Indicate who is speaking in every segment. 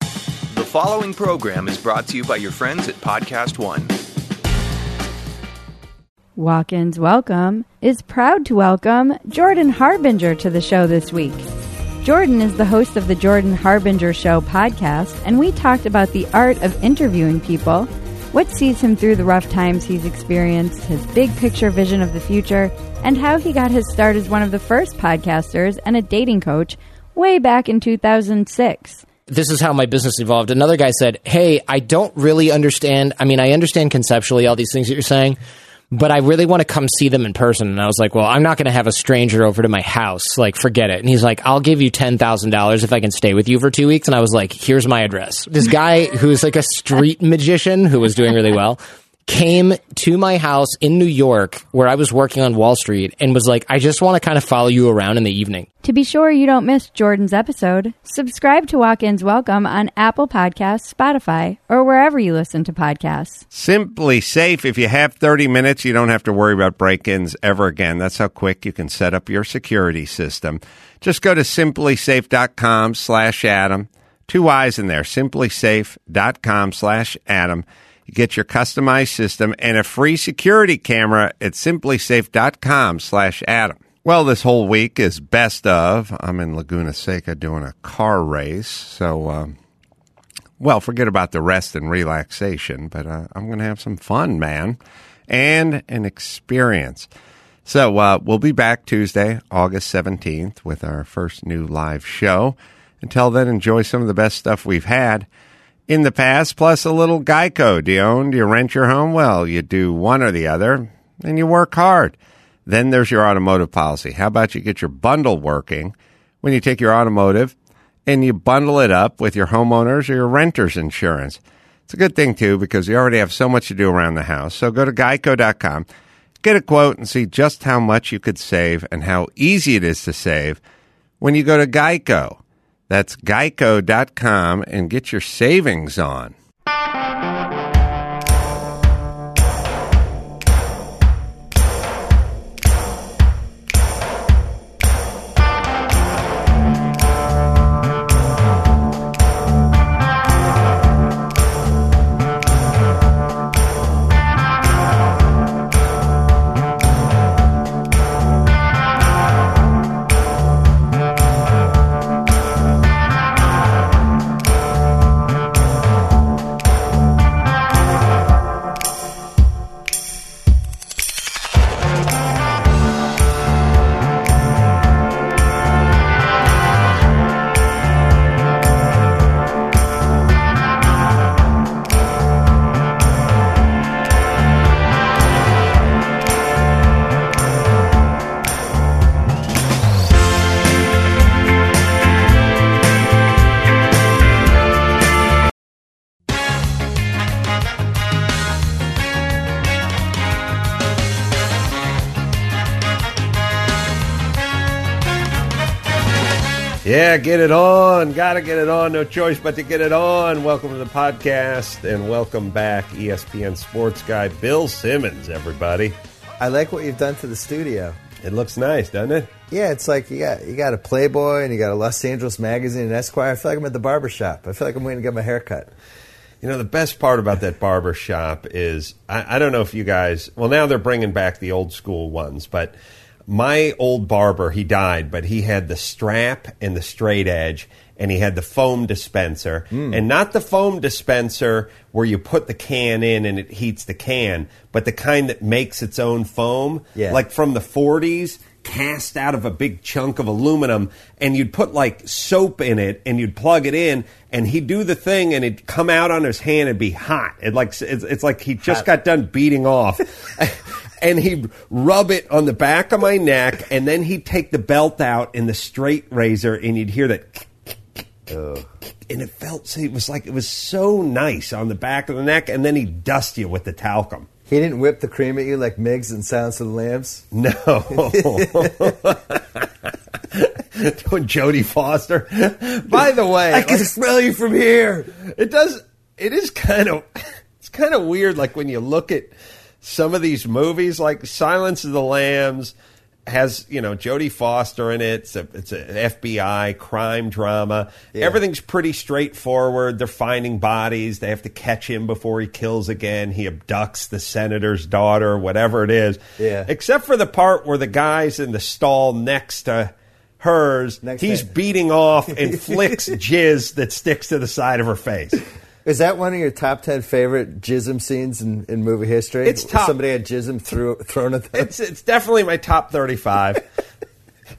Speaker 1: The following program is brought to you by your friends at Podcast One.
Speaker 2: Walk ins Welcome is proud to welcome Jordan Harbinger to the show this week. Jordan is the host of the Jordan Harbinger Show podcast, and we talked about the art of interviewing people, what sees him through the rough times he's experienced, his big picture vision of the future, and how he got his start as one of the first podcasters and a dating coach way back in 2006.
Speaker 3: this is how my business evolved. Another guy said, Hey, I don't really understand. I mean, I understand conceptually all these things that you're saying, but I really want to come see them in person. And I was like, Well, I'm not going to have a stranger over to my house. Like, forget it. And he's like, I'll give you $10,000 if I can stay with you for two weeks. And I was like, Here's my address. This guy who's like a street magician who was doing really well came to my house in New York where I was working on Wall Street and was like, I just want to kind of follow you around in the evening.
Speaker 2: To be sure you don't miss Jordan's episode, subscribe to Walk Ins Welcome on Apple Podcasts, Spotify, or wherever you listen to podcasts.
Speaker 4: Simply safe. If you have 30 minutes, you don't have to worry about break ins ever again. That's how quick you can set up your security system. Just go to simplysafe.com slash Adam. Two Y's in there. Simplysafe.com slash Adam. You get your customized system and a free security camera at simplysafe.com slash Adam. Well, this whole week is best of. I'm in Laguna Seca doing a car race. So, um, well, forget about the rest and relaxation, but uh, I'm going to have some fun, man, and an experience. So uh, we'll be back Tuesday, August 17th, with our first new live show. Until then, enjoy some of the best stuff we've had in the past, plus a little Geico. Do you own? Do you rent your home? Well, you do one or the other, and you work hard. Then there's your automotive policy. How about you get your bundle working when you take your automotive and you bundle it up with your homeowners or your renter's insurance? It's a good thing, too, because you already have so much to do around the house. So go to geico.com, get a quote, and see just how much you could save and how easy it is to save when you go to Geico. That's geico.com and get your savings on. Yeah, get it on. Got to get it on. No choice but to get it on. Welcome to the podcast and welcome back, E ESPN sports guy Bill Simmons, everybody.
Speaker 5: I like what you've done to the studio.
Speaker 4: It looks nice, doesn't it?
Speaker 5: Yeah, it's like you got you got a Playboy and you got a Los Angeles magazine and Esquire. I feel like I'm at the barber shop. I feel like I'm waiting to get my hair cut.
Speaker 4: You know, the best part about that barber shop is I, I don't know if you guys, well, now they're bringing back the old school ones, but my old barber, he died, but he had the strap and the straight edge, and he had the foam dispenser. And not the foam dispenser where you put the can in and it heats the can, but the kind that makes its own foam.
Speaker 5: Yeah.
Speaker 4: Like from the 40s cast out of a big chunk of aluminum and you'd put like soap in it and you'd plug it in and he'd do the thing and it'd come out on his hand and be hot it like it's, it's like he just got done beating off and he'd rub it on the back of my neck and then he'd take the belt out and the straight razor and you'd hear that and it felt it was like it was so nice on the back of the neck, and then he dust you with the talcum.
Speaker 5: He didn't whip the cream at you like Miggs and Silence of the Lambs.
Speaker 4: No. Jodie Foster. By the way,
Speaker 5: I can
Speaker 4: like,
Speaker 5: smell you from here.
Speaker 4: it does it is kind of it's kind of weird like when you look at some of these movies like Silence of the Lambs has you know Jodie Foster in it it's a, it's an FBI crime drama everything's pretty straightforward they're finding bodies they have to catch him before he kills again he abducts the senator's daughter whatever it is
Speaker 5: Yeah.
Speaker 4: except for the part where the guy's in the stall next to hers
Speaker 5: Next
Speaker 4: he's
Speaker 5: day.
Speaker 4: beating off and flicks jizz that sticks to the side of her face
Speaker 5: Is that one of your top ten favorite jism scenes in, in movie history?
Speaker 4: It's top-
Speaker 5: Somebody had jism threw, thrown at them.
Speaker 4: it's it's definitely my top thirty five.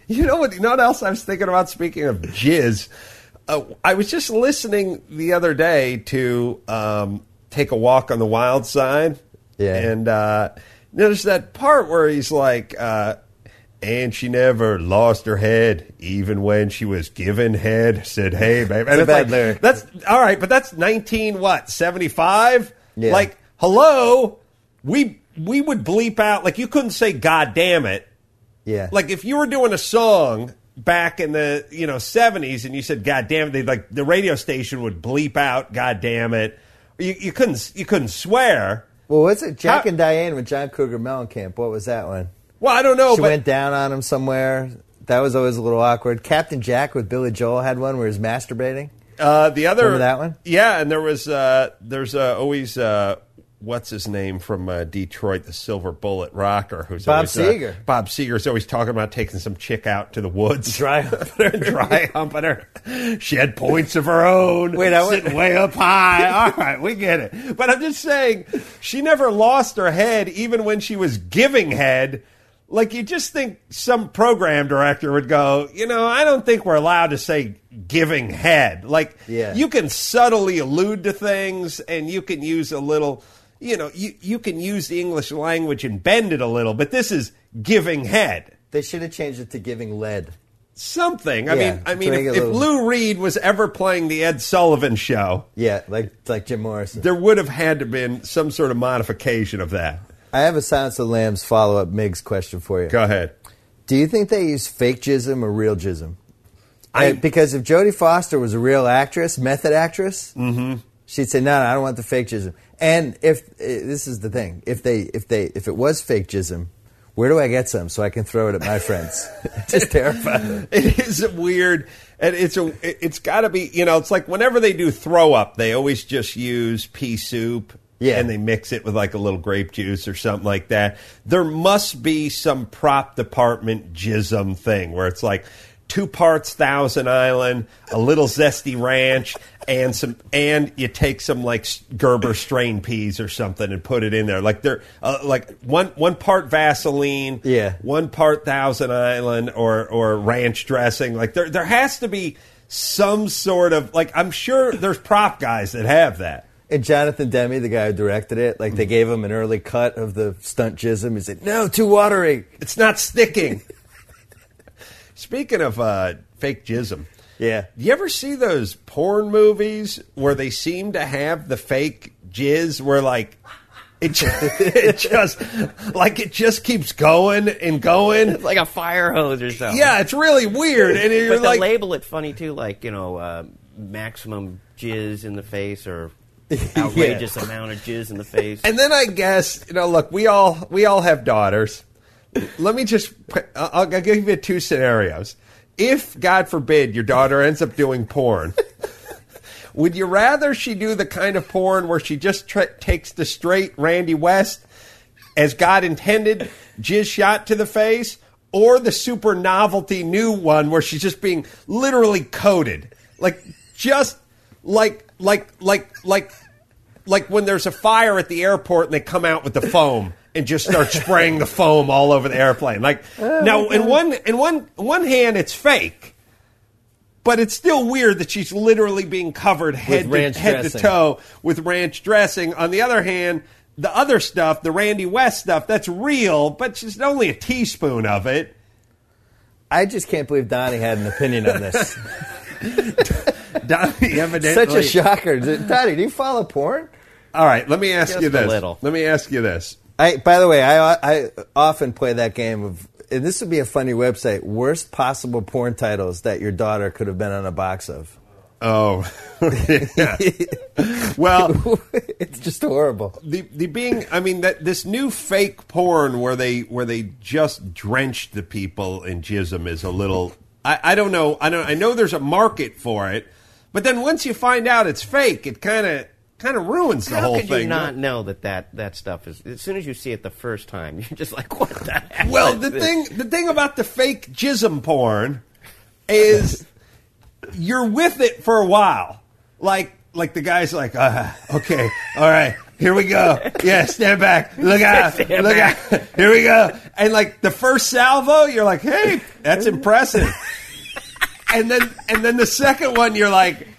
Speaker 4: you know what? You know what else I was thinking about? Speaking of jizz, uh, I was just listening the other day to um, "Take a Walk on the Wild Side."
Speaker 5: Yeah.
Speaker 4: and uh, there's that part where he's like. Uh, and she never lost her head, even when she was given head. Said, "Hey, babe," and
Speaker 5: a bad
Speaker 4: like,
Speaker 5: lyric.
Speaker 4: that's all right, but that's nineteen what seventy five.
Speaker 5: Yeah.
Speaker 4: Like, hello, we we would bleep out like you couldn't say "God damn it."
Speaker 5: Yeah.
Speaker 4: Like if you were doing a song back in the you know seventies and you said "God damn it," they like the radio station would bleep out "God damn it." You, you couldn't you couldn't swear.
Speaker 5: well, what's it? Jack
Speaker 4: How-
Speaker 5: and Diane with John Cougar Mellencamp. What was that one?
Speaker 4: Well, I don't know,
Speaker 5: she
Speaker 4: but
Speaker 5: went down on him somewhere. That was always a little awkward. Captain Jack with Billy Joel had one where he's masturbating.
Speaker 4: Uh, the other
Speaker 5: Remember that one?
Speaker 4: yeah, and there was uh, there's uh, always uh, what's his name from uh, Detroit, the Silver Bullet rocker, who's
Speaker 5: Bob
Speaker 4: always, uh,
Speaker 5: Seger.
Speaker 4: Bob Seger's always talking about taking some chick out to the woods,
Speaker 5: Dry
Speaker 4: humping her, dry humping her. She had points of her own.
Speaker 5: Wait, I
Speaker 4: sitting way up high. All right, we get it. But I'm just saying, she never lost her head, even when she was giving head. Like you just think some program director would go, you know, I don't think we're allowed to say giving head. Like
Speaker 5: Yeah.
Speaker 4: you can subtly allude to things and you can use a little you know, you, you can use the English language and bend it a little, but this is giving head.
Speaker 5: They should have changed it to giving lead.
Speaker 4: Something. I
Speaker 5: Yeah,
Speaker 4: mean I
Speaker 5: to
Speaker 4: mean
Speaker 5: make
Speaker 4: if,
Speaker 5: it a
Speaker 4: if
Speaker 5: little-
Speaker 4: Lou Reed was ever playing the Ed Sullivan show,
Speaker 5: Yeah, like like Jim Morrison.
Speaker 4: there would have had to been some sort of modification of that.
Speaker 5: I have a Silence of the Lambs follow up Miggs question for you.
Speaker 4: Go ahead.
Speaker 5: Do you think they use fake jism or real jism?
Speaker 4: I-
Speaker 5: And because if Jodie Foster was a real actress, method actress,
Speaker 4: Mm-hmm.
Speaker 5: she'd say, "No, no, I don't want the fake jism." And if eh, this is the thing, if they, if they, if it was fake jism, where do I get some so I can throw it at my friends? It's Just terrifying.
Speaker 4: it is weird and it's a it's got to be you know it's like whenever they do throw up they always just use pea soup
Speaker 5: Yeah.
Speaker 4: and they mix it with like a little grape juice or something like that there must be some prop department jism thing where it's like two parts thousand island a little zesty ranch and some and you take some like gerber strain peas or something and put it in there like they're uh, like one one part vaseline
Speaker 5: Yeah.
Speaker 4: one part Thousand Island or or ranch dressing. Like there there has to be some sort of like I'm sure there's prop guys that have that.
Speaker 5: And Jonathan Demi, the guy who directed it, like they gave him an early cut of the stunt jism. He said, "No, too watery."
Speaker 4: It's not sticking. Speaking of uh, fake jism,
Speaker 5: Yeah.
Speaker 4: You ever see those porn movies where they seem to have the fake jizz where like it just, it just like it just keeps going and going?
Speaker 6: like a fire hose or something.
Speaker 4: Yeah, it's really weird. And you're
Speaker 6: but they
Speaker 4: like
Speaker 6: label it funny too, like you know, uh, maximum jizz in the face or outrageous amount of jizz in the face.
Speaker 4: And then I guess you know, look, we all we all have daughters. Let me just I'll, I'll give you two scenarios. If God forbid your daughter ends up doing porn, would you rather she do the kind of porn where she just tra- takes the straight Randy West as God intended, jizz shot to the face, or the super novelty new one where she's just being literally coated, like just like like like like like when there's a fire at the airport and they come out with the foam and just start spraying the foam all over the airplane. Like now, in one in one one hand, it's fake. But it's still weird that she's literally being covered head,
Speaker 5: ranch
Speaker 4: to, head to
Speaker 5: dressing.
Speaker 4: toe with ranch dressing. On the other hand, the other stuff, the Randy West stuff, that's real, but just only a teaspoon of it.
Speaker 5: I just can't believe Donnie had an opinion on this.
Speaker 4: Donnie evidently
Speaker 5: Such a shocker. Donnie, do you follow porn?
Speaker 4: All right, let me ask
Speaker 6: Just
Speaker 4: you
Speaker 6: a
Speaker 4: this.
Speaker 6: little.
Speaker 4: Let me ask you this.
Speaker 5: I, by the way, I, I often play that game of, and this would be a funny website, worst possible porn titles that your daughter could have been on a box of.
Speaker 4: Oh, Yeah. well,
Speaker 5: it's just horrible.
Speaker 4: the the being, I mean, that this new fake porn where they where they just drench the people in jism is a little. I, I don't know. I don't. I know there's a market for it, but then once you find out it's fake, it kind of kind of ruins the
Speaker 6: How
Speaker 4: whole
Speaker 6: could
Speaker 4: thing.
Speaker 6: you not know that, that that stuff is? As soon as you see it the first time, you're just like, "What the heck?"
Speaker 4: Well,
Speaker 6: is
Speaker 4: the
Speaker 6: this?
Speaker 4: thing the thing about the fake jism porn is you're with it for a while. Like like the guy's like, uh, okay, all right, here we go. Yeah, stand back. Look out. look out. Here we go. And like the first salvo, you're like, hey, that's impressive. and then and then the second one you're like,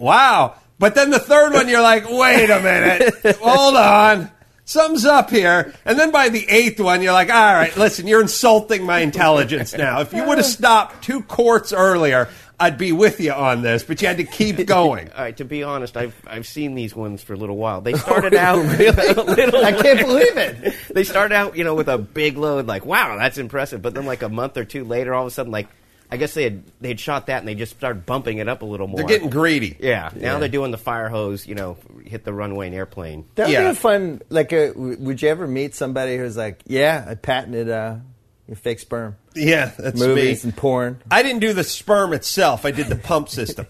Speaker 4: wow. But then the third one you're like, wait a minute. Hold on. Something's up here. And then by the eighth one, you're like, all right, listen, you're insulting my intelligence now. If you would have stopped two courts earlier, I'd be with you on this, but you had to keep going.
Speaker 6: All right, to be honest, I've I've seen these ones for a little while. They started
Speaker 4: Oh,
Speaker 6: out a little.
Speaker 5: I can't believe it.
Speaker 6: They started out, you know, with a big load, like, "Wow, that's impressive." But then, like a month or two later, all of a sudden, like, I guess they had they had shot that and they just started bumping it up a little more.
Speaker 4: They're getting greedy.
Speaker 6: Yeah. Now they're doing the fire hose, you know, hit the runway and airplane.
Speaker 5: That would
Speaker 4: Yeah.
Speaker 5: be a fun, like, a, w- would you ever meet somebody who's like, yeah, I patented uh, fake sperm?
Speaker 4: Yeah, that's
Speaker 5: Movies
Speaker 4: me.
Speaker 5: and porn.
Speaker 4: I didn't do the sperm itself. I did the pump system.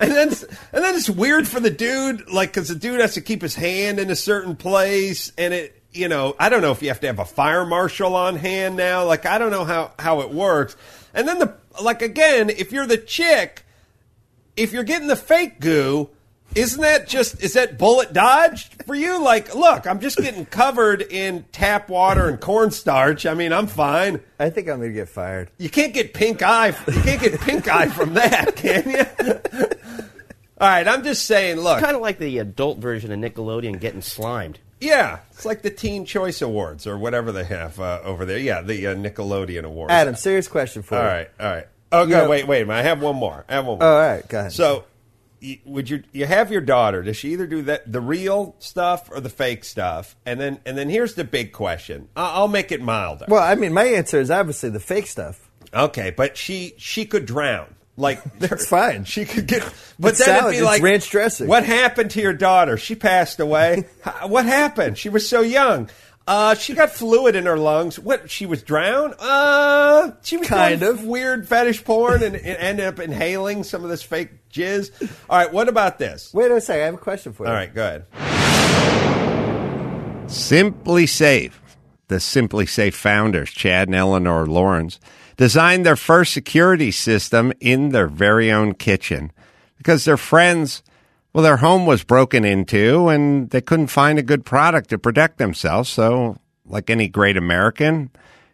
Speaker 4: and then and then it's weird for the dude, like, because the dude has to keep his hand in a certain place, and it, you know, I don't know if you have to have a fire marshal on hand now. Like, I don't know how how it works. And then the like again, if you're the chick, if you're getting the fake goo. Isn't that just is that bullet dodged for you? Like, look, I'm just getting covered in tap water and cornstarch. I mean, I'm fine.
Speaker 5: I think I'm going to get fired.
Speaker 4: You can't get pink eye. You can't get pink eye from that, can you? All right, I'm just saying. Look,
Speaker 6: Kind of like the adult version of Nickelodeon getting slimed.
Speaker 4: yeah, it's like the Teen Choice Awards or whatever they have uh, over there. Yeah, the uh, Nickelodeon Awards.
Speaker 5: Adam, serious question for
Speaker 4: All
Speaker 5: you.
Speaker 4: right, all right. Okay,
Speaker 5: know-
Speaker 4: wait, wait. a minute. I have one more. I have one more.
Speaker 5: Oh, all right, go ahead.
Speaker 4: So, y- would you you have your daughter? Does she either do that the real stuff or the fake stuff? And then and then here's the big question. I- I'll make it milder.
Speaker 5: Well, I mean, my answer is obviously the fake stuff.
Speaker 4: Okay, but she she could drown. Like
Speaker 5: That's fine.
Speaker 4: She could get. But
Speaker 5: It's
Speaker 4: then
Speaker 5: salad,
Speaker 4: it'd be
Speaker 5: it's
Speaker 4: like
Speaker 5: ranch dressing.
Speaker 4: What happened to your daughter? She passed away. H- what happened? She was so young. Uh, she got fluid in her lungs. What? She was drowned. Uh, she was
Speaker 5: Kind
Speaker 4: doing
Speaker 5: of.
Speaker 4: weird fetish porn and, and ended up inhaling some of this fake jizz. All right, what about this?
Speaker 5: Wait a second, I have a question for you.
Speaker 4: All right, go ahead.
Speaker 7: Simply Safe, the Simply Safe founders, Chad and Eleanor Lawrence, designed their first security system in their very own kitchen because their friends, well, their home was broken into and they couldn't find a good product to protect themselves. So, like any great American,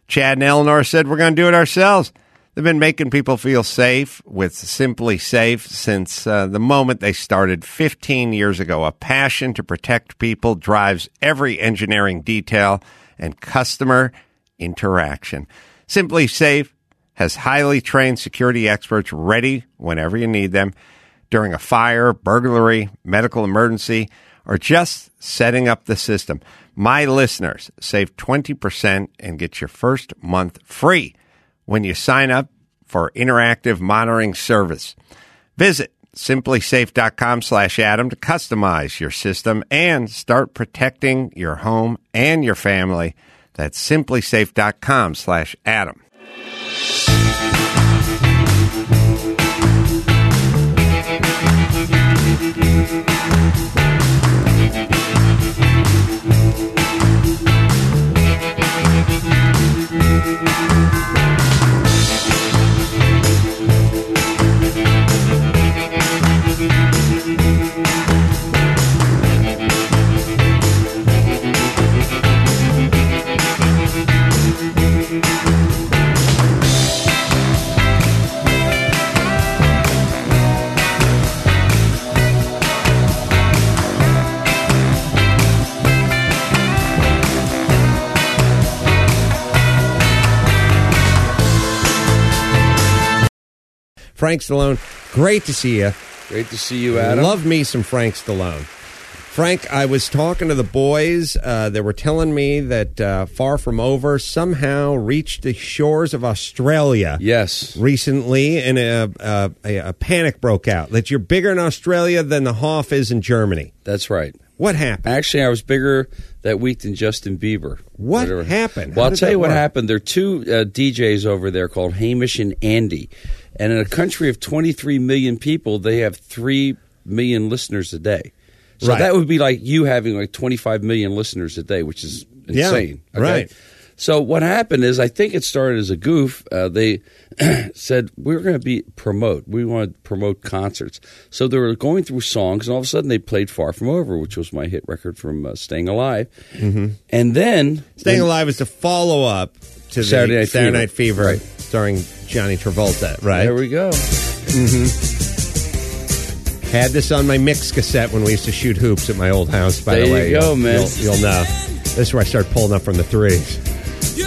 Speaker 7: Chad and Eleanor said, We're going to do it ourselves. They've been making people feel safe with Simply Safe since uh, the moment they started 15 years ago. A passion to protect people drives every engineering detail and customer interaction. Simply Safe has highly trained security experts ready whenever you need them during a fire, burglary, medical emergency, or just setting up the system. My listeners save 20% and get your first month free when you sign up for interactive monitoring service. Visit simplysafe.com slash Adam to customize your system and start protecting your home and your family. That's simplysafe.com slash Adam.
Speaker 4: Frank Stallone Great to see you.
Speaker 8: Great to see you, Adam.
Speaker 4: Love me some Frank Stallone. Frank, I was talking to the boys. Uh, they were telling me that uh, Far From Over somehow reached the shores of Australia.
Speaker 8: Yes.
Speaker 4: Recently, and a, a, a, a panic broke out that you're bigger in Australia than the Hoff is in Germany.
Speaker 8: That's right.
Speaker 4: What happened?
Speaker 8: Actually, I was bigger that week than Justin Bieber.
Speaker 4: What happened?
Speaker 8: Well,
Speaker 4: How
Speaker 8: I'll
Speaker 4: did
Speaker 8: tell
Speaker 4: that
Speaker 8: you what
Speaker 4: work?
Speaker 8: happened. There are two uh, DJs over there called Hamish and Andy. And in a country of 23 million people, they have 3 million listeners a day. So
Speaker 4: Right.
Speaker 8: that would be like you having like 25 million listeners a day, which is
Speaker 4: Yeah,
Speaker 8: insane.
Speaker 4: right.
Speaker 8: So what happened is, I think it started as a goof. Uh, they said we're going to be promote. We want to promote concerts. So they were going through songs, and all of a sudden they played "Far From Over," which was my hit record from uh, Staying Alive. Mm-hmm. And then
Speaker 4: Staying Alive is the follow up to the
Speaker 8: Saturday Night
Speaker 4: Saturday
Speaker 8: Fever.
Speaker 4: Night Fever
Speaker 8: Right.
Speaker 4: starring Johnny Travolta, right?
Speaker 8: there we go.
Speaker 4: Mm-hmm. Had this on my mix cassette when we used to shoot hoops at my old house. By
Speaker 8: There
Speaker 4: the
Speaker 8: you
Speaker 4: way,
Speaker 8: go,
Speaker 4: You'll-
Speaker 8: man.
Speaker 4: You'll, you'll know. This is where I start pulling up from the threes.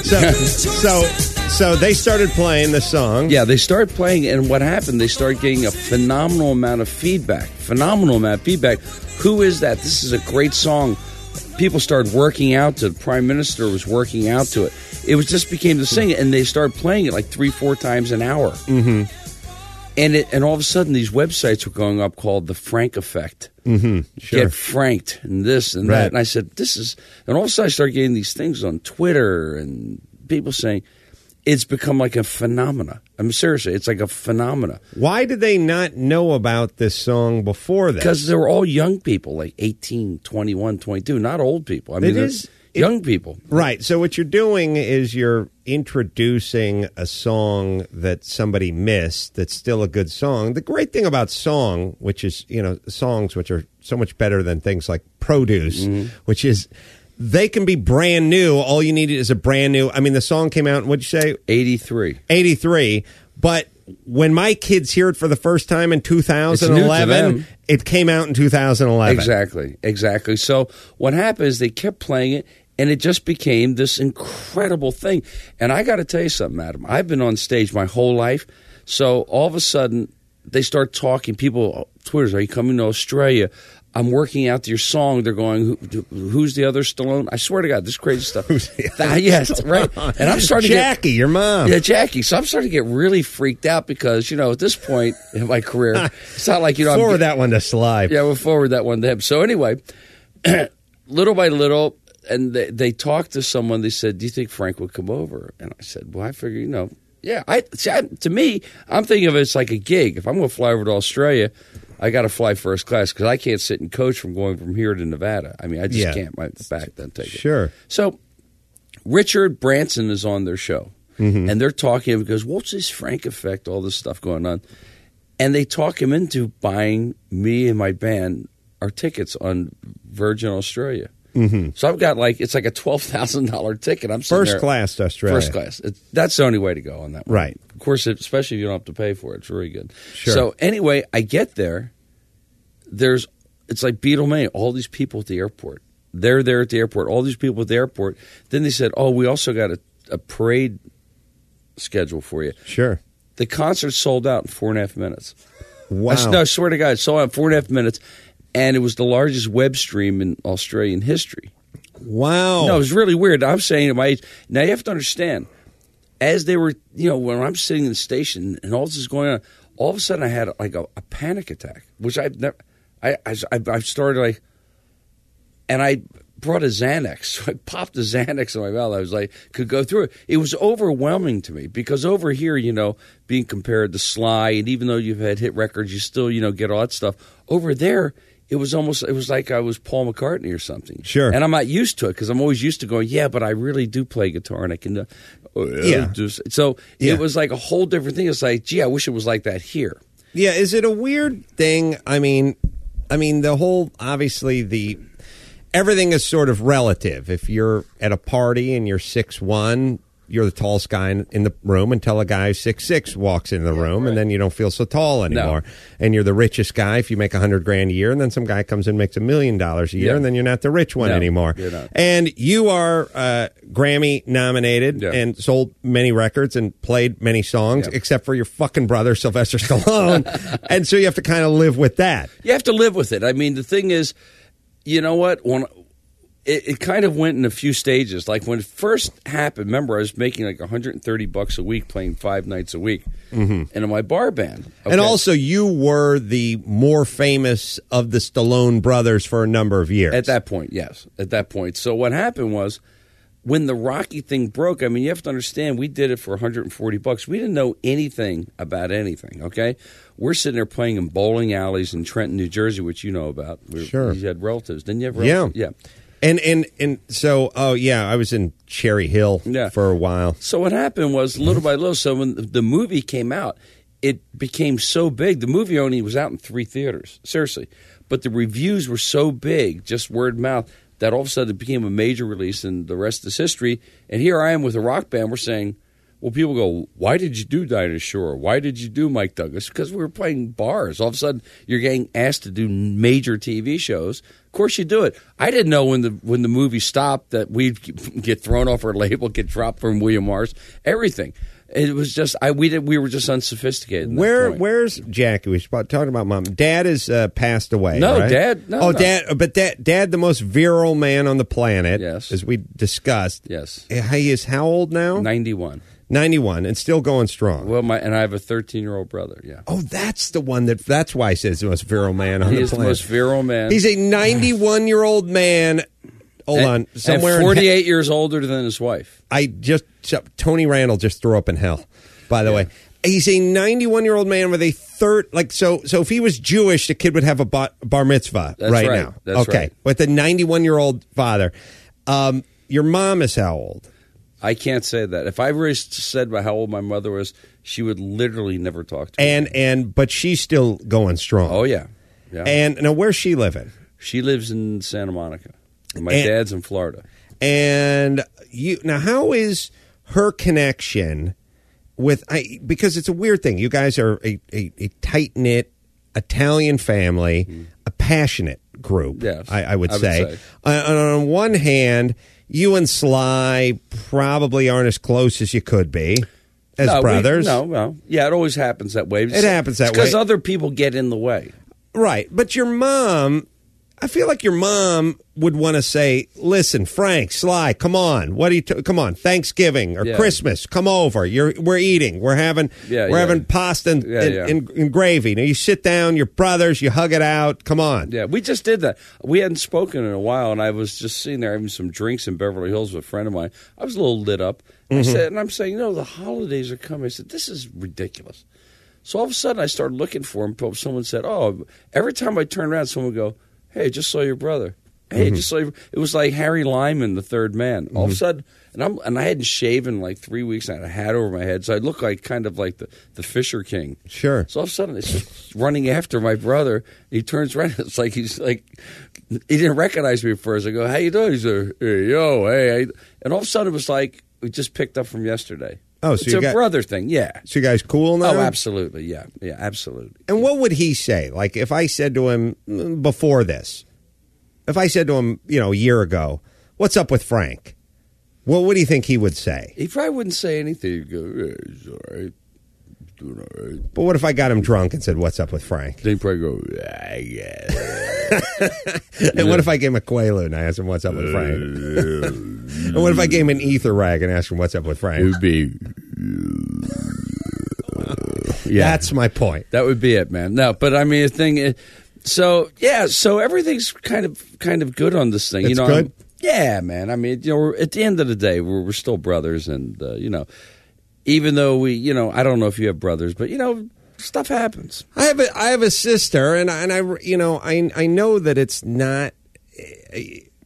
Speaker 4: So, so, so they started playing the song.
Speaker 8: Yeah, they start playing, and what happened? They start getting a phenomenal amount of feedback. Phenomenal amount of feedback. Who is that? This is a great song. People started working out to it. Prime Minister was working out to it. It was just became the sing, and they started playing it like three, four times an hour. Mm-hmm. And it, and all of a sudden, these websites were going up called the Frank Effect. Mm-hmm. Get franked and this and
Speaker 4: Right.
Speaker 8: that. And I said, this is. And all of a sudden, I started getting these things on Twitter and people saying it's become like a phenomena. I'm seriously, it's like a phenomena
Speaker 4: Why did they not know about this song before that?
Speaker 8: because they were all young people, like 18, 21, 22, not old people. I mean,
Speaker 4: It
Speaker 8: they're
Speaker 4: is- it-
Speaker 8: young people.
Speaker 4: Right. So what you're doing is you're introducing a song that somebody missed that's still a good song. The great thing about song, which is, you know, songs which are so much better than things like produce,
Speaker 8: Mm-hmm.
Speaker 4: which is they can be brand new. All you need is a brand new. I mean, the song came out, what'd you say?
Speaker 8: 83.
Speaker 4: 83. But when my kids hear it for the first time in
Speaker 8: them.
Speaker 4: 2011, it came out in 2011.
Speaker 8: Exactly, exactly. So what happened is they kept playing it, and it just became this incredible thing. And I got to tell you something, Adam. I've been on stage my whole life, so all of a sudden they start talking. People, Twitter's, are you coming to Australia? I'm working out your song. They're going, Who, who's the other Stallone? I swear to God, this crazy stuff. who's
Speaker 4: the other
Speaker 8: yes, right. And I'm starting to get,
Speaker 4: Jackie, your mom.
Speaker 8: yeah, Jackie. So I'm starting to get really freaked out because you know at this point in my career, it's not like you know I'm
Speaker 4: Forward
Speaker 8: get-
Speaker 4: that one to Sly.
Speaker 8: yeah, we'll forward that one to him. So anyway, little by little, and they, they talked to someone. They said, "Do you think Frank would come over?" And I said, "Well, I figure, you know, yeah. I, see, I to me, I'm thinking of it as like a gig. If I'm going to fly over to Australia, I got to fly first class because I can't sit and coach from going from here to Nevada. I mean, I just
Speaker 4: Yeah.
Speaker 8: can't. My back doesn't take it.
Speaker 4: Sure.
Speaker 8: So Richard Branson is on their show, and they're talking because what's this Frank effect? All this stuff going on, and they talk him into buying me and my band our tickets on Virgin Australia. Mm-hmm. So I've got like it's like a twelve thousand dollar ticket. I'm sitting
Speaker 4: Hmm. First
Speaker 8: there-
Speaker 4: class to Australia.
Speaker 8: First class. It, that's the only way to go on that. one.
Speaker 4: Right.
Speaker 8: Of course, it, especially if you don't have to pay for it, it's really good.
Speaker 4: Sure.
Speaker 8: So anyway, I get there. There's it's like Beatlemania. All these people at the airport. They're there at the airport. All these people at the airport. Then they said, "Oh, we also got a, a parade schedule for you."
Speaker 4: Sure.
Speaker 8: The concert sold out in four and a half minutes.
Speaker 4: Wow.
Speaker 8: I s- no, I swear to God, it sold out in four and a half minutes, and it was the largest web stream in Australian history.
Speaker 4: wow.
Speaker 8: No, it was really weird. I'm saying at my age. Now you have to understand, as they were, you know, when I'm sitting in the station and all this is going on, all of a sudden I had like a, a panic attack, which I've never. I I I started like, and I brought a Xanax. So I popped a Xanax in my mouth. I was like, could go through it. It was overwhelming to me because over here, you know, being compared to Sly, and even though you've had hit records, you still, you know, get all that stuff. Over there, it was almost it was like I was Paul McCartney or something.
Speaker 4: Sure.
Speaker 8: And I'm not used to it because I'm always used to going, yeah, but I really do play guitar and I can. Uh, uh,
Speaker 4: Yeah.
Speaker 8: do s-" So
Speaker 4: Yeah.
Speaker 8: it was like a whole different thing. It's like, gee, I wish it was like that here.
Speaker 4: yeah, is it a weird thing? I mean, I mean the whole obviously the everything is sort of relative. If you're at a party and you're six one, you're the tallest guy in, in the room until a guy six six walks into the room, and then you don't feel so tall anymore. And you're the richest guy if you make a hundred grand a year, and then some guy comes in and makes a million dollars a year,
Speaker 8: Yeah.
Speaker 4: and then you're not the rich one
Speaker 8: No,
Speaker 4: anymore.
Speaker 8: you're not.
Speaker 4: And you are uh, Grammy nominated
Speaker 8: Yeah.
Speaker 4: and sold many records and played many songs, except for your fucking brother Sylvester Stallone. and so you have to kind of live with that.
Speaker 8: You have to live with it. I mean, the thing is, you know what? When it, it kind of went in a few stages. Like when it first happened, remember I was making like 130 bucks a week playing five nights a week,
Speaker 4: Mhm.
Speaker 8: and in my bar band.
Speaker 4: And
Speaker 8: Okay.
Speaker 4: also, you were the more famous of the Stallone brothers for a number of years.
Speaker 8: At that point, yes. At that point. So what happened was when the Rocky thing broke, I mean, you have to understand we did it for 140 bucks. We didn't know anything about anything, okay? We're sitting there playing in bowling alleys in Trenton, New Jersey, which you know about. We-
Speaker 4: Sure.
Speaker 8: You had relatives. Didn't you have
Speaker 4: yeah,
Speaker 8: relatives? Yeah.
Speaker 4: And and and so, oh yeah, I was in Cherry Hill for a while.
Speaker 8: So what happened was little by little. So when the movie came out, it became so big. The movie only was out in three theaters, seriously, but the reviews were so big, just word of mouth, that all of a sudden it became a major release, and the rest is history. And here I am with a rock band. We're saying, well, people go, why did you do Dinah Shore? Why did you do Mike Douglas? Because we were playing bars. All of a sudden, you're getting asked to do major TV shows. Of course, you do it. I didn't know when the when the movie stopped that we'd get thrown off our label, get dropped from William Morris, everything. It was just I we did we were just unsophisticated. in that
Speaker 4: Where
Speaker 8: point.
Speaker 4: where's Jackie? We should talking about mom. Dad is uh, passed away.
Speaker 8: No,
Speaker 4: right?
Speaker 8: Dad- no,
Speaker 4: oh,
Speaker 8: no.
Speaker 4: dad. But dad, dad, the most virile man on the planet. Yes, as we discussed. Uh,
Speaker 8: Yes,
Speaker 4: he is how old now?
Speaker 8: Ninety one.
Speaker 4: Ninety one, and still going strong.
Speaker 8: Well, my and I have a thirteen year old brother. Yeah,
Speaker 4: Oh, that's the one that. That's why he says the most virile man on
Speaker 8: he
Speaker 4: the
Speaker 8: is the
Speaker 4: planet.
Speaker 8: most virile man.
Speaker 4: He's a 91 year old man. Hold
Speaker 8: And-
Speaker 4: on,
Speaker 8: and
Speaker 4: somewhere in he-
Speaker 8: forty eight years older than his wife.
Speaker 4: I just Tony Randall just threw up in hell. By the way, he's a 91 year old man with a third like so. So if he was Jewish, the kid would have a bar, bar mitzvah
Speaker 8: That's right.
Speaker 4: now.
Speaker 8: That's
Speaker 4: okay,
Speaker 8: right.
Speaker 4: with a 91 year old father. Um, your mom is how old?
Speaker 8: I can't say that. If I really s- said about how old my mother was, she would literally never talk to me.
Speaker 4: And and but she's still going strong.
Speaker 8: Oh yeah, yeah.
Speaker 4: And now where's she living?
Speaker 8: she lives in Santa Monica. And my
Speaker 4: And-
Speaker 8: dad's in Florida.
Speaker 4: and you now how is her connection with I because it's a weird thing. You guys are a, a, a tight knit Italian family, a passionate group.
Speaker 8: Yes,
Speaker 4: I, I would
Speaker 8: I would
Speaker 4: say.
Speaker 8: say.
Speaker 4: Uh, and on one hand, you and Sly probably aren't as close as you could be as
Speaker 8: No, we-
Speaker 4: brothers.
Speaker 8: no, no. Yeah, it always happens that way.
Speaker 4: It happens that
Speaker 8: because
Speaker 4: way.
Speaker 8: other people get in the way.
Speaker 4: Right. But your mom, I feel like your mom would want to say, listen, Frank, Sly, come on. What do you, t- come on, Thanksgiving or
Speaker 8: Yeah.
Speaker 4: Christmas, come over. You're, we're eating. We're having,
Speaker 8: Yeah,
Speaker 4: we're
Speaker 8: yeah.
Speaker 4: having pasta and,
Speaker 8: Yeah,
Speaker 4: and,
Speaker 8: yeah.
Speaker 4: and- and gravy. Now you sit down, your brothers, you hug it out. Come on.
Speaker 8: Yeah, we just did that. We hadn't spoken in a while, and I was just sitting there having some drinks in Beverly Hills with a friend of mine. I was a little lit up. I
Speaker 4: Mhm.
Speaker 8: said, and I'm saying, you know, the holidays are coming. I said, this is ridiculous. So all of a sudden, I started looking for him. But someone said, oh, every time I turn around, someone would go, hey, I just saw your brother. Hey, I
Speaker 4: Mm-hmm.
Speaker 8: just saw your... It was like Harry Lyman, the third man. All of a
Speaker 4: Mhm.
Speaker 8: sudden, and I'm and I hadn't shaven in like three weeks. And I had a hat over my head, so I looked like kind of like the the Fisher King.
Speaker 4: Sure.
Speaker 8: So all of a sudden, it's just running after my brother. He turns around. It's like he's like he didn't recognize me at first. I go, "How you doing?" He's like, "Hey, yo, hey," I, and all of a sudden, it was like we just picked up from yesterday.
Speaker 4: Oh, so
Speaker 8: it's
Speaker 4: you
Speaker 8: a
Speaker 4: got-
Speaker 8: brother thing, yeah.
Speaker 4: So you guys cool now?
Speaker 8: Oh, absolutely, yeah, yeah, absolutely.
Speaker 4: And what would he say? Like if I said to him mm, before this, if I said to him, you know, a year ago, what's up with Frank? Well, what do you think he would say?
Speaker 8: He probably wouldn't say anything. He'd go, "Yeah, he's all right, doing all right."
Speaker 4: But what if I got him drunk and said, "What's up with Frank?"
Speaker 8: Then he'd probably go, "Ah, yeah.
Speaker 4: and what if I gave him a Quaalude and I asked him, "What's
Speaker 8: Uh,
Speaker 4: up with Frank?" and what if I gave him an ether rag and asked him, "What's up with Frank?"
Speaker 8: It'd be. Yeah.
Speaker 4: That's my point.
Speaker 8: That would be it, man. No, but I mean, the thing. Is, so yeah, so everything's kind of kind of good on this thing. you
Speaker 4: It's
Speaker 8: know,
Speaker 4: good?
Speaker 8: I'm- yeah, man. I mean, you know, we're, at the end of the day, we're, we're still brothers, and uh, you know, even though we, you know, I don't know if you have brothers, but you know, stuff happens.
Speaker 4: I have a I have a sister, and I, and I you know I I know that it's not.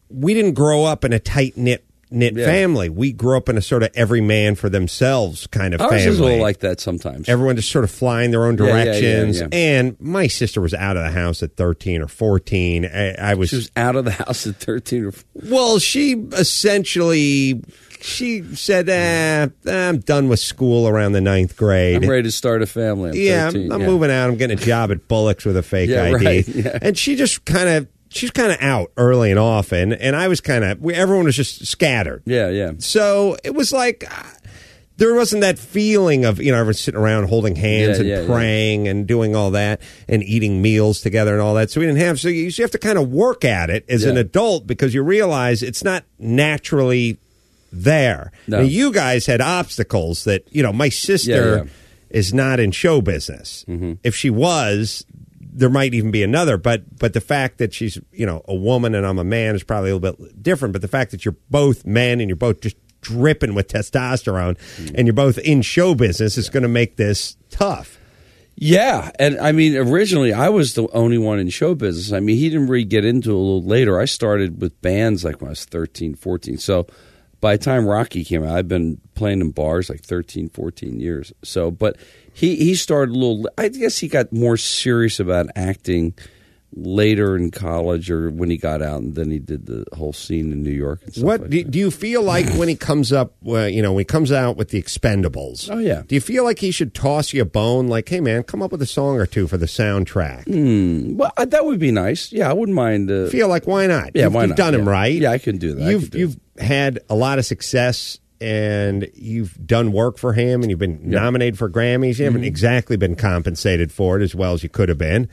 Speaker 4: We didn't grow up in a tight knit knit
Speaker 8: Yeah.
Speaker 4: family. We grew up in a sort of every man for themselves kind of
Speaker 8: Ours
Speaker 4: family.
Speaker 8: is a little like that sometimes.
Speaker 4: Everyone just sort of flying their own
Speaker 8: Yeah, yeah, yeah,
Speaker 4: directions.
Speaker 8: yeah.
Speaker 4: And my sister was out of the house at thirteen or fourteen. I, I was
Speaker 8: She was out of the house at thirteen or. 14.
Speaker 4: Well, she essentially she said, eh, I'm done with school around the ninth grade.
Speaker 8: I'm ready to start a family. I'm
Speaker 4: yeah,
Speaker 8: 13,
Speaker 4: I'm, I'm
Speaker 8: yeah.
Speaker 4: moving out. I'm getting a job at Bullock's with a fake
Speaker 8: Yeah,
Speaker 4: ID.
Speaker 8: right, yeah.
Speaker 4: And she just kind of, she's kind of out early and often. And I was kind of, everyone was just scattered.
Speaker 8: Yeah, yeah.
Speaker 4: So it was like uh, there wasn't that feeling of you know everyone sitting around holding hands
Speaker 8: Yeah,
Speaker 4: and
Speaker 8: yeah, yeah.
Speaker 4: praying and doing all that and eating meals together and all that. So we didn't have. So you, you have to kind of work at it as an
Speaker 8: Yeah.
Speaker 4: adult because you realize it's not naturally there.
Speaker 8: No.
Speaker 4: Now, you guys had obstacles that you know my sister
Speaker 8: yeah. Mm-hmm.
Speaker 4: is not in show business. If she was. There might even be another, but but the fact that she's you know a woman and I'm a man is probably a little bit different. But the fact that you're both men and you're both just dripping with testosterone
Speaker 8: Mm.
Speaker 4: and you're both in show business is going to make this tough.
Speaker 8: Yeah, and I mean, originally I was the only one in show business. I mean, he didn't really get into it a little later. I started with bands like when I was 13, 14. So by the time Rocky came out, I've been playing in bars like 13, 14 years. So, but he he started a little. I guess he got more serious about acting later in college or when he got out, and then he did the whole scene in New York. And stuff
Speaker 4: what
Speaker 8: like
Speaker 4: do, do you feel like when he comes up, uh, you know, when he comes out with the Expendables?
Speaker 8: Oh, yeah.
Speaker 4: Do you feel like he should toss you a bone? Like, hey man, come up with a song or two for the soundtrack.
Speaker 8: that. Hmm. Well, I- that would be nice. Yeah, I wouldn't mind. Uh,
Speaker 4: feel like why not?
Speaker 8: Yeah,
Speaker 4: you've,
Speaker 8: why
Speaker 4: you've
Speaker 8: not?
Speaker 4: done him
Speaker 8: Yeah.
Speaker 4: right.
Speaker 8: Yeah, I can do that. I
Speaker 4: You've
Speaker 8: can do
Speaker 4: you've had a lot of success and you've done work for him and you've been nominated for Grammys. You
Speaker 8: Mm-hmm.
Speaker 4: haven't exactly been compensated for it as well as you could have been.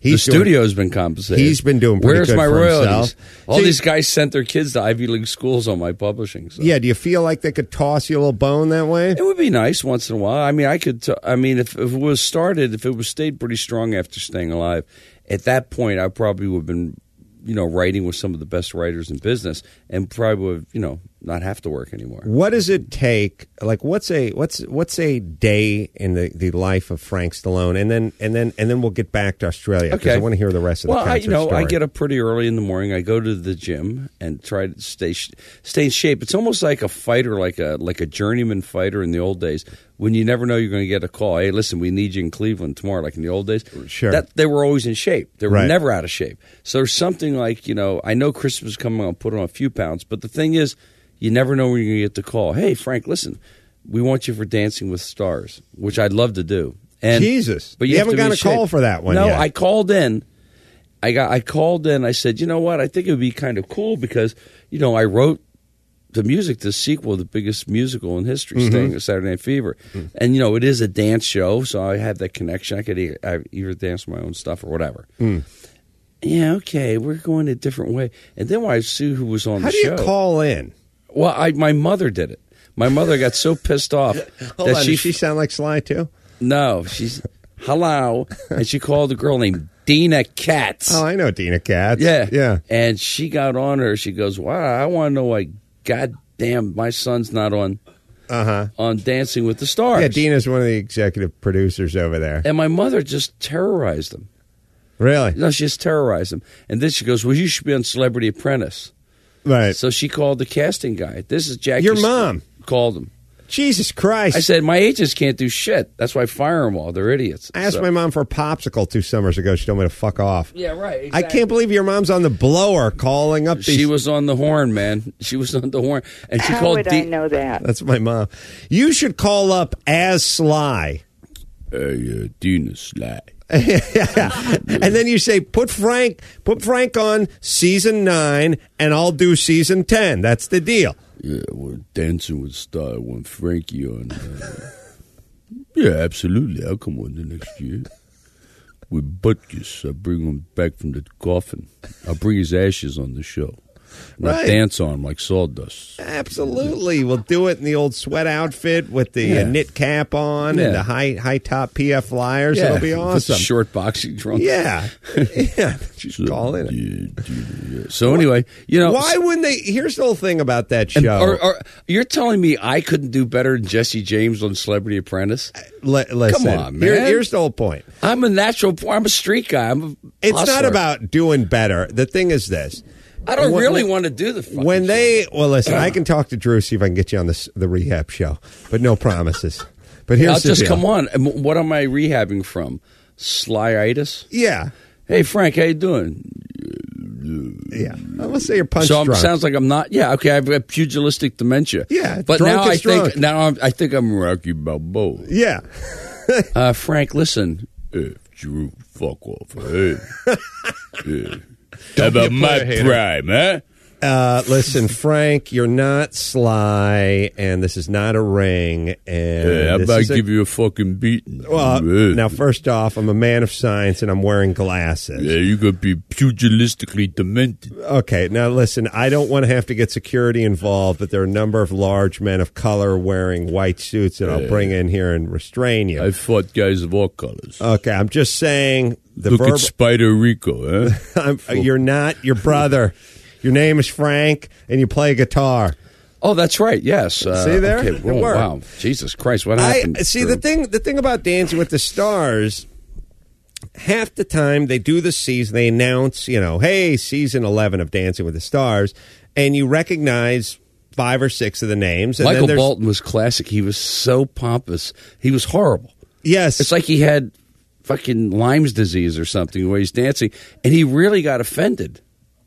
Speaker 8: the
Speaker 4: He's doing-
Speaker 8: studio's been compensated.
Speaker 4: he's been doing pretty
Speaker 8: Where's
Speaker 4: good
Speaker 8: my
Speaker 4: for
Speaker 8: royalties?
Speaker 4: himself.
Speaker 8: All
Speaker 4: See-
Speaker 8: these guys sent their kids to Ivy League schools on my publishing. So.
Speaker 4: Yeah, do you feel like they could toss you a little bone that way?
Speaker 8: It would be nice once in a while. I mean, I could. T- I mean, if, if it was started, if it was stayed pretty strong after staying alive, at that point, I probably would have been, you know, writing with some of the best writers in business, and probably would, have, you know, not have to work anymore.
Speaker 4: What does it take? Like, what's a what's what's a day in the, the life of Frank Stallone, and then and then and then we'll get back to Australia because I want to hear the rest of
Speaker 8: well,
Speaker 4: the
Speaker 8: I,
Speaker 4: concert
Speaker 8: you know, I
Speaker 4: story.
Speaker 8: get up pretty early in the morning. I go to the gym and try to stay sh- stay in shape. It's almost like a fighter, like a like a journeyman fighter in the old days when you never know you're going to get a call. Hey, listen, we need you in Cleveland tomorrow. Like in the old days,
Speaker 4: Sure.
Speaker 8: That they were always in shape. They were
Speaker 4: Right.
Speaker 8: never out of shape. So there's something like you know, I know Christmas is coming. I'll put on a few pounds, but the thing is, you never know when you're going to get the call. Hey, Frank, listen, we want you for Dancing with Stars, which I'd love to do. And
Speaker 4: Jesus.
Speaker 8: but you,
Speaker 4: You
Speaker 8: have to
Speaker 4: haven't
Speaker 8: be
Speaker 4: got a
Speaker 8: in
Speaker 4: call
Speaker 8: shape.
Speaker 4: for that one
Speaker 8: No,
Speaker 4: yet.
Speaker 8: I called in. I got I called in. I said, you know what? I think it would be kind of cool because you know I wrote the music, the sequel, the biggest musical in history,
Speaker 4: Mm-hmm.
Speaker 8: staying at Saturday Night Fever, and you know it is a dance show, so I have that connection. I could e- I either dance my own stuff or whatever.
Speaker 4: Mm,
Speaker 8: Yeah, okay, we're going a different way. And then when I see who was on
Speaker 4: How
Speaker 8: the
Speaker 4: do you
Speaker 8: show,
Speaker 4: call in?
Speaker 8: well, I, my mother did it. My mother got so pissed off
Speaker 4: Hold
Speaker 8: that
Speaker 4: on,
Speaker 8: she
Speaker 4: does she sound like Sly too?
Speaker 8: no, she's hello, and she called a girl named Dina Katz.
Speaker 4: Oh, I know Dina Katz.
Speaker 8: yeah,
Speaker 4: yeah.
Speaker 8: And she got on her. She goes, "Wow, I want to know why. Goddamn, my son's not on uh-huh. on Dancing with the Stars."
Speaker 4: Yeah, Dina's one of the executive producers over there.
Speaker 8: And my mother just terrorized him.
Speaker 4: Really?
Speaker 8: No, she just terrorized him. And then she goes, "Well, you should be on Celebrity Apprentice."
Speaker 4: Right.
Speaker 8: So she called the casting guy. This is Jackie.
Speaker 4: Your
Speaker 8: St-
Speaker 4: mom.
Speaker 8: called him.
Speaker 4: Jesus Christ.
Speaker 8: I said, "My agents can't do shit. That's why I fire them all. They're idiots."
Speaker 4: I asked
Speaker 8: So-
Speaker 4: my mom for a popsicle two summers ago. She told me to fuck off.
Speaker 8: Yeah, right.
Speaker 4: I
Speaker 8: Exactly.
Speaker 4: can't believe your mom's on the blower calling up these.
Speaker 8: She was on the horn, man. She was on the horn, and she
Speaker 9: How
Speaker 8: called.
Speaker 9: would
Speaker 8: D-
Speaker 9: I know that?
Speaker 4: That's my mom. You should call up as Sly.
Speaker 8: Hey, uh, Dina Sly.
Speaker 4: And then you say, put Frank, put Frank on season nine, and I'll do season 10. That's the deal.
Speaker 8: Yeah, we're dancing with Star. One Frankie on. Uh, yeah, absolutely. I'll come on the next year. With Butkus, I bring him back from the coffin. I'll bring his ashes on the show. And I'll
Speaker 4: Right.
Speaker 8: dance on him like sawdust.
Speaker 4: Absolutely. We'll do it in the old sweat outfit with the uh,
Speaker 8: Yeah.
Speaker 4: knit cap on and
Speaker 8: Yeah.
Speaker 4: the high high top PF flyers. It'll be
Speaker 8: with the
Speaker 4: awesome.
Speaker 8: Short boxing trunks.
Speaker 4: Yeah. yeah.
Speaker 8: So,
Speaker 4: Just call in.
Speaker 8: yeah, Dina, yeah. So anyway, you know
Speaker 4: Why wouldn't they? Here's the whole thing about that show.
Speaker 8: And- or, or- you're telling me I couldn't do better than Jesse James on Celebrity Apprentice?
Speaker 4: Uh, Li- listen,
Speaker 8: on,
Speaker 4: here-
Speaker 8: man.
Speaker 4: here's the whole point.
Speaker 8: I'm a natural. por- I'm a street guy. I'm. A
Speaker 4: It's not
Speaker 8: hustler.
Speaker 4: about doing better. The thing is this.
Speaker 8: I don't
Speaker 4: When-
Speaker 8: really want to do the. Fucking
Speaker 4: when they well listen i can talk to drew see if i can get you on this the rehab show but no promises but
Speaker 8: show.
Speaker 4: here's
Speaker 8: I'll
Speaker 4: the
Speaker 8: just
Speaker 4: deal.
Speaker 8: come on. And wh- What am I rehabbing from? Slyitis.
Speaker 4: yeah
Speaker 8: Hey Frank, how you doing?
Speaker 4: Yeah. Well, let's say you're punch
Speaker 8: so it
Speaker 4: drunk.
Speaker 8: sounds like I'm not. Yeah, okay. I've got pugilistic dementia.
Speaker 4: Yeah,
Speaker 8: but
Speaker 4: drunk
Speaker 8: now
Speaker 4: is
Speaker 8: I
Speaker 4: drunk.
Speaker 8: think now I'm, I think I'm Rocky Balboa.
Speaker 4: yeah.
Speaker 8: uh, Frank, listen. If you fuck off, hey. yeah. How about my prime, eh? huh?
Speaker 4: Uh, listen, Frank, you're not sly, and this is not a ring. And
Speaker 8: Yeah, how
Speaker 4: this
Speaker 8: about I
Speaker 4: is a-
Speaker 8: give you a fucking beating?
Speaker 4: Well,
Speaker 8: Yeah.
Speaker 4: now first off, I'm a man of science, and I'm wearing glasses.
Speaker 8: yeah, you're gonna be pugilistically demented.
Speaker 4: Okay, now listen, I don't want to have to get security involved, but there are a number of large men of color wearing white suits that I'll bring in here and restrain you.
Speaker 8: I fought guys of all colors.
Speaker 4: okay, I'm just saying the
Speaker 8: Look
Speaker 4: verbal.
Speaker 8: at Spider Rico, eh? huh?
Speaker 4: I'm, you're not your brother. Your name is Frank, and you play guitar.
Speaker 8: Oh, that's right. Yes. Uh,
Speaker 4: See there?
Speaker 8: okay.
Speaker 4: It
Speaker 8: Oh,
Speaker 4: worked.
Speaker 8: wow. Jesus Christ. What
Speaker 4: I
Speaker 8: happened?
Speaker 4: see the thing. The thing about Dancing with the Stars, half the time they do the season. They announce, you know, hey, season eleven of Dancing with the Stars, and you recognize five or six of the names. And then
Speaker 8: Michael
Speaker 4: there's-
Speaker 8: Bolton was classic. He was so pompous. He was horrible.
Speaker 4: Yes,
Speaker 8: It's like he had fucking Lyme's disease or something where he's dancing, and he really got offended.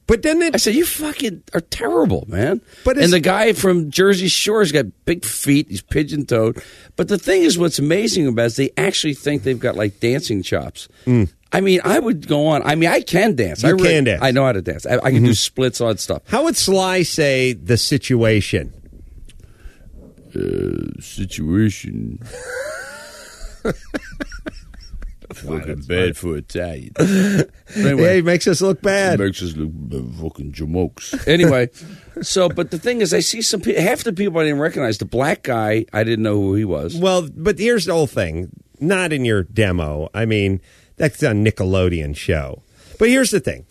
Speaker 4: but then
Speaker 8: I
Speaker 4: it.
Speaker 8: said, "You fucking are terrible, man."
Speaker 4: But it's-
Speaker 8: and the guy from Jersey Shore's got big feet. He's pigeon toed. But the thing is, what's amazing about it is they actually think they've got like dancing chops.
Speaker 4: Mm.
Speaker 8: I mean, I would go on. I mean, I can dance.
Speaker 4: You
Speaker 8: I
Speaker 4: can dance. Mm-hmm.
Speaker 8: I know how to dance. I, I can do splits on stuff.
Speaker 4: How would Sly say the situation?
Speaker 8: Uh, situation. fucking bad for Italian.
Speaker 4: Yeah, he
Speaker 8: Anyway,
Speaker 4: makes us look bad.
Speaker 8: makes us look b- fucking jamokes. Anyway, so but the thing is, I see some people. Half the people I didn't recognize. The black guy, I didn't know who he was.
Speaker 4: Well, but here's the whole thing. Not in your demo. I mean, that's a Nickelodeon show. But here's the thing.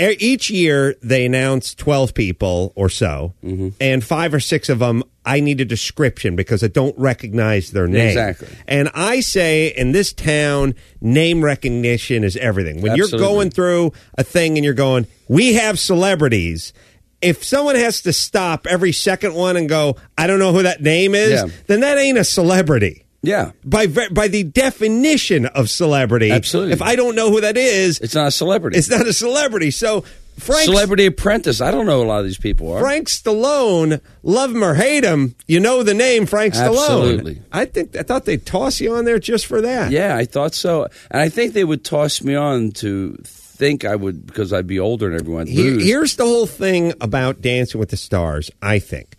Speaker 4: E- Each year they announce 12 people or so,
Speaker 8: Mm-hmm.
Speaker 4: and five or six of them I need a description because I don't recognize their name.
Speaker 8: Exactly.
Speaker 4: And I say in this town, name recognition is everything. When you're
Speaker 8: Absolutely.
Speaker 4: going through a thing and you're going, we have celebrities. If someone has to stop every second one and go, I don't know who that name is,
Speaker 8: Yeah.
Speaker 4: then that ain't a celebrity.
Speaker 8: Yeah,
Speaker 4: By ve- by the definition of celebrity,
Speaker 8: Absolutely.
Speaker 4: If I don't know who that is,
Speaker 8: it's not a celebrity.
Speaker 4: it's not a celebrity. So Frank
Speaker 8: Celebrity Apprentice. I don't know who a lot of these people are.
Speaker 4: Frank Stallone, love him or hate him, you know the name Frank Stallone.
Speaker 8: Absolutely.
Speaker 4: I think I thought they'd toss you on there just for that.
Speaker 8: Yeah, I thought so, and I think they would toss me on to think I would because I'd be older and everyone.
Speaker 4: Here-
Speaker 8: lose.
Speaker 4: here's the whole thing about Dancing with the Stars, I think.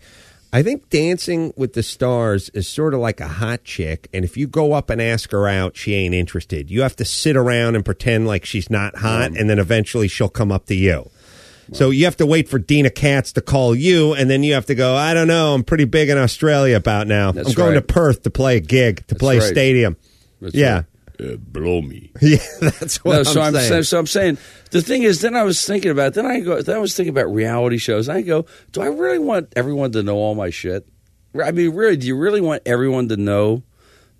Speaker 4: I think Dancing with the Stars is sort of like a hot chick, and if you go up and ask her out, she ain't interested. You have to sit around and pretend like she's not hot, and then eventually she'll come up to you. So you have to wait for Dina Katz to call you, and then you have to go. I don't know. I'm pretty big in Australia about now.
Speaker 8: That's
Speaker 4: I'm going
Speaker 8: right.
Speaker 4: to Perth to play a gig, to play a
Speaker 8: right.
Speaker 4: stadium.
Speaker 8: That's
Speaker 4: yeah,
Speaker 8: right. Uh, blow me.
Speaker 4: yeah, that's what
Speaker 8: no,
Speaker 4: I'm
Speaker 8: so I'm
Speaker 4: saying.
Speaker 8: so, so I'm saying the thing is. Then I was thinking about. Then I go. Then I was thinking about reality shows. I go. Do I really want everyone to know all my shit? I mean, really, do you really want everyone to know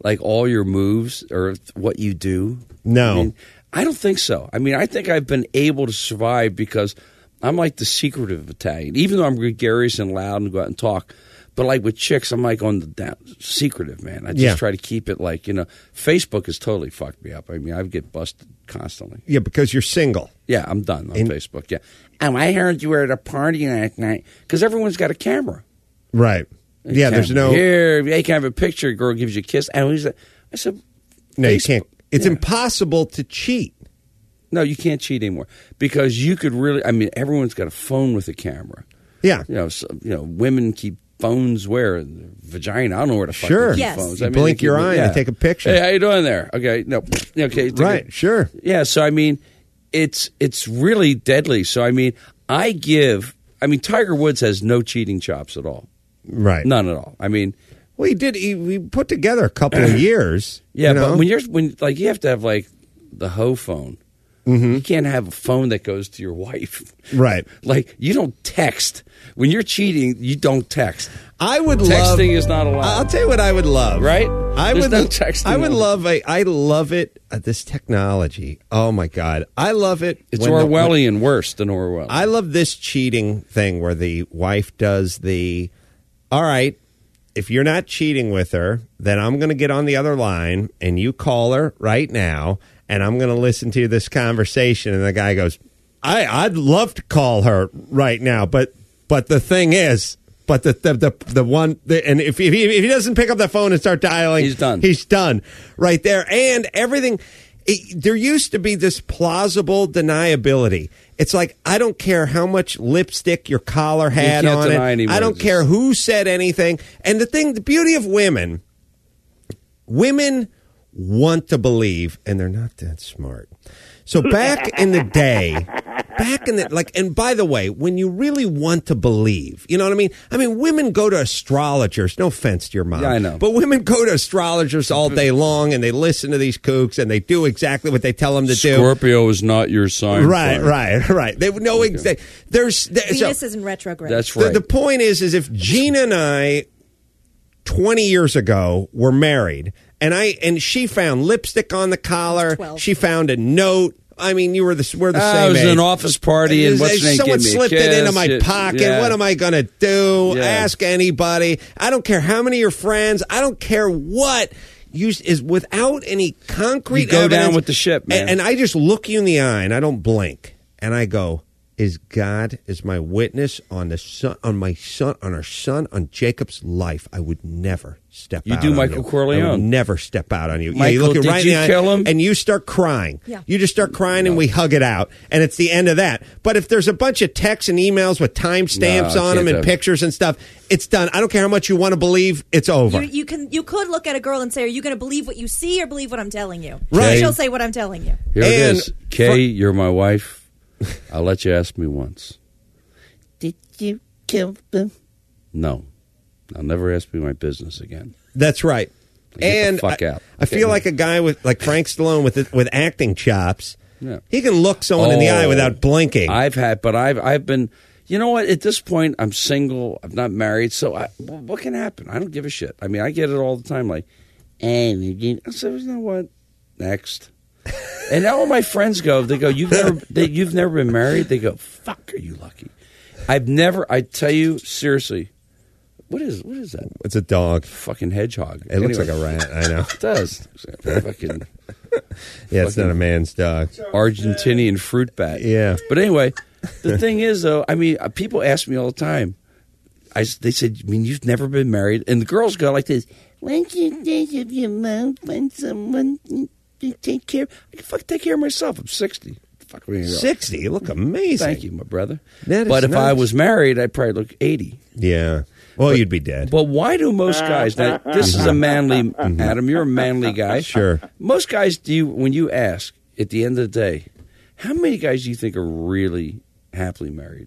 Speaker 8: like all your moves or what you do?
Speaker 4: No.
Speaker 8: I, mean, I don't think so. I mean, I think I've been able to survive because I'm like the secretive Italian, even though I'm gregarious and loud and go out and talk. But like with chicks, I'm like on the down, secretive man. I just
Speaker 4: Yeah.
Speaker 8: try to keep it like you know. Facebook has totally fucked me up. I mean, I get busted constantly.
Speaker 4: yeah, because you're single.
Speaker 8: Yeah, I'm done on Facebook. Yeah, and I heard you were at a party last night because everyone's got a camera.
Speaker 4: Right. Yeah, there's
Speaker 8: Camera.
Speaker 4: no.
Speaker 8: here. They can have a picture. Girl gives you a kiss, and he's like, I said,
Speaker 4: No, you
Speaker 8: Facebook-
Speaker 4: can't. It's
Speaker 8: Yeah.
Speaker 4: impossible to cheat.
Speaker 8: No, you can't cheat anymore because you could really. I mean, everyone's got a phone with a camera.
Speaker 4: Yeah.
Speaker 8: You know, so, you know, women keep phones where In their vagina. I don't know where to fuck
Speaker 4: Sure.
Speaker 8: they keep
Speaker 4: Yes.
Speaker 8: phones.
Speaker 4: You
Speaker 8: I mean,
Speaker 4: blink
Speaker 8: they keep-
Speaker 4: your eye and they take a picture.
Speaker 8: Hey, how you doing there? Okay, no, okay, take a-
Speaker 4: Right, sure.
Speaker 8: Yeah, so I mean, it's it's really deadly. So I mean, I give. I mean, Tiger Woods has no cheating chops at all.
Speaker 4: Right.
Speaker 8: None at all. I mean,
Speaker 4: Well, he did. He, he put together a couple of years.
Speaker 8: Yeah,
Speaker 4: you know?
Speaker 8: but when you're when like you have to have like the hoe phone. You can't have a phone that goes to your wife.
Speaker 4: Mm-hmm. Right.
Speaker 8: Like you don't text when you're cheating. You don't text.
Speaker 4: I would
Speaker 8: Texting
Speaker 4: love.
Speaker 8: is not allowed.
Speaker 4: I'll tell you what I would love.
Speaker 8: Right?
Speaker 4: I
Speaker 8: There's
Speaker 4: would.
Speaker 8: no texting
Speaker 4: I would
Speaker 8: allowed.
Speaker 4: love. A, I love it. Uh, this technology. Oh my god, I love it.
Speaker 8: It's
Speaker 4: when the-
Speaker 8: Orwellian, worse than Orwell.
Speaker 4: I love this cheating thing where the wife does the, all right, if you're not cheating with her, then I'm going to get on the other line and you call her right now and I'm going to listen to this conversation. And the guy goes, I I'd love to call her right now, but but the thing is, but the the the, the one the, and if, if he if he doesn't pick up the phone and start dialing, he's done. He's done right there. And everything it, there used to be this plausible deniability. It's like I don't care how much lipstick your collar had
Speaker 8: can't
Speaker 4: on it.
Speaker 8: deny anymore.
Speaker 4: I don't care who said anything. And the thing, the beauty of women women want to believe and they're not that smart so back in the day back in the like and by the way when you really want to believe you know what i mean i mean women go to astrologers no offense to your mom
Speaker 8: Yeah, I know.
Speaker 4: but women go to astrologers all day long and they listen to these kooks and they do exactly what they tell them to
Speaker 8: Scorpio is not your
Speaker 4: do
Speaker 8: sign.
Speaker 4: right
Speaker 8: Brian.
Speaker 4: right right they know exactly there's there, so-
Speaker 10: Venus is in retrograde.
Speaker 4: the- The, point is, is if Gina and I, twenty years ago, were married, and I and she found lipstick on the collar, she found a note. I mean, you were the we're the
Speaker 8: Ah,
Speaker 4: same.
Speaker 8: it was
Speaker 4: age.
Speaker 8: an office party, and
Speaker 4: Is-
Speaker 8: what's
Speaker 4: is
Speaker 8: her name
Speaker 4: Someone
Speaker 8: gave me a
Speaker 4: slipped it into
Speaker 8: kiss,
Speaker 4: my
Speaker 8: it-
Speaker 4: pocket.
Speaker 8: yeah.
Speaker 4: What am I going to do?
Speaker 8: Yeah.
Speaker 4: Ask anybody. I don't care how many of your friends. I don't care what. Use is without any concrete.
Speaker 8: You go down
Speaker 4: evidence-
Speaker 8: with the ship, man.
Speaker 4: And, and I just look you in the eye and I don't blink, and I go, "Is God is my witness on the son, on my son, on our son, on Jacob's life? I would never step.
Speaker 8: You
Speaker 4: out
Speaker 8: do
Speaker 4: on
Speaker 8: Michael
Speaker 4: you.
Speaker 8: Corleone.
Speaker 4: I would never step out on you. yeah, you
Speaker 8: Michael,
Speaker 4: look it
Speaker 8: did
Speaker 4: right
Speaker 8: you
Speaker 4: in the eye
Speaker 8: kill him?
Speaker 4: and you start crying.
Speaker 8: Yeah.
Speaker 4: You just start crying, and we hug it out, and it's the end of that. But if there's a bunch of texts and emails with timestamps
Speaker 8: No, I
Speaker 4: on them and
Speaker 8: can't do it.
Speaker 4: pictures and stuff, it's done. I don't care how much you want to believe, it's over.
Speaker 10: You, you can you could look at a girl and say, "Are you going to believe what you see or believe what I'm telling you?"
Speaker 8: Right.
Speaker 10: She'll say what I'm telling you.
Speaker 8: Here it
Speaker 4: And
Speaker 8: is. Kay, you're my wife. I'll let you ask me once.
Speaker 6: Did you kill them?
Speaker 8: No. I'll never ask me my business again.
Speaker 4: That's right.
Speaker 8: Get the
Speaker 4: and
Speaker 8: fuck
Speaker 4: I,
Speaker 8: out.
Speaker 4: I feel like a guy with like Frank Stallone with with acting chops.
Speaker 8: Yeah.
Speaker 4: He can look someone in the eye
Speaker 8: Oh.
Speaker 4: without blinking.
Speaker 8: I've had, but I've I've been. You know what? At this point, I'm single. I'm not married, so I, wh- what can happen? I don't give a shit. I mean, I get it all the time. Like, and you, I said, you know what? Next. and now all my friends go. They go. You've never. They, you've never been married. They go. Fuck. Are you lucky? I've never. I tell you seriously. What is what is that?
Speaker 4: It's a dog.
Speaker 8: Fucking hedgehog.
Speaker 4: It looks like a rat, I know.
Speaker 8: it does. Fucking.
Speaker 4: Yeah, it's
Speaker 8: fucking-
Speaker 4: not a man's dog.
Speaker 8: Argentinian fruit bat.
Speaker 4: Yeah.
Speaker 8: But anyway, the thing is, though, I mean, uh, people ask me all the time. I, s- they said, I mean, you've never been married. And the girls go like this
Speaker 6: Won't you think if your mom finds someone to take care of? I can fucking
Speaker 8: take care of myself. I'm 60. Fuck me.
Speaker 4: 60? You look amazing.
Speaker 8: Thank you, my brother.
Speaker 4: That is
Speaker 8: but if I
Speaker 4: nice.
Speaker 8: was married, I'd probably look 80.
Speaker 4: Yeah. Well, you'd be dead.
Speaker 8: But why do most guys? Now, this is a manly Adam. You're a manly guy.
Speaker 4: Sure.
Speaker 8: Most guys do. you- When you ask at the end of the day, how many guys do you think are really happily married?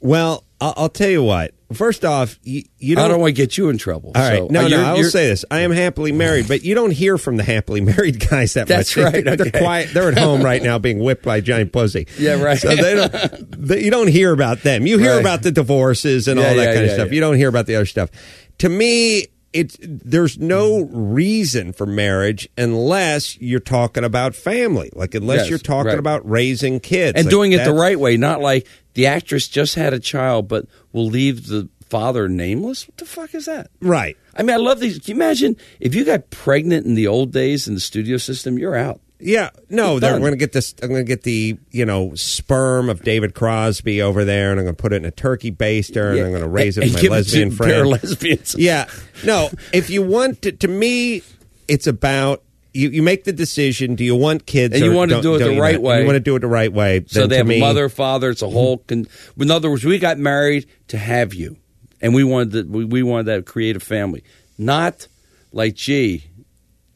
Speaker 4: Well, I'll, I'll tell you what. First off, you, you don't.
Speaker 8: I don't want to get you in trouble.
Speaker 4: All right,
Speaker 8: So,
Speaker 4: no, no.
Speaker 8: uh, you're-
Speaker 4: I will
Speaker 8: you're-
Speaker 4: say this: I am happily married, but you don't hear from the happily married guys that
Speaker 8: That's
Speaker 4: much.
Speaker 8: right,
Speaker 4: They're,
Speaker 8: okay.
Speaker 4: quiet. They're at home right now, being whipped by a giant pussy.
Speaker 8: Yeah, right.
Speaker 4: So they don't. They, you don't hear about them. You hear
Speaker 8: Right.
Speaker 4: about the divorces and
Speaker 8: Yeah,
Speaker 4: all that
Speaker 8: yeah,
Speaker 4: kind of
Speaker 8: yeah,
Speaker 4: stuff.
Speaker 8: yeah.
Speaker 4: You don't hear about the other stuff. To me, it's there's no reason for marriage unless you're talking about family, like unless
Speaker 8: Yes,
Speaker 4: you're talking
Speaker 8: right.
Speaker 4: about raising kids
Speaker 8: and
Speaker 4: Like,
Speaker 8: doing it the
Speaker 4: that's-
Speaker 8: right way, not like the actress just had a child, but will leave the father nameless. What the fuck is that?
Speaker 4: Right.
Speaker 8: I mean, I love these. Can you imagine if you got pregnant in the old days in the studio system? You're out.
Speaker 4: Yeah, no,
Speaker 8: It's
Speaker 4: they're
Speaker 8: done.
Speaker 4: going to get this. I'm going to get the you know sperm of David Crosby over there, and I'm going to put it in a turkey baster, and
Speaker 8: Yeah.
Speaker 4: I'm going to raise it
Speaker 8: And
Speaker 4: with my
Speaker 8: give it to
Speaker 4: lesbian
Speaker 8: bare
Speaker 4: friend.
Speaker 8: lesbians.
Speaker 4: Yeah, no. If you want to, to me, it's about you. You make the decision. Do you want kids?
Speaker 8: And you
Speaker 4: or
Speaker 8: want to
Speaker 4: don't-
Speaker 8: do it
Speaker 4: don't
Speaker 8: the
Speaker 4: you
Speaker 8: right
Speaker 4: not?
Speaker 8: way.
Speaker 4: You want to do it the right way.
Speaker 8: So
Speaker 4: then
Speaker 8: they
Speaker 4: to
Speaker 8: have
Speaker 4: me, Mm-hmm.
Speaker 8: mother, father. It's a whole. Con- in other words, we got married to have you, and we wanted that. We, we wanted that creative family, not like gee,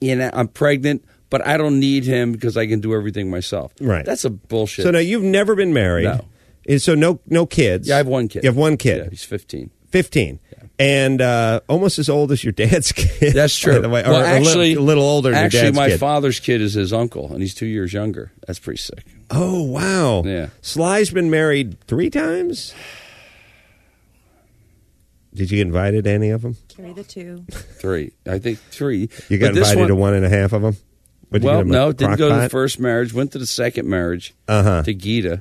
Speaker 8: you know, I'm pregnant, but I don't need him because I can do everything myself.
Speaker 4: Right.
Speaker 8: That's a bullshit.
Speaker 4: So now you've never been married.
Speaker 8: No.
Speaker 4: And so no no kids.
Speaker 8: Yeah, I have one kid.
Speaker 4: You have one kid.
Speaker 8: Yeah, he's 15.
Speaker 4: 15. And uh, almost as old as your dad's kid.
Speaker 8: That's true.
Speaker 4: By the way, or a
Speaker 8: well,
Speaker 4: little-
Speaker 8: actually,
Speaker 4: a little older than your
Speaker 8: Actually,
Speaker 4: dad's
Speaker 8: my
Speaker 4: kid.
Speaker 8: father's kid is his uncle, and he's two years younger. That's pretty sick.
Speaker 4: Oh wow!
Speaker 8: Yeah.
Speaker 4: Sly's been married three times. Did you get invited to any of them?
Speaker 10: Carry the two.
Speaker 8: Three, I think three.
Speaker 4: You got
Speaker 8: But this
Speaker 4: invited
Speaker 8: one-
Speaker 4: to one and a half of them.
Speaker 8: well, no, didn't go to the first marriage. Went to the second marriage
Speaker 4: Uh-huh.
Speaker 8: to Gita,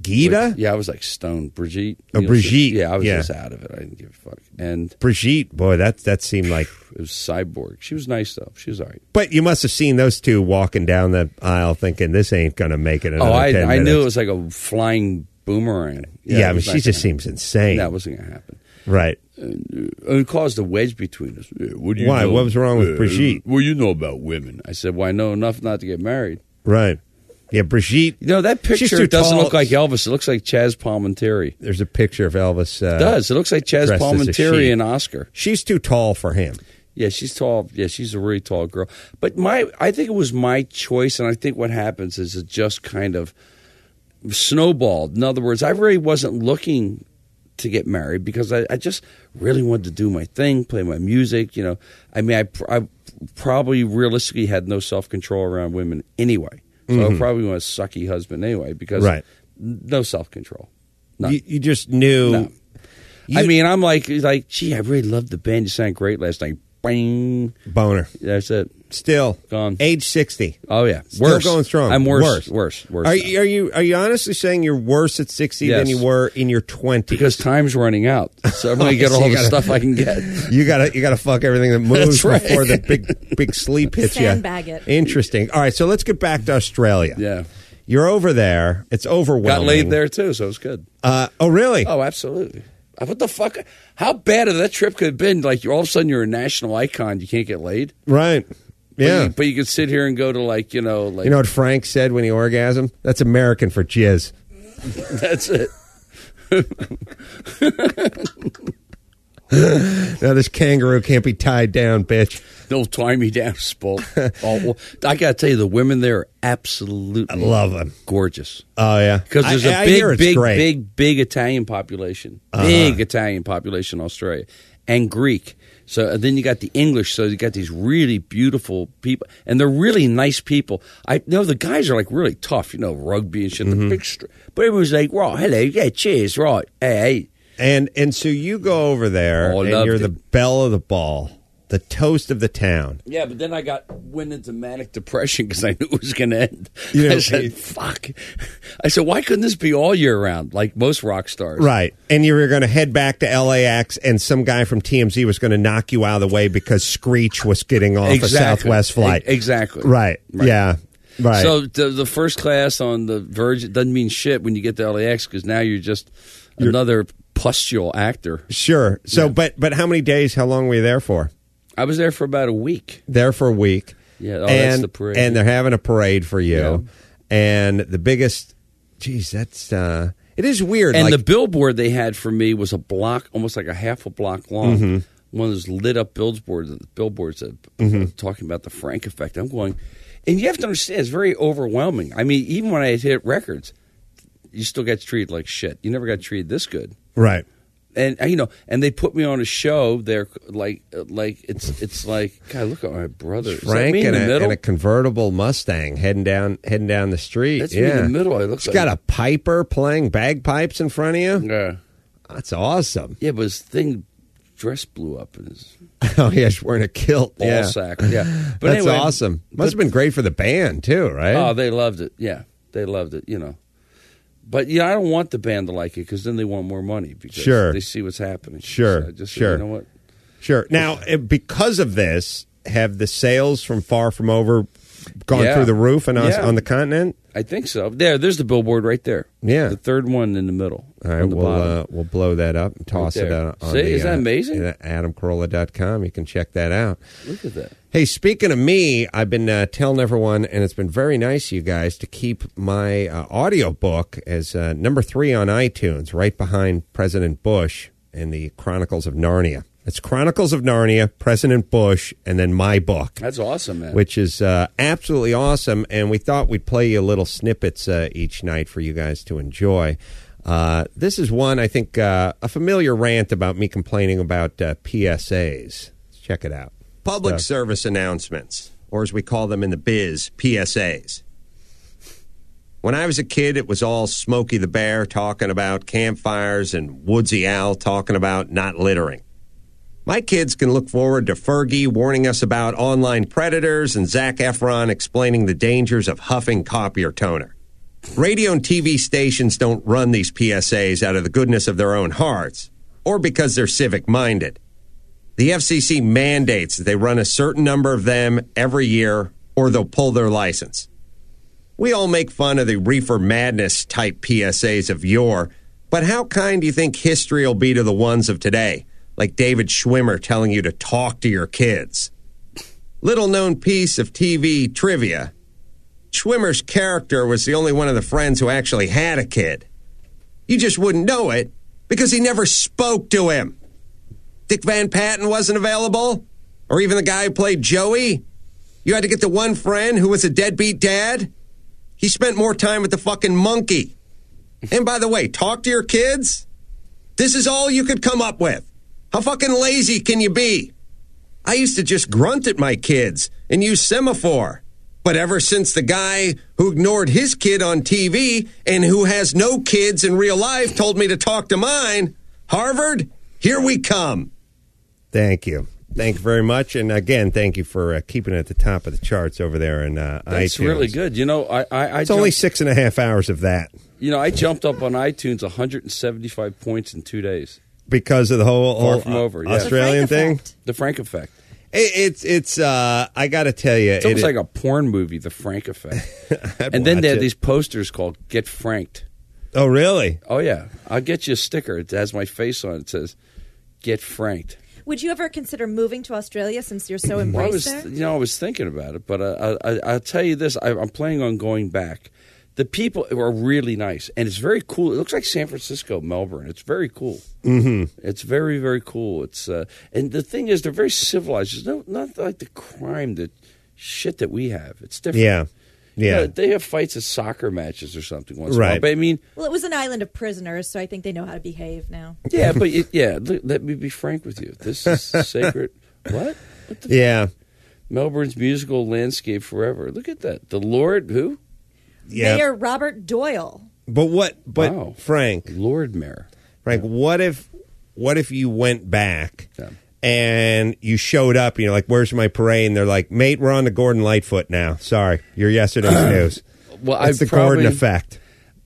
Speaker 4: Gita?
Speaker 8: yeah, I was like stoned. Brigitte.
Speaker 4: Oh,
Speaker 8: Nielsen.
Speaker 4: Brigitte,
Speaker 8: Yeah, I was
Speaker 4: yeah.
Speaker 8: just out of it. I didn't give a fuck. And
Speaker 4: Brigitte, boy, that that seemed like
Speaker 8: it was cyborg. She was nice though. She was all right.
Speaker 4: But you must have seen those two walking down the aisle, thinking this ain't going to make it. Another
Speaker 8: oh, I,
Speaker 4: 10
Speaker 8: I
Speaker 4: minutes.
Speaker 8: knew it was like a flying boomerang.
Speaker 4: Yeah, I
Speaker 8: it
Speaker 4: mean,
Speaker 8: was
Speaker 4: she
Speaker 8: not
Speaker 4: just
Speaker 8: gonna-
Speaker 4: seems insane.
Speaker 8: That wasn't gonna happen.
Speaker 4: Right.
Speaker 8: And, uh, it caused a wedge between us. Uh, What do you
Speaker 4: Why?
Speaker 8: know-
Speaker 4: What was wrong with
Speaker 8: uh,
Speaker 4: Brigitte?
Speaker 8: What do you know about women? I said, "Well, I know enough not to get married."
Speaker 4: Right. Yeah, Brigitte.
Speaker 8: You know that
Speaker 4: She's
Speaker 8: picture
Speaker 4: too
Speaker 8: doesn't
Speaker 4: tall.
Speaker 8: look like Elvis. It looks like Chaz Palminteri.
Speaker 4: There's a picture of Elvis. Uh,
Speaker 8: It does. It looks like Chaz
Speaker 4: dressed as a
Speaker 8: Palminteri
Speaker 4: she.
Speaker 8: and Oscar.
Speaker 4: She's too tall for him.
Speaker 8: Yeah, she's tall. Yeah, she's a really tall girl. But my, I think it was my choice, and I think what happens is it just kind of snowballed. In other words, I really wasn't looking to get married because I, I just really wanted to do my thing, play my music. You know, I mean, I, pr- I probably realistically had no self control around women anyway, so
Speaker 4: Mhm.
Speaker 8: I probably want a sucky husband anyway because
Speaker 4: Right.
Speaker 8: n- no self control.
Speaker 4: You, you just knew.
Speaker 8: No. I mean, I'm like, like, gee, I really loved the band. You sang great last night. Bang.
Speaker 4: Boner.
Speaker 8: That's it.
Speaker 4: Still
Speaker 8: gone.
Speaker 4: Age sixty.
Speaker 8: Oh yeah,
Speaker 4: Still
Speaker 8: worse.
Speaker 4: going strong.
Speaker 8: I'm worse.
Speaker 4: Worse.
Speaker 8: Worse. Worse.
Speaker 4: Are, you- are you are you honestly saying you're worse at sixty than
Speaker 8: Yes.
Speaker 4: you were in your twenties?
Speaker 8: Because time's running out, so I'm gonna get all the stuff I can get.
Speaker 4: You gotta you gotta fuck everything that moves
Speaker 8: That's right.
Speaker 4: before the big big sleep hits you.
Speaker 8: Sandbag it.
Speaker 4: Interesting. All right, so let's get back to Australia.
Speaker 8: Yeah,
Speaker 4: you're over there. It's
Speaker 8: Got
Speaker 4: overwhelming.
Speaker 8: laid there too, so it's good.
Speaker 4: Uh, oh, really?
Speaker 8: Oh, absolutely. Uh, What the fuck? How bad of that trip could have been? Like, you're all of a sudden you're a national icon. You can't get laid.
Speaker 4: Right.
Speaker 8: But
Speaker 4: Yeah.
Speaker 8: you, but you could sit here and go to like you know like
Speaker 4: You know what Frank said when he orgasmed? That's American for jizz.
Speaker 8: that's it.
Speaker 4: now this kangaroo can't be tied down, bitch.
Speaker 8: Don't tie me down, Spalt. oh, well, I got to tell you, the women there are absolutely
Speaker 4: I love 'em.
Speaker 8: gorgeous.
Speaker 4: Oh yeah,
Speaker 8: Because there's
Speaker 4: a
Speaker 8: a big, big, big, big Italian population.
Speaker 4: Uh-huh.
Speaker 8: Big Italian population in Australia and Greek. So and then you got the English. So you got these really beautiful people, and they're really nice people. I know the guys are like really tough, you know, rugby and shit.
Speaker 4: Mm-hmm.
Speaker 8: The big, str- but everyone's like, "Right, hello, yeah, cheers, right, hey."
Speaker 4: And and so you go over there,
Speaker 8: Oh,
Speaker 4: and
Speaker 8: loved
Speaker 4: you're
Speaker 8: it.
Speaker 4: the belle of the ball, the toast of the town.
Speaker 8: Yeah, but then I got went into manic depression because I knew it was going to end.
Speaker 4: You know,
Speaker 8: I said,
Speaker 4: it-
Speaker 8: "Fuck!" I said, "Why couldn't this be all year round like most rock stars?"
Speaker 4: Right. And you were going to head back to LAX, and some guy from TMZ was going to knock you out of the way because Screech was getting off
Speaker 8: Exactly.
Speaker 4: a Southwest flight.
Speaker 8: E- exactly.
Speaker 4: Right.
Speaker 8: Right.
Speaker 4: Yeah. Right.
Speaker 8: So the, the first class on the Virgin doesn't mean shit when you get to LAX because now you're just another pustule actor.
Speaker 4: sure. So, but but how many days? How long were you there for?
Speaker 8: I was there for about a week.
Speaker 4: There for a week.
Speaker 8: Yeah, oh,
Speaker 4: and,
Speaker 8: that's the parade.
Speaker 4: And they're having a parade for you.
Speaker 8: Yeah.
Speaker 4: And the biggest, geez, that's uh, it is weird.
Speaker 8: And
Speaker 4: like,
Speaker 8: the billboard they had for me was a block, almost like a half a block long.
Speaker 4: Mhm.
Speaker 8: One of those lit up billboards, billboards that uh,
Speaker 4: Mhm.
Speaker 8: talking about the Frank effect. I'm going, and you have to understand, it's very overwhelming. I mean, even when I hit records, you still got treated like shit. You never got treated this good.
Speaker 4: right.
Speaker 8: and uh, you know, and they put me on a show. They're like, uh, like it's it's like, God, look at my brother. Is that
Speaker 4: Frank
Speaker 8: me in
Speaker 4: and
Speaker 8: the
Speaker 4: a,
Speaker 8: middle?
Speaker 4: and a convertible Mustang heading down heading down the street.
Speaker 8: That's me in
Speaker 4: yeah.
Speaker 8: the middle. It looks
Speaker 4: It's
Speaker 8: like-
Speaker 4: got a piper playing bagpipes in front of you.
Speaker 8: Yeah,
Speaker 4: that's awesome.
Speaker 8: yeah, but his thing dress blew up and his
Speaker 4: oh yeah, she's wearing a kilt.
Speaker 8: ball
Speaker 4: yeah.
Speaker 8: sack. Yeah, but
Speaker 4: that's
Speaker 8: anyway,
Speaker 4: awesome. Must
Speaker 8: but-
Speaker 4: have been great for the band too, right?
Speaker 8: Oh, they loved it. Yeah, they loved it. You know, but yeah, I don't want the band to like it because then they want more money because
Speaker 4: Sure.
Speaker 8: they see what's happening.
Speaker 4: Sure,
Speaker 8: So I just said,
Speaker 4: sure.
Speaker 8: You know what?
Speaker 4: sure. Now, eh, because of this, have the sales from Far From Over gone
Speaker 8: Yeah.
Speaker 4: through the roof and on,
Speaker 8: Yeah.
Speaker 4: on the continent?
Speaker 8: I think so. There, there's the billboard right there.
Speaker 4: Yeah.
Speaker 8: the third one in the middle.
Speaker 4: All right,
Speaker 8: on the
Speaker 4: we'll
Speaker 8: bottom.
Speaker 4: uh, we'll blow that up and toss
Speaker 8: Right
Speaker 4: it
Speaker 8: there.
Speaker 4: out on
Speaker 8: See,
Speaker 4: the
Speaker 8: is that
Speaker 4: uh,
Speaker 8: amazing?
Speaker 4: yeah, AdamCarolla.com. You can check that out.
Speaker 8: Look at that.
Speaker 4: Hey, speaking of me, I've been uh, telling everyone, and it's been very nice, you guys, to keep my uh, audiobook as uh, number three on iTunes, right behind President Bush and the Chronicles of Narnia. It's Chronicles of Narnia, President Bush, and then my book
Speaker 8: That's awesome, man.
Speaker 4: which is uh, absolutely awesome. And we thought we'd play you little snippets uh, each night for you guys to enjoy. Uh, this is one, I think, uh, a familiar rant about me complaining about uh, PSAs. Let's check it out. Public service announcements, or as we call them in the biz, PSAs. When I was a kid, it was all Smokey the Bear talking about campfires and Woodsy Owl talking about not littering. My kids can look forward to Fergie warning us about online predators and Zach Efron explaining the dangers of huffing copier toner. Radio and TV stations don't run these PSAs out of the goodness of their own hearts or because they're civic minded. The FCC mandates that they run a certain number of them every year or they'll pull their license. We all make fun of the reefer madness type PSAs of yore, but how kind do you think history will be to the ones of today, like David Schwimmer telling you to talk to your kids? Little known piece of TV trivia Schwimmer's character was the only one of the friends who actually had a kid. You just wouldn't know it because he never spoke to him. Dick Van Patten wasn't available, or even the guy who played Joey. You had to get the one friend who was a deadbeat dad. He spent more time with the fucking monkey. And by the way, talk to your kids. This is all you could come up with. How fucking lazy can you be? I used to just grunt at my kids and use semaphore. But ever since the guy who ignored his kid on TV and who has no kids in real life told me to talk to mine, Harvard, here we come.
Speaker 5: Thank you. Thank you very much. And again, thank you for uh, keeping it at the top of the charts over there in uh,
Speaker 8: That's
Speaker 5: iTunes.
Speaker 8: really good. You know, I, I, I
Speaker 5: it's only
Speaker 8: jumped-
Speaker 5: six and a half hours of that
Speaker 8: You know, I jumped up on iTunes 175 points in two days.
Speaker 5: because of the whole,
Speaker 8: Far
Speaker 5: whole
Speaker 8: from over. yeah.
Speaker 5: Australian thing.
Speaker 8: The Frank effect.
Speaker 5: It, it's it's. Uh, I got to tell you,
Speaker 8: It's
Speaker 5: it-
Speaker 8: almost like a porn movie, The Frank Effect.
Speaker 5: I'd
Speaker 8: and then
Speaker 5: watch
Speaker 8: they
Speaker 5: it.
Speaker 8: had these posters called "Get Franked."
Speaker 5: Oh, really?
Speaker 8: Oh yeah, I'll get you a sticker. It has my face on. it. It says "Get Franked."
Speaker 10: Would you ever consider moving to Australia since you're so
Speaker 8: Well, I
Speaker 10: embraced
Speaker 8: was,
Speaker 10: there?
Speaker 8: you know, I was thinking about it, but uh, I, I, I'll tell you this: I, I'm planning on going back. The people are really nice, and it's very cool. It looks like San Francisco, Melbourne. It's very cool.
Speaker 5: Mhm.
Speaker 4: Mm-hmm.
Speaker 8: It's very, very cool. It's uh, and the thing is, they're very civilized. There's no not like the crime, the shit that we have. It's different.
Speaker 5: Yeah.
Speaker 8: You
Speaker 5: Yeah.
Speaker 8: know, they have fights at soccer matches or something once in a while.
Speaker 5: Right.
Speaker 8: But I mean,
Speaker 10: Well, it was an island of prisoners, so I think they know how to behave now.
Speaker 8: yeah, but it, yeah. Let, let me be frank with you. This is sacred. What? what the
Speaker 5: yeah.
Speaker 8: Melbourne's musical landscape forever. Look at that. The Lord who?
Speaker 5: Yeah.
Speaker 10: Mayor Robert Doyle.
Speaker 5: But what? But
Speaker 8: Wow.
Speaker 5: Frank,
Speaker 8: Lord Mayor,
Speaker 5: Frank, what if? What if you went back and you showed up? and You're like, "Where's my parade?" And they're like, "Mate, we're on the Gordon Lightfoot now. Sorry, you're yesterday's news."
Speaker 8: Well,
Speaker 5: it's
Speaker 8: I
Speaker 5: the
Speaker 8: probably-
Speaker 5: Gordon effect.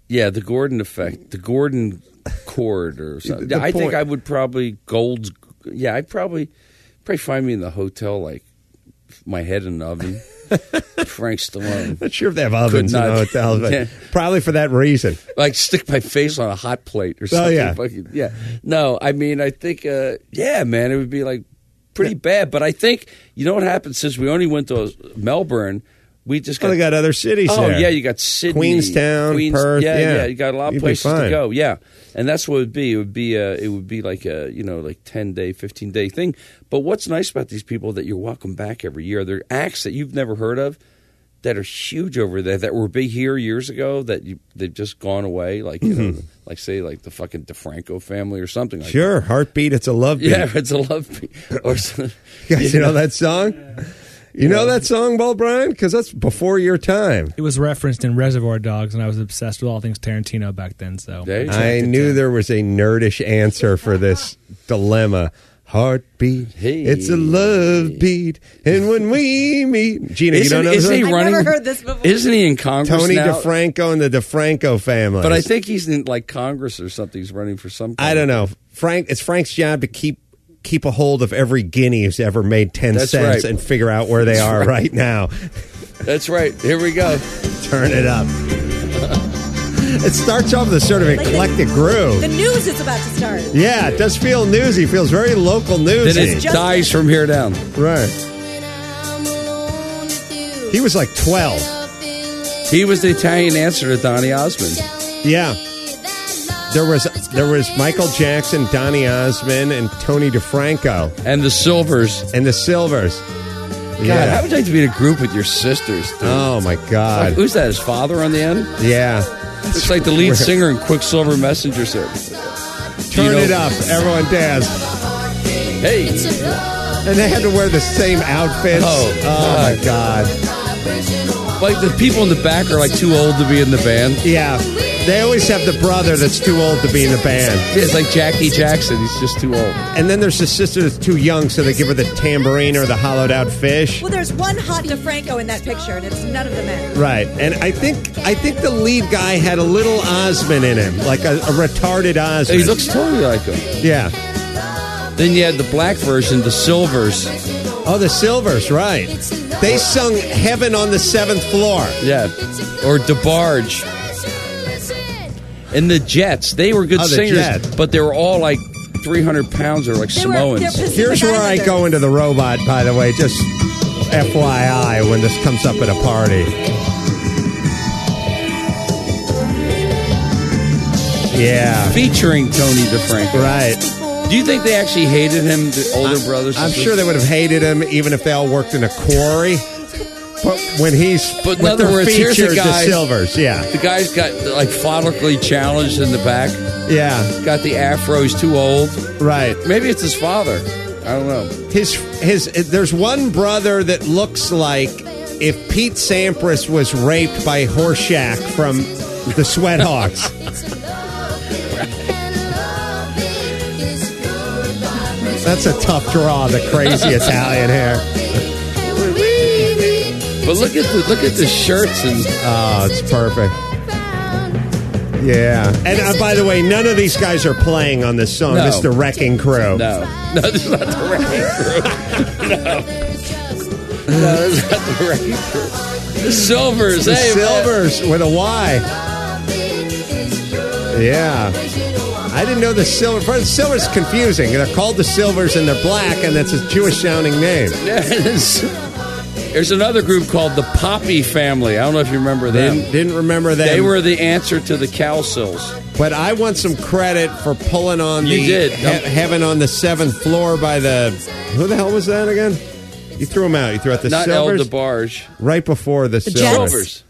Speaker 8: Yeah, the Gordon effect, the Gordon cord or something.
Speaker 5: The
Speaker 8: I think
Speaker 5: point-
Speaker 8: I would probably Gold's. Yeah, I'd probably probably find me in the hotel, like my head in an oven. Frank Stallone.
Speaker 5: Not sure if they have ovens in
Speaker 8: not-
Speaker 5: hotels, but
Speaker 8: Yeah.
Speaker 5: probably for that reason.
Speaker 8: Like stick my face on a hot plate or something.
Speaker 5: Oh, yeah.
Speaker 8: Fucking- yeah. No, I mean, I think, uh, yeah, man, it would be like pretty bad. But I think, you know what happened? Since we only went to uh, Melbourne, we just got.
Speaker 5: Well, they got other cities
Speaker 8: Oh,
Speaker 5: there.
Speaker 8: yeah, you got Sydney,
Speaker 5: Queenstown, Perth,
Speaker 8: Yeah,
Speaker 5: yeah.
Speaker 8: you got a lot
Speaker 5: You'd
Speaker 8: of
Speaker 5: be
Speaker 8: places to
Speaker 5: fine.
Speaker 8: go. Yeah, and that's what it would be. It would be uh it would be like a you know like ten day, fifteen day thing. But what's nice about these people that you're welcome back every year. They're acts that you've never heard of that are huge over there that were big here years ago that you, they've just gone away. Like you know,
Speaker 5: Mhm.
Speaker 8: like say like the fucking DeFranco family or something. Like
Speaker 5: Sure, heartbeat. It's a love
Speaker 8: That.
Speaker 5: beat.
Speaker 8: Yeah, it's a love beat. Or some-
Speaker 5: You guys, you know that song? You know that song, Bob Bryan? Because that's before your time.
Speaker 11: It was referenced in Reservoir Dogs, and I was obsessed with all things Tarantino back then. So
Speaker 5: I knew there was a nerdish answer for this dilemma. Heartbeat. It's a love beat. And when we meet. Gina, you
Speaker 8: Isn't-
Speaker 5: don't know this
Speaker 8: isn't he
Speaker 5: one?
Speaker 8: I've running- never heard this before. isn't he in Congress
Speaker 5: Tony
Speaker 8: now?
Speaker 5: DeFranco and the DeFranco family.
Speaker 8: But I think he's in like Congress or something. He's running for some.
Speaker 5: I don't know. Frank, it's Frank's job to keep keep a hold of every guinea who's ever made ten
Speaker 8: That's
Speaker 5: cents
Speaker 8: right.
Speaker 5: and figure out where they
Speaker 8: That's
Speaker 5: are
Speaker 8: right.
Speaker 5: right now.
Speaker 8: That's right. Here we go.
Speaker 5: Turn it up. It starts off with a sort of
Speaker 10: Like the-
Speaker 5: eclectic groove.
Speaker 10: The news is about to start.
Speaker 5: Yeah, it does feel newsy. Feels very local newsy.
Speaker 8: Then it dies from here down.
Speaker 5: Right. He was like 12.
Speaker 8: He was the Italian answer to Donny Osmond.
Speaker 5: Yeah. There was there was Michael Jackson, Donny Osmond, and Tony DeFranco,
Speaker 8: and the Silvers,
Speaker 5: and the Silvers.
Speaker 8: God, how would you like to be in a group with your sisters? Dude?
Speaker 5: Oh my God!
Speaker 8: Like, who's that? His father on the end?
Speaker 5: Yeah.
Speaker 8: It's like the lead singer in Quicksilver Messenger service.
Speaker 5: Turn it up, everyone dance.
Speaker 8: Hey.
Speaker 5: And they had to wear the same outfits.
Speaker 8: Oh,
Speaker 5: my God.
Speaker 8: Like the people in the back are like too old to be in the band.
Speaker 5: Yeah.
Speaker 4: They always have the brother that's too old to be in the band.
Speaker 8: Yeah, it's like Jackie Jackson. He's just too old.
Speaker 4: And then there's the sister that's too young, so they give her the tambourine or the hollowed out fish.
Speaker 10: Well, there's one hot DeFranco in that picture, and it's none of the men.
Speaker 4: Right, and I think I think the lead guy had a little Osmond in him, like a, a retarded Osmond.
Speaker 8: He looks totally like him.
Speaker 4: Yeah.
Speaker 8: Then you had the black version, the Silvers.
Speaker 4: Oh, the Silvers, right. They sung Heaven on the Seventh Floor.
Speaker 8: Yeah. Or DeBarge. And the Jets. They were good
Speaker 4: Oh, the
Speaker 8: singers,
Speaker 4: Jets.
Speaker 8: but they were all like 300 pounds or like Samoans.
Speaker 4: Here's where I go into the robot, by the way, just FYI when this comes up at a party. Yeah.
Speaker 8: Featuring Tony DeFranco.
Speaker 4: Right.
Speaker 8: Do you think they actually hated him, the older brothers?
Speaker 4: I'm sure they would have hated him even if they all worked in a quarry. But when he's
Speaker 8: But in
Speaker 4: with
Speaker 8: other
Speaker 4: their
Speaker 8: words, here's
Speaker 4: features,
Speaker 8: the guy.
Speaker 4: the Silvers, yeah.
Speaker 8: The guy's got like follically challenged in the back.
Speaker 4: Yeah.
Speaker 8: Got the afro. He's too old.
Speaker 4: Right.
Speaker 8: Maybe it's his father. I don't know.
Speaker 4: His his there's one brother that looks like if Pete Sampras was raped by Horseshack from the Sweathawks. That's a tough draw, the crazy Italian hair.
Speaker 8: But look at the look at the shirts and
Speaker 4: oh, it's perfect. Yeah. And uh, by the way, none of these guys are playing on this song.
Speaker 8: No.
Speaker 4: This is the Wrecking Crew.
Speaker 8: No. No, this is not the wrecking crew. No. No, this is not the wrecking crew. The Silvers,
Speaker 4: The
Speaker 8: hey, man.
Speaker 4: Silvers with a Y. Yeah. I didn't know the silver. but Silver's confusing. They're called the Silvers and they're black, and that's a Jewish sounding name.
Speaker 8: Yeah, it is. There's another group called the Poppy Family. I don't know if you remember them.
Speaker 4: Didn't- didn't remember them.
Speaker 8: They were the answer to the Cowsills.
Speaker 4: But I want some credit for pulling on
Speaker 8: You
Speaker 4: the
Speaker 8: did.
Speaker 4: he- heaven on the seventh floor by the who the hell was that again? You threw him out. You threw out the
Speaker 8: Not
Speaker 4: Silvers
Speaker 8: El DeBarge.
Speaker 4: right before the,
Speaker 8: The
Speaker 4: Silvers.
Speaker 8: Jets.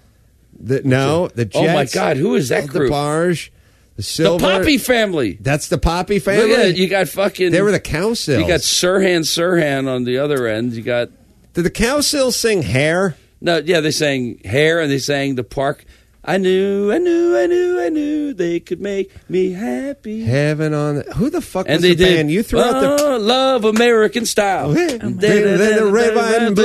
Speaker 4: The- no, the
Speaker 8: Oh,
Speaker 4: Jets.
Speaker 8: my God, who is that
Speaker 4: El
Speaker 8: group?
Speaker 4: DeBarge, the Silver,
Speaker 8: Poppy Family.
Speaker 4: That's the Poppy family.
Speaker 8: Look at it. You got fucking.
Speaker 4: They were the cow sills.
Speaker 8: You got Sirhan Sirhan on the other end. You got.
Speaker 4: Did the cow sills sing hair?
Speaker 8: No, yeah, they sang hair and they sang the park. I knew, I knew, I knew, I knew they could make me happy.
Speaker 4: Heaven on the, who the fuck
Speaker 8: and
Speaker 4: was
Speaker 8: they
Speaker 4: the
Speaker 8: did.
Speaker 4: band? You threw
Speaker 8: oh,
Speaker 4: out the
Speaker 8: love American style.
Speaker 4: Then the red, white, and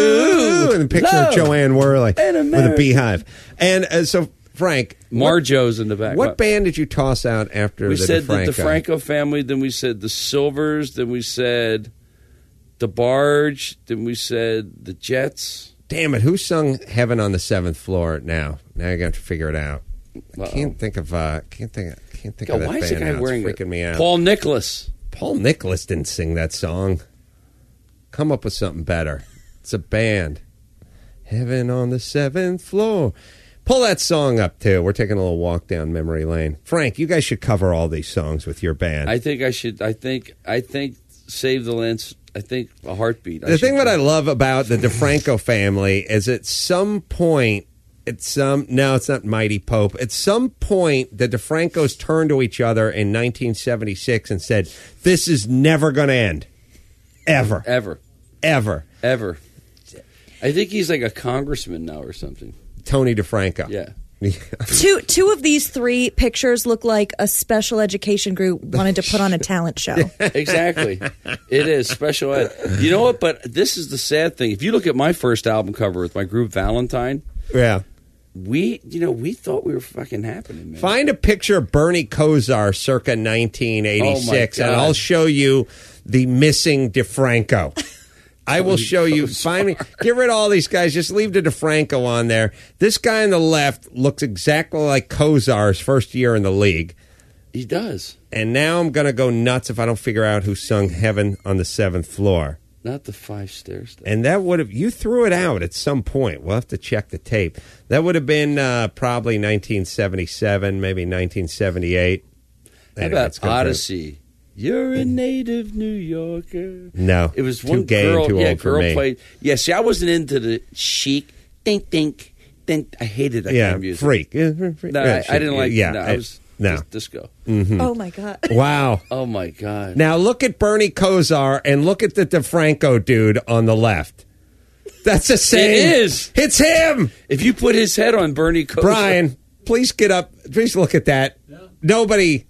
Speaker 4: blue, and the picture of Joanne Worley with
Speaker 8: and
Speaker 4: a
Speaker 8: America.
Speaker 4: beehive. And uh, so, Frank, what-
Speaker 8: Marjo's in the back.
Speaker 4: What band did you toss out after
Speaker 8: We
Speaker 4: the
Speaker 8: said
Speaker 4: DeFranco?
Speaker 8: the DeFranco family. Then we said the Silvers. Then we said the Barge. Then we said the Jets.
Speaker 4: Damn it! Who sung "Heaven on the Seventh Floor"? Now, now you got to figure it out. I can't think of. Uh, can't think. Can't think
Speaker 8: God,
Speaker 4: of that
Speaker 8: why
Speaker 4: band
Speaker 8: is the guy
Speaker 4: now. It's
Speaker 8: wearing a-
Speaker 4: freaking me out?
Speaker 8: Paul Nicholas.
Speaker 4: Paul Nicholas didn't sing that song. Come up with something better. It's a band. Heaven on the seventh floor. Pull that song up too. We're taking a little walk down memory lane. Frank, you guys should cover all these songs with your band.
Speaker 8: I think I should. I think. I think. Save the Lance. I think a heartbeat. I
Speaker 4: the
Speaker 8: should
Speaker 4: thing that I love about the DeFranco family is at some point, at some no, it's not Mighty Pope. At some point, the DeFrancos turned to each other in 1976 and said, "This is never going to end, ever,
Speaker 8: ever,
Speaker 4: ever."
Speaker 8: ever. I think he's like a congressman now or something.
Speaker 4: Tony DeFranco.
Speaker 8: Yeah.
Speaker 10: Two two of these three pictures look like a special education group wanted to put on a talent show.
Speaker 8: exactly. It is special ed. You know what? But this is the sad thing. If you look at my first album cover with my group Valentine,
Speaker 4: Yeah.
Speaker 8: we, you know, we thought we were fucking happening, man.
Speaker 4: Find a picture of Bernie Kosar circa 1986,
Speaker 8: Oh, my
Speaker 4: and
Speaker 8: God.
Speaker 4: I'll show you the missing DeFranco. I will show you. Find me. Get rid of all these guys. Just leave the DeFranco on there. This guy on the left looks exactly like Kozar's first year in the league.
Speaker 8: He does.
Speaker 4: And now I'm going to go nuts if I don't figure out who sung Heaven on the Seventh Floor.
Speaker 8: Not the five stairs.
Speaker 4: And that would have you threw it out at some point. We'll have to check the tape. That would have been uh, probably 1977, maybe 1978.
Speaker 8: How
Speaker 4: Anyway,
Speaker 8: about
Speaker 4: it's gonna- Mm.
Speaker 8: Odyssey? You're a native New Yorker.
Speaker 4: No,
Speaker 8: It was
Speaker 4: too
Speaker 8: one
Speaker 4: gay and
Speaker 8: girl.
Speaker 4: too
Speaker 8: yeah,
Speaker 4: old for
Speaker 8: girl
Speaker 4: me.
Speaker 8: played. Yeah, see, I wasn't into the chic. Think, think, think. I hated that
Speaker 4: Yeah,
Speaker 8: kind of music.
Speaker 4: freak. Yeah,
Speaker 8: No,
Speaker 4: freak.
Speaker 8: I, I didn't like.
Speaker 4: Yeah,
Speaker 8: no,
Speaker 4: I-
Speaker 8: I was
Speaker 4: no.
Speaker 8: dis- disco.
Speaker 5: Mm-hmm.
Speaker 4: Mhm.
Speaker 10: Oh my god!
Speaker 4: Wow.
Speaker 8: Oh my god.
Speaker 4: Now look at Bernie Kosar and look at the DeFranco dude on the left. That's the same.
Speaker 8: It is.
Speaker 4: It's him.
Speaker 8: If you put his head on Bernie Kosar,
Speaker 4: Brian,
Speaker 5: please get up. Please look at that. Nobody.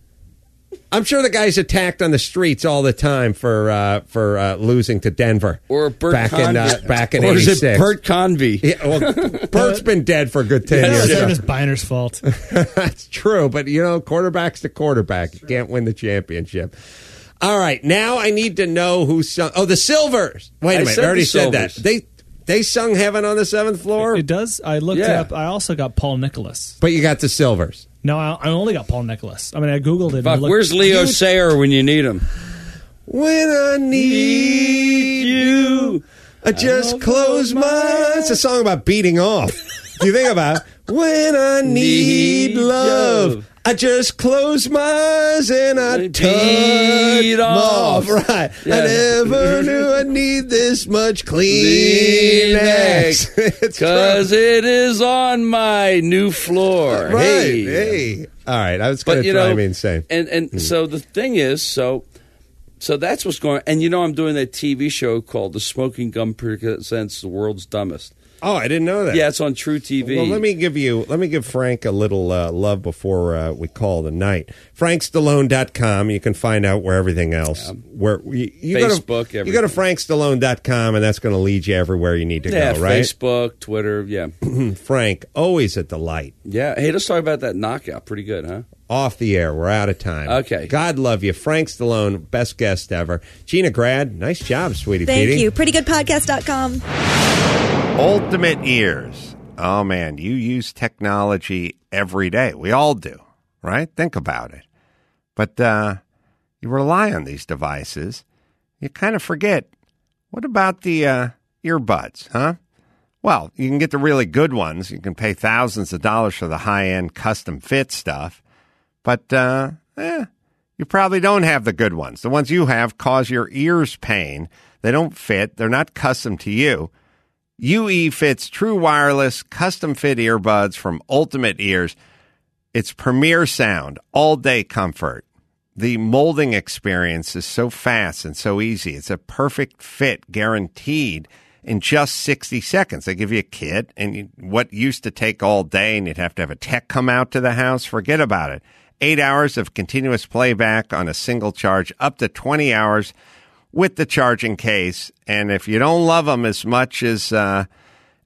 Speaker 5: I'm sure the guy's attacked on the streets all the time for uh, for uh, losing to Denver
Speaker 8: Or Bert
Speaker 5: back in uh,
Speaker 8: Convy.
Speaker 5: back in
Speaker 8: Or is it
Speaker 5: '86.
Speaker 8: Bert Convy?
Speaker 5: Yeah, well, Bert's been dead for a good ten
Speaker 11: Yeah,
Speaker 5: years.
Speaker 11: it's Dennis Biner's fault.
Speaker 5: That's true, but you know, quarterback's the quarterback. You can't win the championship. All right, now I need to know who sung. Oh, the Silvers. Wait a
Speaker 11: I
Speaker 5: minute,
Speaker 11: said
Speaker 5: I already
Speaker 11: the
Speaker 5: said that.
Speaker 11: Silvers.
Speaker 5: They they sung "Heaven on the Seventh Floor."
Speaker 11: It does. I looked
Speaker 5: Yeah.
Speaker 11: up. I also got Paul Nicholas.
Speaker 5: But you got the Silvers.
Speaker 11: No, I, I only got Paul Nicholas. I mean, I googled it. and I
Speaker 8: Fuck,
Speaker 11: looked-
Speaker 8: where's Leo
Speaker 11: Huge-
Speaker 8: Sayer when you need him?
Speaker 5: When I need you, I just close my eyes. It's a song about beating off. Do you think about it? when I need
Speaker 8: Need
Speaker 5: love? I just close my eyes and I
Speaker 8: Beat
Speaker 5: turn 'em
Speaker 8: off.
Speaker 5: off. Right. I
Speaker 8: Yeah.
Speaker 5: never knew I need this much Kleenex. It's
Speaker 8: Because it is on my new floor.
Speaker 5: Right.
Speaker 8: Hey.
Speaker 5: Hey. All right. I was
Speaker 8: But,
Speaker 5: going to
Speaker 8: you
Speaker 5: drive
Speaker 8: know,
Speaker 5: me insane. Hmm.
Speaker 8: And and so the thing is, so so that's what's going. And you know, I'm doing that TV show called "The Smoking Gun Presents the World's Dumbest."
Speaker 5: Oh, I didn't know that.
Speaker 8: Yeah, it's on True TV.
Speaker 5: Well, let me give you let me give Frank a little uh, love before uh, we call the night. frankstallone.com you can find out where everything else where you, you go
Speaker 8: Facebook,
Speaker 5: to, you
Speaker 8: everything.
Speaker 5: go to frankstallone.com and that's going to lead you everywhere you need to
Speaker 8: yeah,
Speaker 5: go, right?
Speaker 8: Facebook, Twitter, yeah,
Speaker 5: Frank, always a delight.
Speaker 8: yeah. Hey, let's talk about that knockout. Pretty good, huh?
Speaker 5: Off the air, we're out of time. Okay. God love you, Frank Stallone, best guest ever. Gina Grad, nice job, sweetie.
Speaker 10: Thank
Speaker 5: Petey.
Speaker 10: you. PrettyGoodPodcast.com.
Speaker 4: Ultimate ears. Oh man, you use technology every day. We all do, right? Think about it. But uh, you rely on these devices. You kind of forget. What about the uh, earbuds, huh? Well, you can get the really good ones. You can pay thousands of dollars for the high end custom fit stuff. But uh, eh, you probably don't have the good ones. The ones you have cause your ears pain. They don't fit, they're not custom to you. UE E fits true wireless custom fit earbuds from Ultimate Ears. It's premier sound, all day comfort. The molding experience is so fast and so easy. It's a perfect fit guaranteed in just 60 seconds. They give you a kit and you, what used to take all day and you'd have to have a tech come out to the house, forget about it. Eight hours of continuous playback on a single charge, up to 20 hours with the charging case. And if you don't love them as much as uh,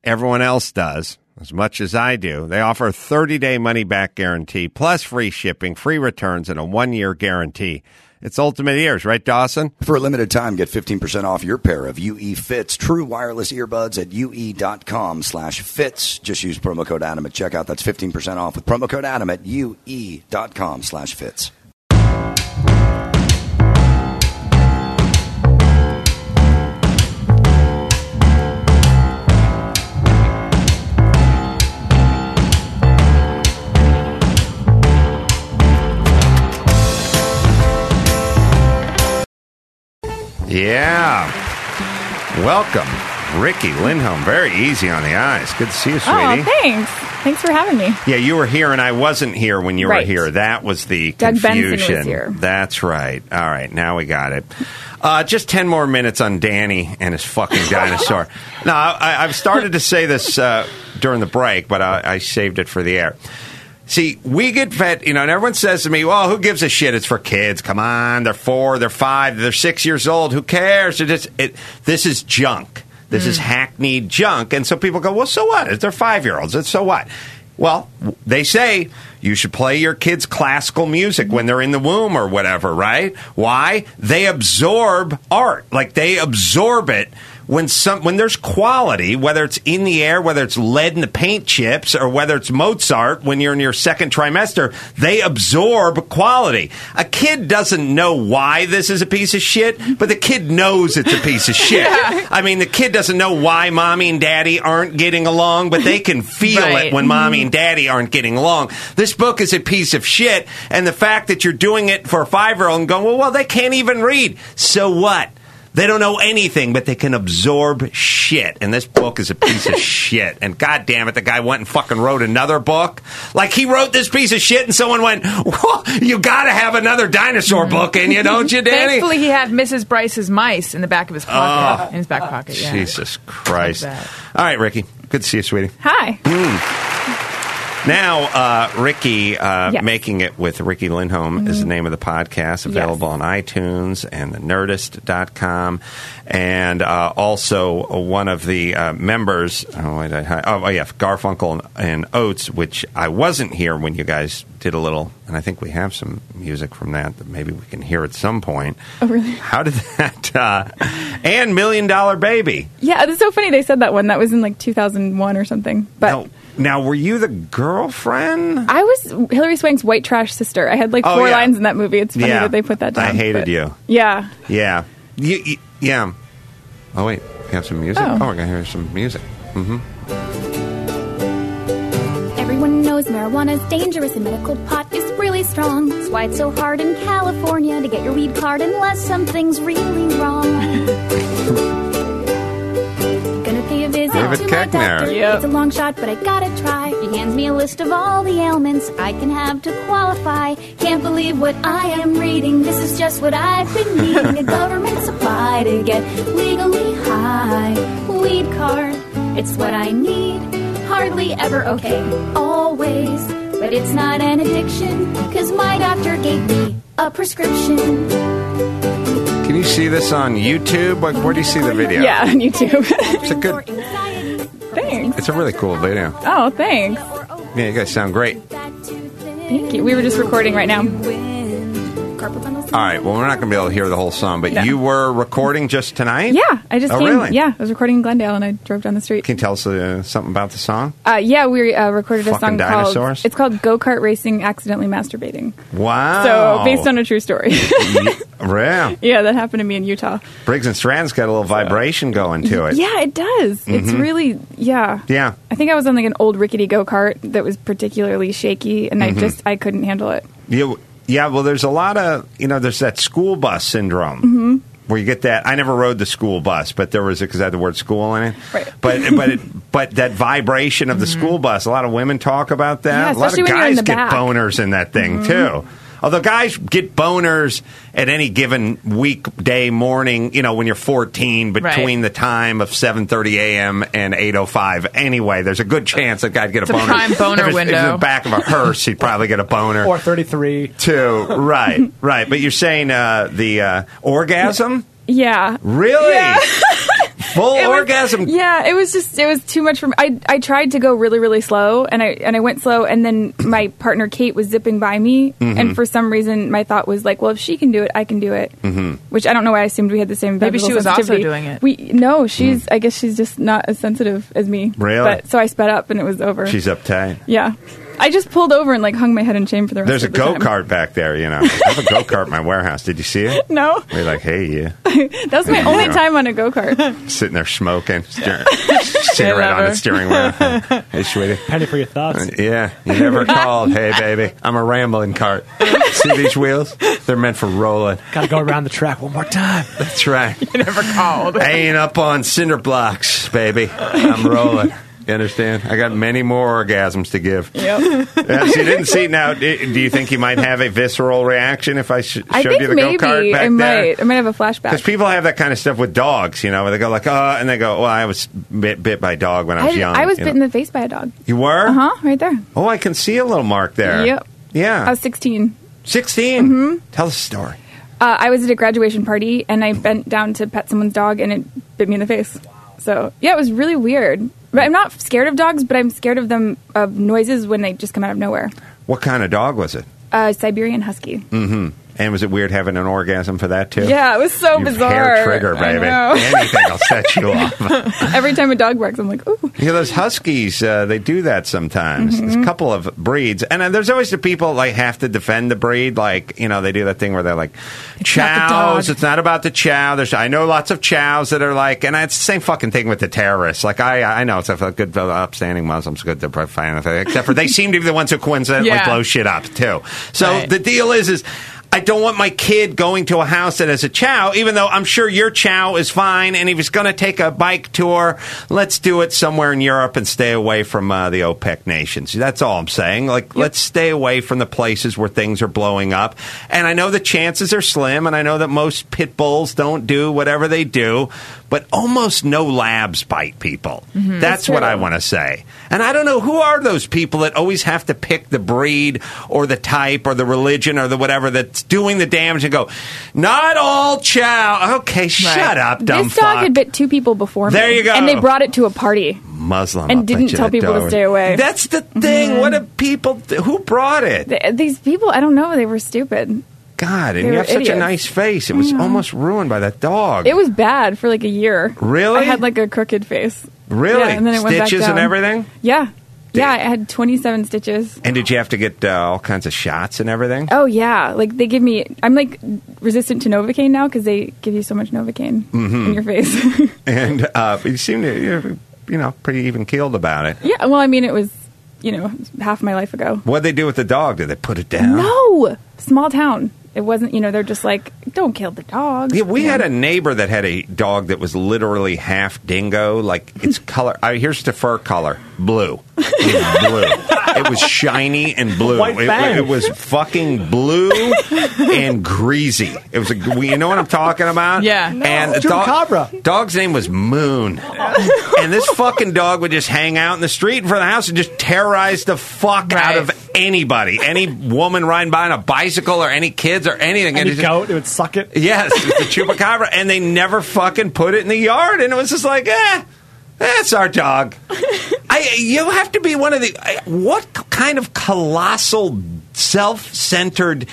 Speaker 4: everyone else does, as much as I do, they offer a 30 day money back guarantee, plus free shipping, free returns, and a one year guarantee. It's Ultimate Ears, right, Dawson?
Speaker 12: For a limited time, get 15% off your pair of UE Fits true wireless earbuds at ue.com slash fits. Just use promo code Adam at checkout. That's 15% off with promo code Adam at ue.com slash fits.
Speaker 4: Yeah. Welcome, Ricky Lindholm. Very easy on the eyes. Good to see you, sweetie.
Speaker 13: Oh, thanks. Thanks for having me.
Speaker 4: Yeah, you were here and I wasn't here when you
Speaker 13: Right.
Speaker 4: were here. That was the
Speaker 13: Doug Benson
Speaker 4: confusion.
Speaker 13: was here.
Speaker 4: That's right. All right, now we got it. Uh, just 10 more minutes on Danny and his fucking dinosaur. now, I, I've started to say this uh, during the break, but I, I saved it for the air. See, we get fed, you know, and everyone says to me, well, who gives a shit? It's for kids. Come on. They're four, they're five, they're six years old. Who cares? It just, it, this is junk. This is hackneyed junk. And so people go, well, so what? They're five year olds. So what? Well, w- they say you should play your kids classical music when they're in the womb or whatever, right? Why? They absorb art. Like they absorb it when some when there's quality, whether it's in the air, whether it's lead in the paint chips or whether it's Mozart when you're in your second trimester, they absorb quality. A kid doesn't know why this is a piece of shit, but the kid knows it's a piece of shit. I mean, the kid doesn't know why mommy and daddy aren't getting along, but they can feel
Speaker 14: Right.
Speaker 4: it when mommy and daddy aren't getting along. This book is a piece of shit, and the fact that you're doing it for a five year old and going, well, well, they can't even read. So what? They don't know anything, but they can absorb shit. And this book is a piece of shit. And god damn it, the guy went and fucking wrote another book. Like he wrote this piece of shit, and someone went, "Whoa, "You got to have another dinosaur book in you, don't you, Danny?"
Speaker 13: Thankfully, he had Mrs. Bryce's mice in the back of his pocket.
Speaker 4: Oh.
Speaker 13: in his back pocket, yeah.
Speaker 4: Jesus Christ!
Speaker 13: Like that.
Speaker 4: All right, Ricky, good to see you, sweetie.
Speaker 13: Hi.
Speaker 4: Mm. Now, uh, Ricky, uh,
Speaker 13: Yes. Mm-hmm.
Speaker 4: Making It with Ricky Lindholm is the name of the podcast, available on iTunes and the nerdist.com. And uh, also uh, one of the uh, members, oh, wait, I, oh, yeah, Garfunkel and, and Oates, which I wasn't here when you guys did a little, and I think we have some music from that that maybe we can hear at some point.
Speaker 13: Oh, really?
Speaker 4: How did that, uh, and Million Dollar Baby.
Speaker 13: Yeah, it's so funny they said that one. That was in like 2001 or something. But
Speaker 4: now, now, were you the girlfriend?
Speaker 13: I was Hillary Swank's white trash sister. I had like
Speaker 4: Oh,
Speaker 13: four
Speaker 4: yeah.
Speaker 13: lines in that movie. It's funny that they put that down.
Speaker 4: I hated
Speaker 13: but-
Speaker 4: you.
Speaker 13: Yeah.
Speaker 4: Yeah. You, you- yeah. Oh, wait. We have some music?
Speaker 13: Oh.
Speaker 4: Oh, we're going to hear some music. hmm
Speaker 14: Everyone knows marijuana's dangerous and medical pot is really strong. That's why it's so hard in California to get your weed card unless something's really wrong. Gonna pay a visit
Speaker 15: David
Speaker 14: to my
Speaker 15: Koechner.
Speaker 14: doctor.
Speaker 15: Yep.
Speaker 14: It's a long shot, but I gotta try. He hands me a list of all the ailments I can have to qualify. Can't believe what I am reading. This is just what I've been needing. a government supply to get legally high. Weed card, it's what I need. Hardly ever okay, always. But it's not an addiction, cause my doctor gave me a prescription.
Speaker 4: Can you see this on YouTube? Like, where do you see the video?
Speaker 13: Yeah, on YouTube.
Speaker 4: It's a good,
Speaker 13: thanks.
Speaker 4: it's a really cool video.
Speaker 13: Oh, thanks.
Speaker 4: Yeah, you guys sound great.
Speaker 13: Thank you. We were just recording right now.
Speaker 4: All right. Well, we're not going to be able to hear the whole song, but
Speaker 13: No.
Speaker 4: you were recording just tonight?
Speaker 13: Yeah, I just
Speaker 4: oh,
Speaker 13: came.
Speaker 4: Really?
Speaker 13: Yeah, I was recording in Glendale and I drove down the street.
Speaker 4: Can you tell us uh, something about the song?
Speaker 13: Uh, yeah, we uh, recorded a
Speaker 4: Fucking
Speaker 13: song
Speaker 4: dinosaurs.
Speaker 13: called "It's called Go Kart Racing Accidentally Masturbating."
Speaker 4: Wow.
Speaker 13: So based on a true story.
Speaker 4: Yeah.
Speaker 13: yeah, that happened to me in Utah.
Speaker 4: Briggs and Strand's got a little vibration going to it.
Speaker 13: Yeah, it does. It's
Speaker 4: Mhm.
Speaker 13: really yeah.
Speaker 4: Yeah.
Speaker 13: I think I was on like an old rickety go kart that was particularly shaky, and
Speaker 4: Mhm.
Speaker 13: I just I couldn't handle it.
Speaker 4: You, yeah, well, there's a lot of, you know, there's that school bus syndrome.
Speaker 13: Mhm.
Speaker 4: Where you get that? I never rode the school bus, but there was because I had the word "school" in it. Right. But but it, but that vibration of the school bus. A lot of women talk about
Speaker 13: Yeah,
Speaker 4: that. a lot
Speaker 13: especially
Speaker 4: of
Speaker 13: when you're in
Speaker 4: guys
Speaker 13: the
Speaker 4: get
Speaker 13: back.
Speaker 4: boners in that thing too. Although guys get boners at any given weekday morning, you know, when you're 14,
Speaker 16: Right.
Speaker 4: between the time of 7:30 a.m. and 8:05. Anyway, there's a good chance that guy'd get
Speaker 16: It's
Speaker 4: a
Speaker 16: a
Speaker 4: boner.
Speaker 16: prime boner
Speaker 4: If it's- if it's in
Speaker 16: window.
Speaker 4: the back of a hearse, he'd probably get a boner
Speaker 16: Or 33.
Speaker 4: too. Right, right. But you're saying uh, the uh, orgasm?
Speaker 13: Yeah.
Speaker 4: Really? Full
Speaker 13: It was-
Speaker 4: orgasm?
Speaker 13: yeah, it was just it was too much for me. I I tried to go really really slow and I and I went slow and then my partner Kate was zipping by me
Speaker 15: Mhm.
Speaker 4: Mm-hmm.
Speaker 13: and for some reason my thought was like, well, if she can do it, I can do it.
Speaker 15: Mm-hmm.
Speaker 13: Which I don't know why I assumed we had the same.
Speaker 15: Maybe
Speaker 13: vaginal
Speaker 15: she was also
Speaker 13: sensitivity.
Speaker 15: doing it.
Speaker 13: We no, she's. I guess she's just not as sensitive as me.
Speaker 4: Mm-hmm. Really?
Speaker 13: But so I sped up and it was over.
Speaker 4: She's uptight.
Speaker 13: Yeah, I just pulled over and like hung my head in shame for the rest.
Speaker 4: There's a
Speaker 13: of the
Speaker 4: go
Speaker 13: time.
Speaker 4: kart back there, you know. I have a go kart in my warehouse. Did you see it?
Speaker 13: No.
Speaker 4: We're like, hey, you
Speaker 13: that was my
Speaker 4: Yeah.
Speaker 13: only time on a go kart.
Speaker 4: sitting there smoking, steering, cigarette on the
Speaker 13: Never.
Speaker 4: steering wheel. Hey, sweetie. Uh,
Speaker 11: Penny for your thoughts.
Speaker 4: Yeah, you never called. Hey, baby, I'm a rambling cart. See these wheels? They're meant for rolling.
Speaker 11: Gotta go around the track one more time.
Speaker 4: That's right.
Speaker 11: You never called.
Speaker 4: I ain't up on cinder blocks, baby. I'm rolling. You understand? I got many more orgasms to give.
Speaker 13: Yep.
Speaker 4: Yeah, so you didn't Uh, see. Now, d- do you think you might have a visceral reaction if I sh- showed
Speaker 13: I think
Speaker 4: you the go
Speaker 13: maybe
Speaker 4: kart back
Speaker 13: I
Speaker 4: there?
Speaker 13: might. I might have a
Speaker 4: Because
Speaker 13: flashback.
Speaker 4: people have that kind of stuff with dogs, you know, where they go like, "Oh," and they go, "Well, I was bit, bit by a dog when I was
Speaker 13: I,
Speaker 4: young."
Speaker 13: I was
Speaker 4: you
Speaker 13: bitten
Speaker 4: know.
Speaker 13: in the face by a dog.
Speaker 4: You were?
Speaker 13: Uh huh. Right there.
Speaker 4: Oh, I can see a little mark there.
Speaker 13: Yep.
Speaker 4: Yeah.
Speaker 13: I was 16.
Speaker 4: 16 Mm-hmm. Tell the story.
Speaker 13: Uh, I was at a graduation party and I bent down to pet someone's dog and it bit me in the face. So yeah, it was really weird. But I'm not scared of dogs, but I'm scared of them of noises when they just come out of nowhere.
Speaker 4: What kind of dog was it?
Speaker 13: Uh, Siberian Husky.
Speaker 4: Mm-hmm. And was it weird having an orgasm for that too?
Speaker 13: Yeah, it was so
Speaker 4: Your
Speaker 13: bizarre.
Speaker 4: Hair trigger,
Speaker 13: I
Speaker 4: baby.
Speaker 13: know.
Speaker 4: Anything will set you off.
Speaker 13: Every time a dog barks, I'm like, ooh.
Speaker 4: You know, those huskies, uh, they do that sometimes. There's
Speaker 16: Mm-hmm.
Speaker 4: a couple of breeds. And uh, there's always the people, like, have to defend the breed. Like, you know, they do that thing where they're like,
Speaker 16: not the
Speaker 4: chows.
Speaker 16: dog."
Speaker 4: It's not about the chow. There's, I know lots of chows that are like, and it's the same fucking thing with the terrorists. Like, I I know it's a good, upstanding Muslims, good, they're fine with it, except for they seem to be the ones who coincidentally
Speaker 16: Yeah.
Speaker 4: blow shit up, too. So
Speaker 16: Right.
Speaker 4: the deal is, is, I don't want my kid going to a house that has a chow, even though I'm sure your chow is fine. And if he's going to take a bike tour, let's do it somewhere in Europe and stay away from uh, the OPEC nations. That's all I'm saying. Like, let's stay away from the places where things are blowing up. And I know the chances are slim, and I know that most pit bulls don't do whatever they do. but almost no labs bite people.
Speaker 16: Mm-hmm.
Speaker 4: That's
Speaker 15: Mhm. That's
Speaker 4: what
Speaker 15: true.
Speaker 4: I want to say. And I don't know who are those people that always have to pick the breed or the type or the religion or the whatever that's doing the damage and go, not all chow. Okay, shut up, dumb
Speaker 13: This dog
Speaker 4: fuck.
Speaker 13: had bit two people before me.
Speaker 4: There you go.
Speaker 13: And they brought it to a party.
Speaker 4: Muslim
Speaker 13: and
Speaker 4: I'll bet
Speaker 13: didn't
Speaker 4: you
Speaker 13: tell
Speaker 4: that
Speaker 13: people to
Speaker 4: dog-
Speaker 13: stay away.
Speaker 4: That's the thing. What do people? Who brought it?
Speaker 13: Th- these people, I don't know, they were stupid.
Speaker 4: God, and you
Speaker 13: They were
Speaker 4: have such a
Speaker 13: idiots.
Speaker 4: nice face. It was
Speaker 13: Yeah.
Speaker 4: almost ruined by that dog.
Speaker 13: It was bad for like a year.
Speaker 4: Really?
Speaker 13: I had like a crooked face.
Speaker 4: Really?
Speaker 13: Yeah, and then it went back
Speaker 4: Stitches and
Speaker 13: down.
Speaker 4: everything?
Speaker 13: Yeah. Yeah, I had 27 stitches.
Speaker 4: and did you have to get uh, all kinds of shots and everything?
Speaker 13: Oh yeah, like they give me. I'm like resistant to Novocaine now because they give you so much Novocaine
Speaker 4: Mhm.
Speaker 13: in your face.
Speaker 4: And uh, you seem to, you're, you know, pretty even keeled about it.
Speaker 13: yeah, well, I mean, it was you know half my life ago.
Speaker 4: What would they do with the dog? Did they put it down?
Speaker 13: No, small town. It wasn't. You know, they're just like, don't kill the dog.
Speaker 4: Yeah, we had a neighbor that had a dog that was literally half dingo. Like its color. I here's the fur color: blue. It was blue. It was shiny and blue.
Speaker 15: White
Speaker 4: it,
Speaker 15: fang.
Speaker 4: it was fucking blue and greasy. It was. A, you know what I'm talking about?
Speaker 15: Yeah.
Speaker 4: And the dog, dog's name was Moon. and this fucking dog would just hang out in the street in front of the house and just terrorize the fuck out of anybody, any woman riding by on a bicycle or any kids or anything.
Speaker 15: Any
Speaker 4: and it's just-
Speaker 15: goat, it would suck it.
Speaker 4: Yes, it's the chupacabra, and they never fucking put it in the yard, and it was just like, eh, that's our dog. I, you have to be one of the I- what kind of colossal, self-centered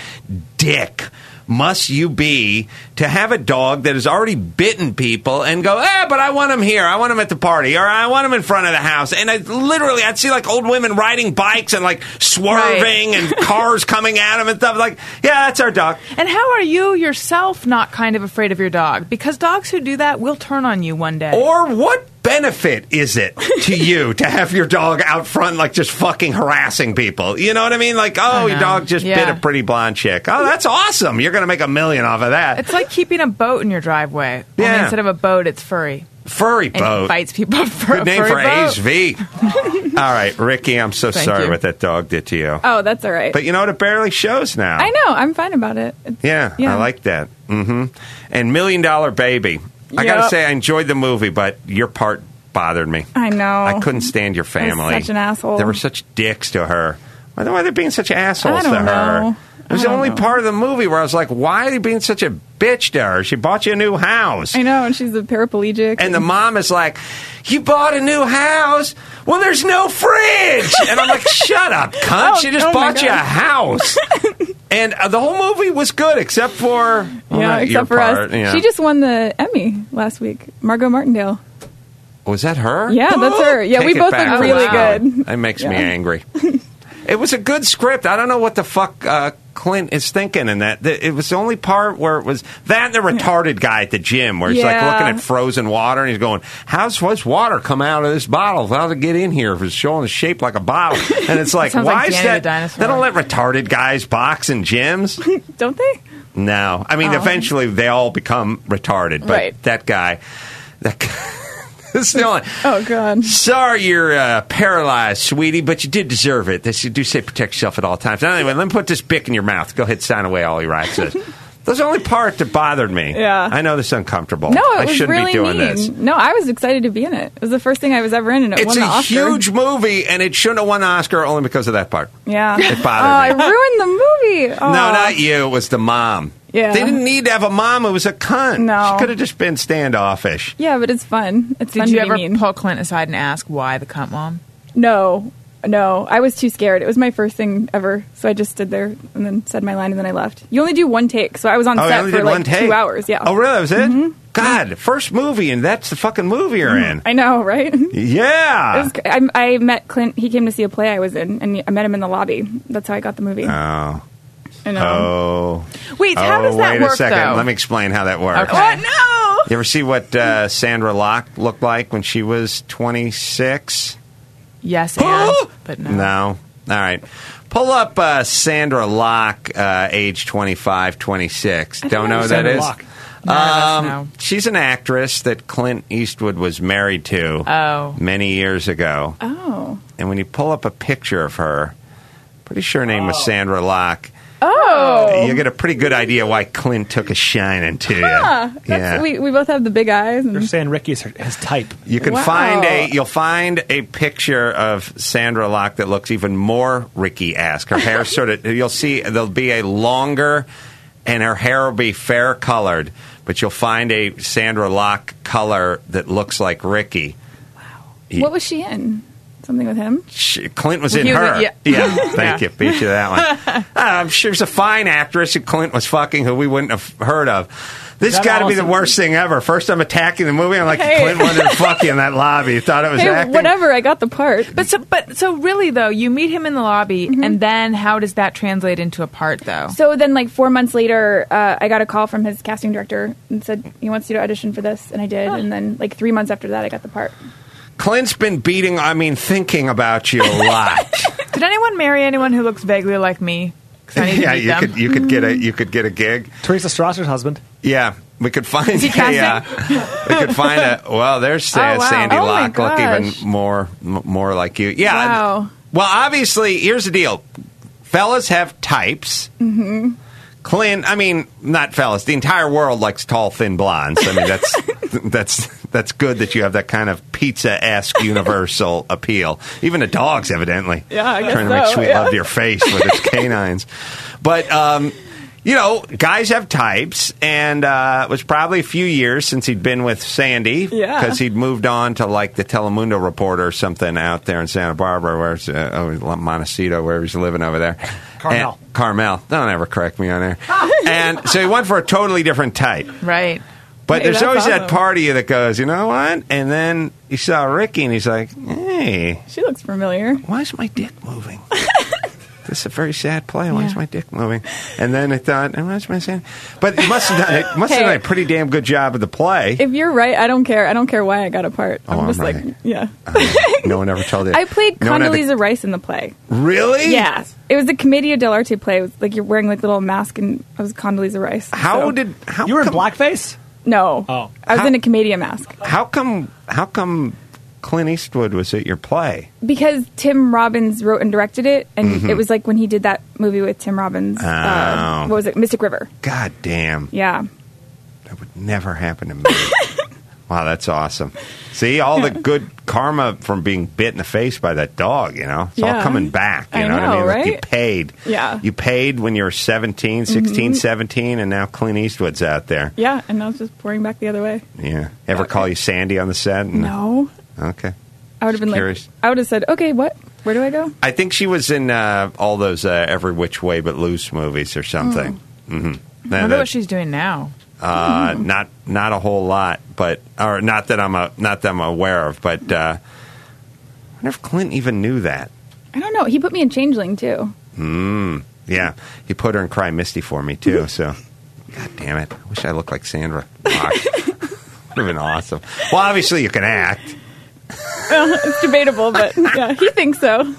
Speaker 4: dick must you be to have a dog that has already bitten people and go, eh, but I want him here, I want him at the party, or I want him in front of the house, and I literally, I'd see like old women riding bikes and like swerving and cars coming at them and stuff like, yeah, that's our dog.
Speaker 16: And how are you yourself not kind of afraid of your dog? Because dogs who do that will turn on you one day.
Speaker 4: Or what benefit is it to you to have your dog out front, like just fucking harassing people? You know what I mean? Like, oh, your
Speaker 16: know.
Speaker 4: dog just bit
Speaker 16: Yeah.
Speaker 4: a pretty blonde chick. Oh, that's awesome. You're going to make a million off of that.
Speaker 16: It's like keeping a boat in your driveway. only
Speaker 4: Yeah.
Speaker 16: instead of a boat, it's furry.
Speaker 4: Furry
Speaker 16: And
Speaker 4: boat.
Speaker 16: It bites people up for
Speaker 4: Good
Speaker 16: a
Speaker 4: name
Speaker 16: furry
Speaker 4: for
Speaker 16: boat.
Speaker 4: HV. All right, Ricky, I'm so
Speaker 13: Thank
Speaker 4: sorry
Speaker 13: you.
Speaker 4: what that dog did to you.
Speaker 13: Oh, that's all right.
Speaker 4: But you know what? It barely shows now.
Speaker 13: I know. I'm fine about it. It's-
Speaker 4: Yeah,
Speaker 13: Yeah.
Speaker 4: I like that. hmm And Million Dollar Baby. I got to
Speaker 13: Yep.
Speaker 4: say, I enjoyed the movie, but your part bothered me.
Speaker 13: I know.
Speaker 4: I couldn't stand your
Speaker 13: I was
Speaker 4: family.
Speaker 13: such an asshole.
Speaker 4: They were such dicks to her. Why why are they being such assholes
Speaker 13: I don't
Speaker 4: to her?
Speaker 13: know.
Speaker 4: It was the
Speaker 13: I don't
Speaker 4: only
Speaker 13: know.
Speaker 4: part of the movie where I was like, why are you being such a bitch to her? She bought you a new house.
Speaker 13: I know, and she's a paraplegic.
Speaker 4: And the mom is like, you bought a new house? Well, there's no fridge. And I'm like, shut up, cunt.
Speaker 15: Oh,
Speaker 4: she just
Speaker 15: oh my
Speaker 4: bought you a
Speaker 15: God.
Speaker 4: house. and uh, the whole movie was good except for. well,
Speaker 13: yeah,
Speaker 4: not your
Speaker 13: except for
Speaker 4: part,
Speaker 13: us.
Speaker 4: yeah.
Speaker 13: She just won the Emmy last week. Margot Martindale.
Speaker 4: Was Oh, that her?
Speaker 13: Yeah, that's her. Yeah,
Speaker 4: Take
Speaker 13: we
Speaker 4: it
Speaker 13: both
Speaker 4: back
Speaker 13: look
Speaker 4: for
Speaker 13: really
Speaker 4: that one.
Speaker 13: good.
Speaker 4: That makes me
Speaker 13: Yeah.
Speaker 4: angry. it was a good script. I don't know what the fuck uh, Clint is thinking in that. The- It was the only part where it was that and the retarded guy at the gym where he's
Speaker 15: Yeah.
Speaker 4: like looking at frozen water and he's going, "How's what's water come out of this bottle? How's it get in here? If it's showing it's shaped like a bottle." And it's like,
Speaker 13: Sounds
Speaker 4: why
Speaker 13: like
Speaker 4: is
Speaker 13: Danny the
Speaker 4: that?
Speaker 13: Dinosaur.
Speaker 4: they don't let retarded guys box in gyms.
Speaker 13: Don't they?
Speaker 4: No, I mean
Speaker 13: Oh.
Speaker 4: eventually they all become retarded, but
Speaker 13: Right.
Speaker 4: that guy, that guy. It's the only-
Speaker 13: Oh God.
Speaker 4: Sorry, you're uh, paralyzed, sweetie, but you did deserve it. This, you do say protect yourself at all times. Now, anyway, let me put this bick in your mouth. Go ahead, sign away all your rights. That's the only part that bothered me.
Speaker 13: Yeah.
Speaker 4: I know this is uncomfortable.
Speaker 13: No, it
Speaker 4: I
Speaker 13: was
Speaker 4: shouldn't
Speaker 13: really
Speaker 4: be doing
Speaker 13: mean.
Speaker 4: this.
Speaker 13: No, I was excited to be in it. It was the first thing I was ever in, and it
Speaker 4: It's
Speaker 13: won the
Speaker 4: a
Speaker 13: Oscar.
Speaker 4: huge movie, and it shouldn't have won the Oscar only because of that part.
Speaker 13: Yeah.
Speaker 4: It bothered
Speaker 13: oh,
Speaker 4: me.
Speaker 13: I ruined the movie. Oh.
Speaker 4: No, not you. It was the mom.
Speaker 13: Yeah.
Speaker 4: They didn't need to have a mom who was a cunt. No. She could have just been standoffish.
Speaker 13: Yeah, but it's fun. It's
Speaker 16: Did
Speaker 13: fun
Speaker 16: you
Speaker 13: to
Speaker 16: ever
Speaker 13: be mean.
Speaker 16: pull Clint aside and ask why the cunt mom?
Speaker 13: No, no, I was too scared. It was my first thing ever, so I just stood there and then said my line and then I left. You only do one take, so I was on
Speaker 4: oh, you
Speaker 13: set
Speaker 4: only
Speaker 13: for
Speaker 4: did one
Speaker 13: like
Speaker 4: take.
Speaker 13: two hours. Yeah. Mm-hmm.
Speaker 4: Oh, really? That was it? God, first movie, and that's the fucking movie you're in.
Speaker 13: I know, right?
Speaker 4: Yeah.
Speaker 13: It was, I, I met Clint. He came to see a play I was in, and I met him in the lobby. That's how I got the movie. um,
Speaker 4: Oh.
Speaker 13: I know.
Speaker 4: Oh.
Speaker 13: Wait, how
Speaker 4: Oh,
Speaker 13: does that
Speaker 4: wait a
Speaker 13: work,
Speaker 4: second.
Speaker 13: though?
Speaker 4: Let me explain how that works.
Speaker 13: What? No.
Speaker 4: You ever see what uh, Sandra Locke looked like when she was 26?
Speaker 16: Yes, and, but no.
Speaker 4: No. All right. Pull up uh, Sandra Locke, uh, age 25, 26.
Speaker 16: I
Speaker 4: Don't
Speaker 16: don't
Speaker 4: know
Speaker 16: know
Speaker 4: who that
Speaker 16: Sandra
Speaker 4: is. Um,
Speaker 16: Locke. None of us know.
Speaker 4: she's an actress that Clint Eastwood was married to
Speaker 16: Oh.
Speaker 4: many years ago.
Speaker 13: Oh.
Speaker 4: And when you pull up a picture of her, pretty sure her name was Sandra Locke.
Speaker 13: Oh.
Speaker 4: You you'll get a pretty good idea why Clint took a shining to you.
Speaker 13: Huh. That's, we, we both have the big eyes. And,
Speaker 4: You're
Speaker 11: saying Ricky is his type.
Speaker 4: You can
Speaker 13: Wow.
Speaker 4: find a you'll find a picture of Sandra Lock that looks even more Ricky esque. Her hair sort of you'll see there'll be a longer and her hair will be fair colored, but you'll find a Sandra Lock color that looks like Ricky. He-
Speaker 13: what was she in? Something with him?
Speaker 4: She, Clint was
Speaker 13: He
Speaker 4: in
Speaker 13: was
Speaker 4: her.
Speaker 13: in- yeah.
Speaker 4: thank you.
Speaker 13: Yeah.
Speaker 4: Beat you to that one. um, she was a fine actress who Clint was fucking, who we wouldn't have heard of. This
Speaker 13: That
Speaker 4: got to be the
Speaker 13: awesome.
Speaker 4: worst thing ever. First, I'm attacking the movie. I'm like,
Speaker 13: Hey.
Speaker 4: Clint wanted to fuck you in that lobby. You thought it was
Speaker 13: Hey,
Speaker 4: acting.
Speaker 13: whatever, I got the part. Mm-hmm.
Speaker 16: But so, but so really though, you meet him in the lobby, and then how does that translate into a part though?
Speaker 4: Oh.
Speaker 13: So then, like four months later, uh, I got a call from his casting director and said he wants you to audition for this, and I did. And then, like three months after that, I got the part.
Speaker 4: Clint's been beating, I mean, thinking about you a lot.
Speaker 16: Did anyone marry anyone who looks vaguely like me? 'Cause I need to
Speaker 4: yeah,
Speaker 16: meet
Speaker 4: you
Speaker 16: them.
Speaker 4: could you could get a you could get a gig.
Speaker 11: Teresa Strasser's husband.
Speaker 4: Yeah, we could find
Speaker 11: Is he
Speaker 4: a uh, we could find a well. There's uh,
Speaker 11: Oh, wow.
Speaker 4: Sandy
Speaker 11: Oh, my
Speaker 4: Locke look even
Speaker 11: gosh.
Speaker 4: more m- more like you. Yeah.
Speaker 16: Wow.
Speaker 4: Well, obviously, here's the deal. Fellas have types.
Speaker 16: Mm-hmm.
Speaker 4: Clint, I mean, not fellas. The entire world likes tall, thin blondes. I mean, that's that's that's good that you have that kind of pizza esque universal appeal. Even the dogs, evidently.
Speaker 15: Yeah, I guess
Speaker 4: trying to make
Speaker 15: so,
Speaker 4: sweet
Speaker 15: yeah.
Speaker 4: love to your face with its canines. But um, you know, guys have types, and uh, it was probably a few years since he'd been with Sandy
Speaker 15: Yeah.
Speaker 4: because he'd moved on to like the Telemundo reporter or something out there in Santa Barbara, where's uh, oh, Montecito, wherever he's living over there.
Speaker 11: Carmel.
Speaker 4: And- Carmel. Don't ever correct me on there. and so he went for a totally different type.
Speaker 16: Right.
Speaker 4: But
Speaker 16: Hey,
Speaker 4: there's
Speaker 16: that's
Speaker 4: always that
Speaker 16: awesome.
Speaker 4: part of you that goes, you know what? And then he saw Ricky, and he's like, hey,
Speaker 13: She looks familiar.
Speaker 4: Why is my dick moving? this is a very sad play. Why is my dick moving? And then I thought, and what's my saying? But it must have done it. Must have
Speaker 13: Hey.
Speaker 4: done a pretty damn good job of the play.
Speaker 13: If you're right, I don't care. I don't care why I got a part.
Speaker 4: Oh,
Speaker 13: I'm just
Speaker 4: I'm
Speaker 13: like,
Speaker 4: right.
Speaker 13: yeah.
Speaker 4: no one ever told you.
Speaker 13: I played
Speaker 4: No one had the-
Speaker 13: Condoleezza Rice in the play.
Speaker 4: Really?
Speaker 13: Yeah. It was the Commedia dell'arte play. It was like you're wearing like little mask, and I was Condoleezza Rice.
Speaker 4: How
Speaker 13: So-
Speaker 4: did how
Speaker 11: you were in blackface?
Speaker 13: No.
Speaker 4: Oh.
Speaker 13: I was
Speaker 4: How-
Speaker 13: in a Commedia mask
Speaker 4: How come? How come Clint Eastwood was at your play?
Speaker 13: because Tim Robbins wrote and directed it, and
Speaker 4: Mhm.
Speaker 13: it was like when he did that movie with Tim Robbins.
Speaker 4: Oh.
Speaker 13: Uh, what was it? Mystic River.
Speaker 4: God damn!
Speaker 13: Yeah.
Speaker 4: Never happened to me. wow, that's awesome. See all the good karma from being bit in the face by that dog. You know, it's all
Speaker 13: Yeah.
Speaker 4: coming back. You
Speaker 13: I
Speaker 4: know, what I
Speaker 13: know,
Speaker 4: mean? Like you
Speaker 13: right?
Speaker 4: paid.
Speaker 13: Yeah.
Speaker 4: You paid when you were 17, 16,
Speaker 13: Mhm.
Speaker 4: 17, and now Clint Eastwood's out there.
Speaker 13: Yeah, and I was just pouring back the other way.
Speaker 4: Yeah. Ever call you Sandy on the set? And-
Speaker 13: No.
Speaker 4: Okay.
Speaker 13: I would have been
Speaker 4: Curious.
Speaker 13: like, I would have said, okay, what? Where do I go?
Speaker 4: I think she was in uh, all those uh, Every Which Way But Loose movies or something.
Speaker 13: Oh.
Speaker 4: hmm
Speaker 16: I wonder what she's doing now.
Speaker 4: Uh,
Speaker 16: Mm-hmm.
Speaker 4: not not a whole lot, but or not that I'm a, not that I'm aware of. But uh, I wonder if Clint even knew that.
Speaker 13: I don't know. He put me in Changeling too.
Speaker 4: Mm, yeah, he put her in Cry Misty for me too. So, God damn it! I wish I looked like Sandra. Would have been awesome. Well, obviously you can act.
Speaker 13: Well, it's debatable, but yeah, he thinks so.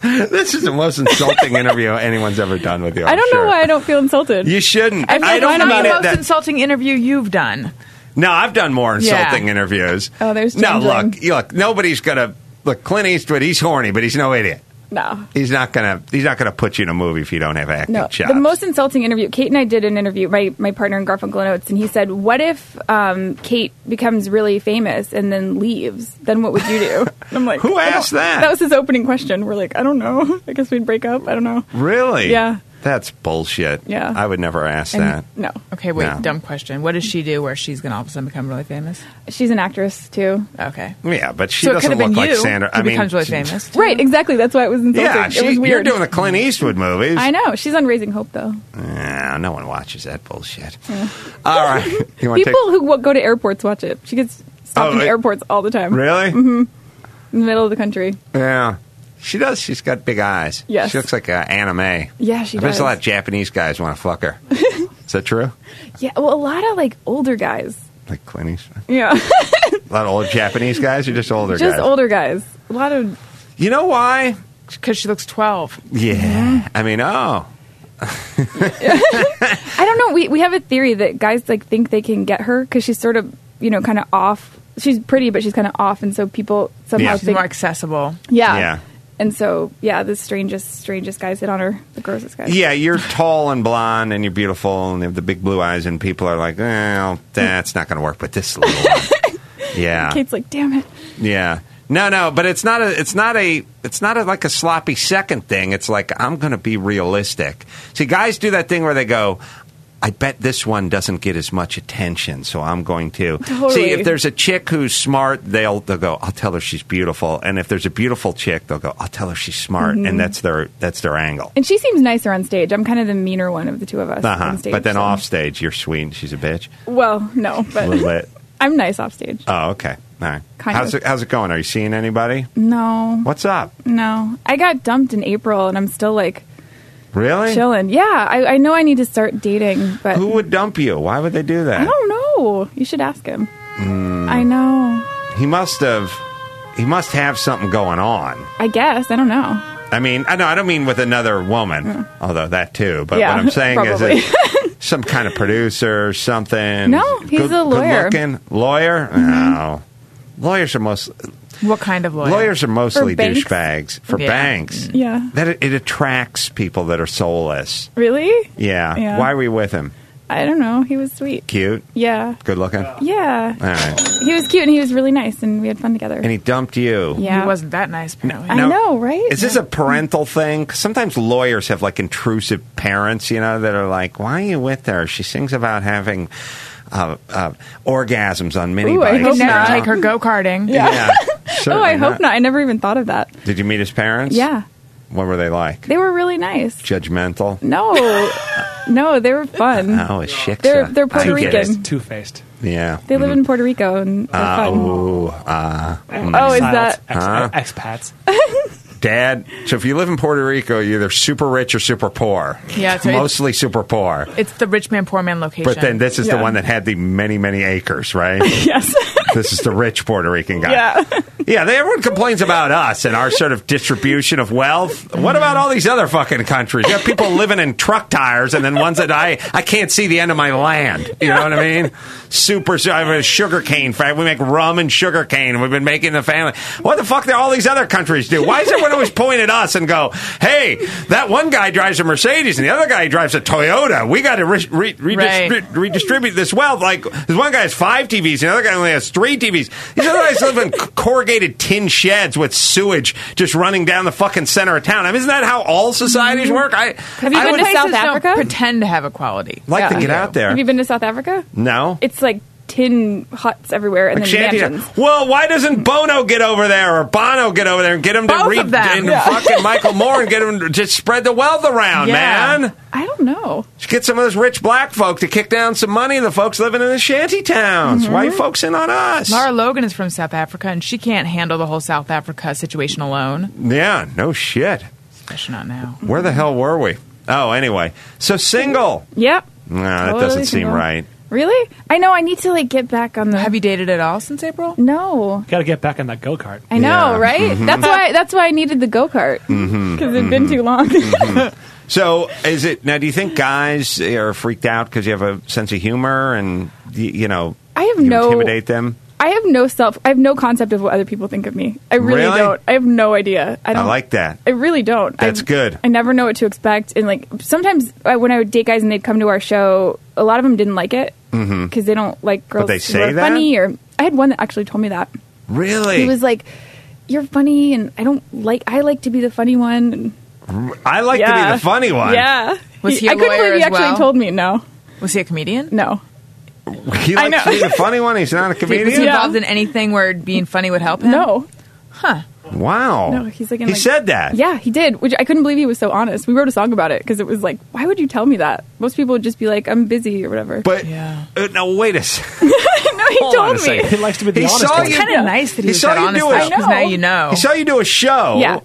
Speaker 4: this is the most insulting interview anyone's ever done with you.
Speaker 13: I
Speaker 4: I'm
Speaker 13: don't
Speaker 4: sure.
Speaker 13: know why I don't feel insulted.
Speaker 4: You shouldn't.
Speaker 16: I, feel
Speaker 4: I
Speaker 16: like
Speaker 4: don't
Speaker 16: it's not
Speaker 4: mean
Speaker 16: the
Speaker 4: it.
Speaker 16: most
Speaker 4: That,
Speaker 16: insulting interview you've done.
Speaker 4: no, I've done more
Speaker 16: Yeah.
Speaker 4: insulting interviews.
Speaker 16: Oh, there's
Speaker 4: no
Speaker 16: Changeling.
Speaker 4: look. you- Look, nobody's gonna look. Clint Eastwood. He's horny, but he's no idiot.
Speaker 13: No.
Speaker 4: He's not gonna. He's not gonna put you in a movie if you don't have acting
Speaker 13: No,
Speaker 4: chops.
Speaker 13: the most insulting interview. Kate and I did an interview, my, my partner in Garfunkel and Oates, and he said, "What if um, Kate becomes really famous and then leaves? Then what would you do?" And I'm like,
Speaker 4: Who
Speaker 13: "I don't-
Speaker 4: asked that?"
Speaker 13: That was his opening question. We're like, "I don't know. I guess we'd break up. I don't know."
Speaker 4: really?
Speaker 13: Yeah.
Speaker 4: That's bullshit.
Speaker 13: Yeah.
Speaker 4: I would never ask
Speaker 13: And-
Speaker 4: that.
Speaker 13: No.
Speaker 16: Okay, wait,
Speaker 4: No.
Speaker 16: dumb question. What does she do where she's going to all of a sudden become really famous?
Speaker 13: She's an actress too.
Speaker 16: Okay.
Speaker 4: Yeah, but she
Speaker 16: so it
Speaker 4: doesn't
Speaker 16: could have
Speaker 4: look
Speaker 16: been
Speaker 4: like
Speaker 16: you
Speaker 4: Sandra.
Speaker 16: who
Speaker 4: I mean,
Speaker 16: becomes really
Speaker 4: she-
Speaker 16: famous.
Speaker 13: Right, exactly. That's why it was insulting.
Speaker 4: Yeah,
Speaker 13: it was
Speaker 4: she,
Speaker 13: weird.
Speaker 4: you're doing the Clint Eastwood movies.
Speaker 13: I know. She's on Raising Hope though.
Speaker 4: Yeah, no one watches that bullshit.
Speaker 13: Yeah.
Speaker 4: All right, you want to
Speaker 13: People
Speaker 4: take?
Speaker 13: who w- go to airports watch it. She gets
Speaker 4: Oh,
Speaker 13: stopped in
Speaker 4: it-
Speaker 13: airports all the time.
Speaker 4: Really?
Speaker 13: hmm In the middle of the country.
Speaker 4: Yeah, she does. She's got big eyes.
Speaker 13: Yes.
Speaker 4: she looks like uh, anime.
Speaker 13: Yeah, she
Speaker 4: I bet
Speaker 13: does.
Speaker 4: a lot of Japanese guys want to fuck her. Is that true?
Speaker 13: Yeah, well, a lot of like older guys.
Speaker 4: Like Clint Eastwood.
Speaker 13: Yeah.
Speaker 4: A lot of old Japanese guys, or just older
Speaker 13: just
Speaker 4: guys?
Speaker 13: older guys. A lot of.
Speaker 4: You know why?
Speaker 16: Because she looks 12.
Speaker 13: Mm-hmm.
Speaker 4: Yeah, I mean, oh,
Speaker 13: I don't know. We we have a theory that guys like think they can get her because she's sort of you know kind of off. She's pretty, but she's kind of off, and so people somehow
Speaker 16: Somehow she's
Speaker 13: think.
Speaker 16: more accessible.
Speaker 13: yeah. And so, yeah, the strangest, strangest guys hit on her, the grossest guys.
Speaker 4: Yeah, you're tall and blonde and you're beautiful and you have the big blue eyes, and people are like, well, that's not going to work with this little one. Yeah.
Speaker 13: Kate's like, damn it.
Speaker 4: Yeah. No, no, but it's not a, it's not a, it's not a, like a sloppy second thing. It's like I'm going to be realistic. See, guys do that thing where they go, "I bet this one doesn't get as much attention, so I'm going to."
Speaker 15: Totally.
Speaker 4: See, if there's a chick who's smart, they'll they'll go, "I'll tell her she's beautiful," and if there's a beautiful chick, they'll go, "I'll tell her she's smart,"
Speaker 13: Mhm.
Speaker 4: and that's their that's their angle.
Speaker 13: And she seems nicer on stage. I'm kind of the meaner one of the two of us
Speaker 4: Uh-huh.
Speaker 13: on stage.
Speaker 4: But then
Speaker 13: so-
Speaker 4: off stage, you're sweet. and She's a bitch.
Speaker 13: Well, no,
Speaker 4: a little
Speaker 13: but
Speaker 4: bit.
Speaker 13: I'm nice off stage.
Speaker 4: Oh, okay. All right.
Speaker 13: Kind
Speaker 4: how's
Speaker 13: of. Mm-hmm.
Speaker 4: it how's it going? Are you seeing anybody?
Speaker 13: No,
Speaker 4: What's up?
Speaker 13: no. I got dumped in April, and I'm still like
Speaker 4: Really?
Speaker 13: chilling. Yeah, I, I know I need to start dating, but
Speaker 4: Who would dump you? Why would they do that?
Speaker 13: Uh, I don't know. You should ask him.
Speaker 4: Mm.
Speaker 13: I know.
Speaker 4: He must have. He must have something going on.
Speaker 13: I guess I don't know.
Speaker 4: I mean, I know I don't mean with another woman, although that too. But
Speaker 13: Yeah,
Speaker 4: what I'm saying is,
Speaker 13: probably.
Speaker 4: it's some kind of producer, or something.
Speaker 13: No, he's a lawyer. Mm-hmm.
Speaker 4: Good-looking lawyer. No, lawyers are most
Speaker 13: What kind of lawyer?
Speaker 4: lawyers are mostly
Speaker 13: For banks? Mm.
Speaker 4: douchebags for
Speaker 13: Yeah.
Speaker 4: banks.
Speaker 13: Yeah.
Speaker 4: that it, it attracts people that are soulless.
Speaker 13: Really?
Speaker 4: Yeah.
Speaker 13: Yeah.
Speaker 4: Why were you with him?
Speaker 13: I don't know. He was sweet.
Speaker 4: Cute,
Speaker 13: Yeah.
Speaker 4: good looking.
Speaker 13: Yeah.
Speaker 4: All right.
Speaker 13: He was cute and he was really nice and we had fun together.
Speaker 4: And he dumped you.
Speaker 13: yeah. He wasn't that nice, apparently. I
Speaker 4: Now,
Speaker 13: know, right?
Speaker 4: Is this a parental thing? 'Cause sometimes lawyers have like intrusive parents, you know, that are like, "Why are you with her? She sings about having uh, uh, orgasms on mini
Speaker 13: Ooh, I
Speaker 4: bikes."
Speaker 13: hope
Speaker 4: you
Speaker 13: not.
Speaker 4: know?
Speaker 13: Like her
Speaker 16: go karting.
Speaker 4: Yeah.
Speaker 13: oh,
Speaker 4: certainly
Speaker 13: I hope not. I never even thought of that.
Speaker 4: Did you meet his parents?
Speaker 13: Yeah.
Speaker 4: What were they like?
Speaker 13: They were really nice.
Speaker 4: Judgmental.
Speaker 13: No. no, they were fun.
Speaker 4: Oh, it's shit.
Speaker 13: Mm-hmm. They're- they're Puerto Rican.
Speaker 11: Two faced.
Speaker 4: Yeah. Mm-hmm.
Speaker 13: They live in Puerto Rico and they're
Speaker 4: Uh,
Speaker 13: fun.
Speaker 4: ooh, uh,
Speaker 13: Oh, is that-
Speaker 4: Huh?
Speaker 11: expats?
Speaker 4: Dad, so if you live in Puerto Rico, you're either super rich or super poor.
Speaker 16: Yeah, it's right.
Speaker 4: mostly super poor.
Speaker 16: It's the rich man, poor man location.
Speaker 4: But then this is the
Speaker 16: Yeah.
Speaker 4: one that had the many, many acres, right?
Speaker 16: Yes.
Speaker 4: this is the rich Puerto Rican guy.
Speaker 16: Yeah.
Speaker 4: Yeah, they, everyone complains about us and our sort of distribution of wealth. What about all these other fucking countries? You have people living in truck tires and then ones that I, I can't see the end of my land. You know what I mean? Super, su- I have a sugar cane fact. We make rum and sugar cane. We've been making the family. What the fuck do all these other countries do? Why is everyone always pointing at us and go, hey, that one guy drives a Mercedes and the other guy drives a Toyota. We got to re- re-
Speaker 15: Right.
Speaker 4: redistri- redistribute this wealth. Like, this one guy has five TVs, the other guy only has three TVs. These other guys live in corrugated tin sheds with sewage just running down the fucking center of town. I mean, isn't that how all
Speaker 13: Mm-hmm.
Speaker 4: societies work? I
Speaker 16: Have you
Speaker 4: I
Speaker 16: been
Speaker 4: would
Speaker 16: to South Africa?
Speaker 13: Africa?
Speaker 16: pretend to have equality.
Speaker 4: like to get out there.
Speaker 13: Have you been to South Africa?
Speaker 4: no.
Speaker 13: It's like tin huts everywhere and
Speaker 4: Like
Speaker 13: then
Speaker 4: shanty-
Speaker 13: mansions.
Speaker 4: well, why doesn't Bono get over there or Bono get over there and get him to
Speaker 13: Both
Speaker 4: read
Speaker 13: of them.
Speaker 4: and
Speaker 13: Yeah.
Speaker 4: fucking Michael Moore and get him to just spread the wealth around,
Speaker 13: Yeah.
Speaker 4: man?
Speaker 13: I don't know.
Speaker 4: Just Get some of those rich black folk to kick down some money to the folks living in the shanty towns.
Speaker 13: Mm-hmm.
Speaker 4: Why are you focusing on us?
Speaker 16: Laura Logan is from South Africa, and she can't handle the whole South Africa situation alone,
Speaker 4: Yeah, no shit.
Speaker 16: especially not now.
Speaker 4: Where the hell were we? Oh, anyway. So single.
Speaker 13: Yep.
Speaker 4: No, that
Speaker 13: Totally
Speaker 4: doesn't seem
Speaker 13: single.
Speaker 4: right.
Speaker 13: Really? I know. I need to like get back on the. Have
Speaker 16: you dated at all since April?
Speaker 13: No.
Speaker 11: Got to get back on that go kart.
Speaker 13: I know,
Speaker 4: Yeah.
Speaker 13: right?
Speaker 4: Mhm.
Speaker 13: That's why. That's why I needed the go kart because
Speaker 4: Mhm.
Speaker 13: it'd been too long.
Speaker 4: So is it now? Do you think guys are freaked out because you have a sense of humor and you, you know
Speaker 13: I have
Speaker 4: you
Speaker 13: no.
Speaker 4: intimidate them?
Speaker 13: I have no self. I have no concept of what other people think of me. I really,
Speaker 4: Really?
Speaker 13: don't. I have no idea. I
Speaker 4: I,
Speaker 13: don't
Speaker 4: like that.
Speaker 13: I really don't.
Speaker 4: That's
Speaker 13: I,
Speaker 4: good.
Speaker 13: I never know what to expect, and like sometimes I, when I would date guys and they'd come to our show, a lot of them didn't like it
Speaker 4: Mhm.
Speaker 13: because they don't like girls
Speaker 4: they
Speaker 13: who
Speaker 4: say
Speaker 13: are
Speaker 4: that?
Speaker 13: funny. Or I had one that actually told me that.
Speaker 4: Really,
Speaker 13: He was like, "You're funny, and I don't like. I like to be the funny one." And
Speaker 4: I like to be the funny one.
Speaker 13: Yeah.
Speaker 16: Was he a
Speaker 13: I couldn't
Speaker 16: lawyer
Speaker 13: believe he
Speaker 16: as
Speaker 13: actually
Speaker 16: well?
Speaker 13: told me no.
Speaker 16: Was he a comedian?
Speaker 13: No.
Speaker 4: He
Speaker 16: I
Speaker 4: likes
Speaker 16: know.
Speaker 4: to be the funny one. He's not a
Speaker 16: Was he
Speaker 4: comedian.
Speaker 16: involved in anything where being funny would help him?
Speaker 13: No.
Speaker 16: Huh.
Speaker 4: Wow.
Speaker 13: No, he's like in,
Speaker 4: he
Speaker 13: like-
Speaker 4: said that.
Speaker 13: Yeah, he did, which I couldn't believe he was so honest. We wrote a song about it because it was like, why would you tell me that? Most people would just be like, I'm busy or whatever.
Speaker 4: But yeah. uh, no, wait a second.
Speaker 13: no, he
Speaker 4: Hold on a
Speaker 13: told me.
Speaker 4: second. He likes to be the honest one.
Speaker 16: It's kind of nice that he, was
Speaker 4: saw
Speaker 16: that
Speaker 4: you
Speaker 16: honest
Speaker 4: do a-
Speaker 16: because now you know.
Speaker 4: He saw you do a show.
Speaker 16: Yeah.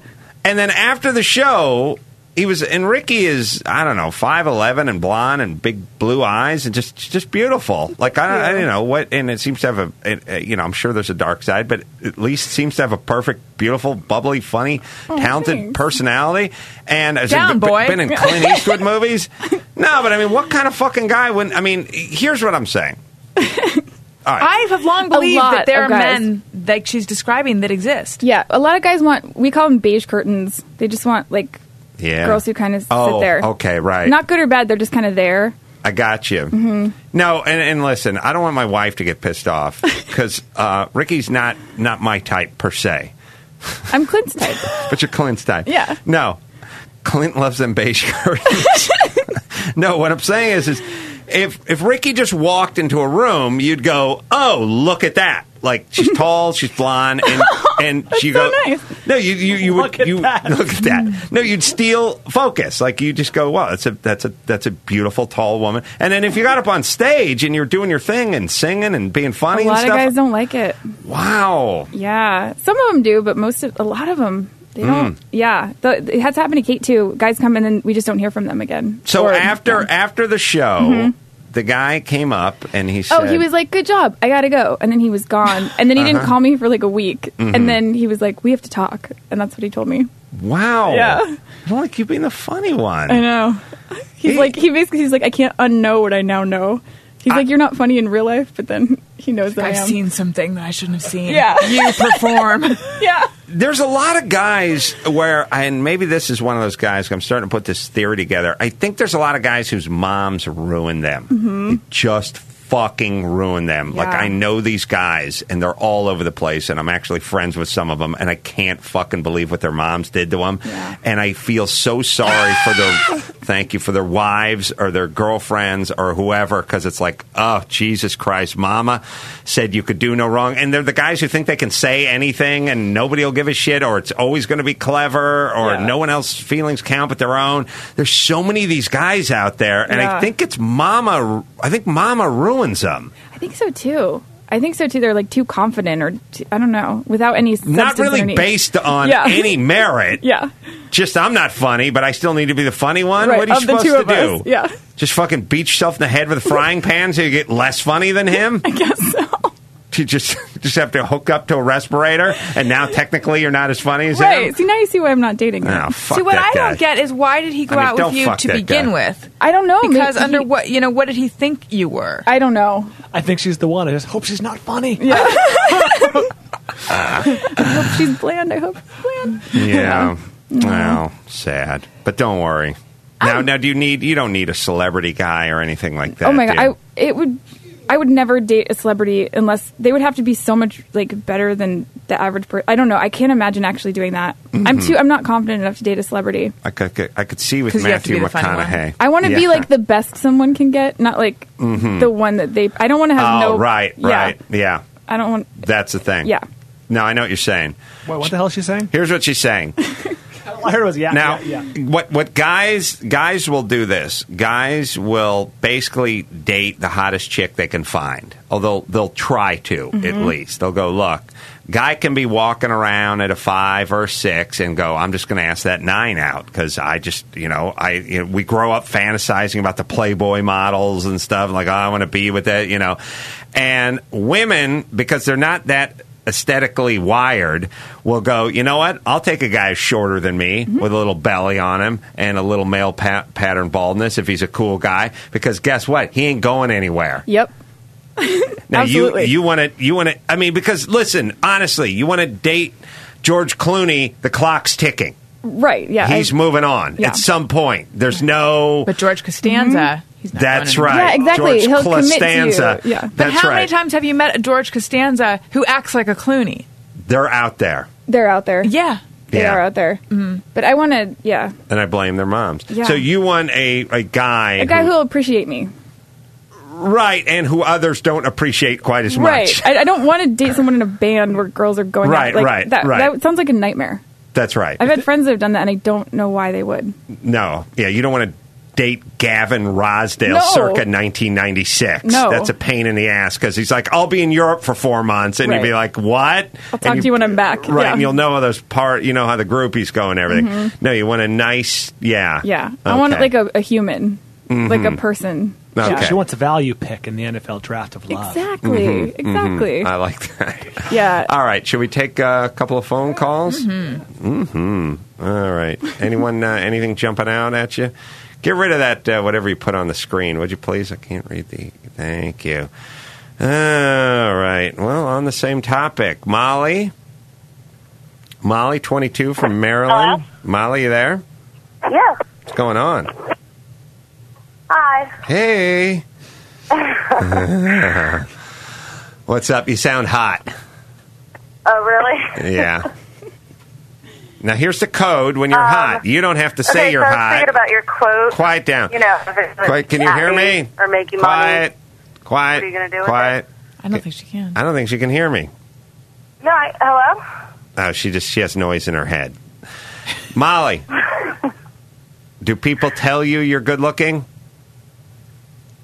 Speaker 4: And then after the show, he was and Ricky is I don't know five eleven and blonde and big blue eyes and just just beautiful. Like I don't I don't know what and it seems to have a it, uh, you know I'm sure there's a dark side, but at least seems to have a perfect, beautiful, bubbly, funny,
Speaker 15: Oh,
Speaker 4: talented personality. And has
Speaker 15: Down,
Speaker 4: in, b-
Speaker 15: boy.
Speaker 4: been in Clint Eastwood movies. No, but I mean, what kind of fucking guy? When I mean, here's what I'm saying All right.
Speaker 16: I have long
Speaker 13: A
Speaker 16: believed
Speaker 13: lot
Speaker 16: that there are
Speaker 13: of guys.
Speaker 16: men like she's describing that exist.
Speaker 13: Yeah, a lot of guys want. We call them beige curtains. They just want like
Speaker 4: Yeah.
Speaker 13: girls who kind of
Speaker 4: Oh,
Speaker 13: sit there.
Speaker 4: okay, right.
Speaker 13: Not good or bad. They're just kind of there.
Speaker 4: I got you.
Speaker 13: Mhm.
Speaker 4: No, and, and listen, I don't want my wife to get pissed off because uh, Ricky's not not my type per se,
Speaker 13: I'm Clint's type.
Speaker 4: but you're Clint's type.
Speaker 13: Yeah.
Speaker 4: No, Clint loves them beige curtains. no, what I'm saying is, is if if Ricky just walked into a room, you'd go, "Oh, look at that." Like she's tall, she's blonde, and and she go. No, you you, you would you look at that. No, you'd steal focus. Like you just go, wow, that's a that's a that's a beautiful tall woman. And then if you got up on stage and you're doing your thing and singing and being funny
Speaker 13: a lot
Speaker 4: and
Speaker 13: of
Speaker 4: stuff,
Speaker 13: guys don't like it.
Speaker 4: wow,
Speaker 13: Yeah, some of them do, but most of a lot of them they don't.
Speaker 4: Mm.
Speaker 13: Yeah, the, it has happened to Kate too. Guys come and then we just don't hear from them again.
Speaker 4: So after after the show,
Speaker 13: Mhm.
Speaker 4: the guy came up and he said,
Speaker 13: Oh, he was like, "Good job, I gotta go," and then he was gone, and then he didn't
Speaker 4: Uh-huh.
Speaker 13: call me for like a week,
Speaker 4: Mhm.
Speaker 13: and then he was like, "We have to talk," and that's what he told me.
Speaker 4: "Wow,
Speaker 13: Yeah.
Speaker 4: I don't like you being the funny one."
Speaker 13: I know. He's like, he basically he's like, "I can't unknow what I now know." He's like, "You're not funny in real life," but then he knows that I
Speaker 16: I've
Speaker 13: am.
Speaker 16: seen something that I shouldn't have seen.
Speaker 13: Yeah.
Speaker 16: You perform.
Speaker 13: yeah.
Speaker 4: There's a lot of guys where, and maybe this is one of those guys. I'm starting to put this theory together. I think there's a lot of guys whose moms ruin them.
Speaker 15: Mhm.
Speaker 4: They just fucking ruin them. Like
Speaker 15: Yeah.
Speaker 4: I know these guys, and they're all over the place, and I'm actually friends with some of them, and I can't fucking believe what their moms did to them, and I feel so sorry for their. Thank you for their wives or their girlfriends or whoever, because it's like, oh Jesus Christ, Mama said you could do no wrong, and they're the guys who think they can say anything and nobody will give a shit, or it's always going to be clever, or no one else's feelings count but their own. There's so many of these guys out there, and I
Speaker 13: Yeah.
Speaker 4: think it's Mama. I think Mama ruins them.
Speaker 13: I think so too. I think so too. They're like too confident, or t- I don't know, without any
Speaker 4: not
Speaker 13: substance
Speaker 4: really
Speaker 13: underneath.
Speaker 4: based on
Speaker 13: Yeah.
Speaker 4: any merit.
Speaker 13: Yeah.
Speaker 4: Just I'm not funny, but I still need to be the funny one.
Speaker 13: Right,
Speaker 4: what are you
Speaker 13: of the
Speaker 4: supposed
Speaker 13: two
Speaker 4: to
Speaker 13: of us,
Speaker 4: do?
Speaker 13: yeah.
Speaker 4: Just fucking beat yourself in the head with a frying pan so you get less funny than him? I guess so. You just just have to hook up to a respirator, and now technically you're not as funny as
Speaker 13: Right.
Speaker 4: him.
Speaker 13: See now you see why I'm not dating.
Speaker 4: Oh,
Speaker 13: her.
Speaker 4: fuck See, what that I don't guy. get
Speaker 16: is why did he go
Speaker 4: I mean,
Speaker 16: out
Speaker 4: don't
Speaker 16: with you
Speaker 4: fuck
Speaker 16: to
Speaker 4: that
Speaker 16: begin
Speaker 4: guy.
Speaker 16: with?
Speaker 13: I don't know
Speaker 16: because
Speaker 13: maybe
Speaker 16: under
Speaker 13: he-
Speaker 16: what you know, what did he think you were?
Speaker 13: I don't know.
Speaker 11: I think she's the one. I just hope she's not funny.
Speaker 13: Yeah. I hope she's bland. I hope she's bland.
Speaker 4: Yeah. Well, sad, but don't worry. Now, now, do you need? You don't need a celebrity guy or anything like that.
Speaker 13: oh my god,
Speaker 4: do you?
Speaker 13: I it would. I would never date a celebrity unless they would have to be so much like better than the average person. I don't know. I can't imagine actually doing that. I'm
Speaker 4: Mhm.
Speaker 13: too. I'm not confident enough to date a celebrity.
Speaker 4: I could, I could see with
Speaker 13: 'Cause you have to
Speaker 4: Matthew
Speaker 13: be the funny one.
Speaker 4: McConaughey.
Speaker 13: I want to be
Speaker 4: Yeah.
Speaker 13: like the best someone can get, not like
Speaker 4: Mhm.
Speaker 13: the one that they. I don't want to have
Speaker 4: oh,
Speaker 13: no.
Speaker 4: right,
Speaker 13: yeah.
Speaker 4: right, yeah.
Speaker 13: I don't want.
Speaker 4: That's the thing.
Speaker 13: Yeah.
Speaker 4: No, I know what you're saying.
Speaker 11: Wait, what the hell is she saying?
Speaker 4: Here's what she's saying.
Speaker 11: All I heard was yeah.
Speaker 4: now,
Speaker 11: yeah, yeah.
Speaker 4: what what guys guys will do this? Guys will basically date the hottest chick they can find. Although they'll try to at
Speaker 15: Mhm.
Speaker 4: least. They'll go look. Guy can be walking around at a five or a six and go. I'm just going to ask that nine out because I just you know I you know, we grow up fantasizing about the Playboy models and stuff. Like oh, I want to be with that you know. And women because they're not that aesthetically wired will go, you know what? I'll take a guy who's shorter than me with a little belly on him and a little male pa- pattern baldness if he's a cool guy because guess what? He ain't going anywhere.
Speaker 13: Yep.
Speaker 4: Now
Speaker 13: Absolutely.
Speaker 4: you you want to you want to I mean because listen, honestly, you want to date George Clooney, the clock's ticking.
Speaker 13: Right. Yeah. I-
Speaker 4: He's moving on
Speaker 13: Yeah.
Speaker 4: at some point. There's no
Speaker 16: But George Costanza.
Speaker 13: Mm-hmm.
Speaker 16: He's not
Speaker 4: That's
Speaker 16: going
Speaker 4: right.
Speaker 16: anywhere.
Speaker 13: exactly.
Speaker 4: George
Speaker 13: He'll commit to you.
Speaker 4: Costanza.
Speaker 13: Yeah.
Speaker 16: But
Speaker 4: That's
Speaker 16: how
Speaker 4: right.
Speaker 16: many times have you met a George Costanza who acts like a Clooney?
Speaker 4: They're out there.
Speaker 13: They're out there.
Speaker 16: Yeah. Mm-hmm.
Speaker 13: They
Speaker 4: Yeah.
Speaker 13: are out there. But I want to. Yeah.
Speaker 4: And I blame their moms.
Speaker 13: Yeah.
Speaker 4: So you want a, a guy
Speaker 13: A guy who'll appreciate me.
Speaker 4: Right, and who others don't appreciate quite as
Speaker 13: Right.
Speaker 4: much.
Speaker 13: I, I don't want to date someone in a band where girls are going. out.
Speaker 4: Right,
Speaker 13: Like,
Speaker 4: right,
Speaker 13: that,
Speaker 4: right.
Speaker 13: That sounds like a nightmare.
Speaker 4: That's right.
Speaker 13: I've had friends that have done that, and I don't know why they would.
Speaker 4: no, yeah, you don't want to date Gavin Rosdale
Speaker 13: No.
Speaker 4: circa 1996.
Speaker 13: No.
Speaker 4: That's a pain in the ass because he's like, I'll be in Europe for four months. And you'd be like,
Speaker 13: Right.
Speaker 4: what?
Speaker 13: I'll talk to you when I'm back.
Speaker 4: Right,
Speaker 13: Yeah.
Speaker 4: and you'll know how those part, you know how the groupies go and everything.
Speaker 13: Mhm.
Speaker 4: No, you want a nice, yeah.
Speaker 13: Yeah. I want
Speaker 4: Ah, Okay.
Speaker 13: like a, a human, like a
Speaker 4: Mhm.
Speaker 13: person.
Speaker 4: Okay.
Speaker 13: Yeah.
Speaker 11: She wants a value pick in the NFL draft of love.
Speaker 13: Exactly.
Speaker 4: Mhm, mhm.
Speaker 13: Exactly.
Speaker 4: I like that.
Speaker 13: Yeah.
Speaker 4: All right, should we take uh, a couple of phone calls?
Speaker 13: Mhm.
Speaker 4: hmm All right. Anyone, uh, anything jumping out at you? Get rid of that, uh, whatever you put on the screen, would you please? I can't read the. Thank you. All right. Well, on the same topic, Molly. Molly, 22 from Maryland. Molly, you there?
Speaker 15: Yes.
Speaker 4: What's going on?
Speaker 15: Hi.
Speaker 4: Hey. What's up? You sound hot.
Speaker 15: Oh, really?
Speaker 4: Yeah. Now here's the code when you're
Speaker 15: Um,
Speaker 4: hot. You don't have to say
Speaker 15: okay,
Speaker 4: you're
Speaker 15: so I was
Speaker 4: hot.
Speaker 15: thinking about your quote.
Speaker 4: Quiet down.
Speaker 15: You know, if it's like
Speaker 4: Quiet, can you
Speaker 15: at
Speaker 4: hear me?
Speaker 15: Or make you
Speaker 4: Quiet. Quiet.
Speaker 15: What are you gonna do with
Speaker 4: Quiet.
Speaker 15: money. I don't think she can.
Speaker 4: I don't think she can hear me.
Speaker 15: No, I, hello?
Speaker 4: Oh, she just she has noise in her head. Molly, do people tell you you're good looking?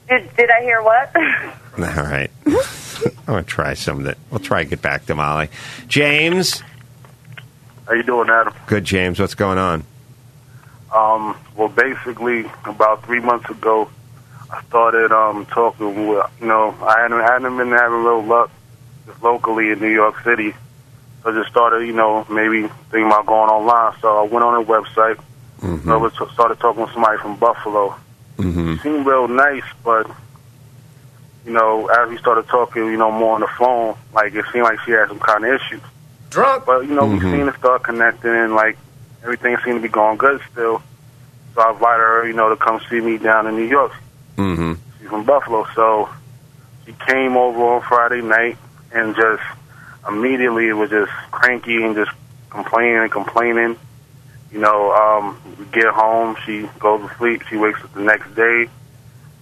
Speaker 15: Did, did I hear what?
Speaker 4: All right. I'm gonna try some of that. We'll try to get back to Molly. James,
Speaker 17: How you doing, Adam?
Speaker 4: good James. What's going on?
Speaker 17: Um, well, basically, about three months ago, I started um, talking with, you know, I hadn't, hadn't been having real luck just locally in New York City. So I just started, you know, maybe thinking about going online. So I went on a website.
Speaker 15: Mm-hmm.
Speaker 17: I was, started talking with somebody from Buffalo.
Speaker 4: Mm-hmm.
Speaker 17: seemed real nice, but you know, as we started talking, you know, more on the phone, like it seemed like she had some kind of issues. Drunk, but you know, we seemed to start connecting, and like everything seemed to be going good still. So I invited her, you know, to come see me down in New York.
Speaker 4: Mm-hmm.
Speaker 17: She's from Buffalo, so she came over on Friday night and just immediately was just cranky and just complaining and complaining. You know, um, we get home, she goes to sleep, she wakes up the next day.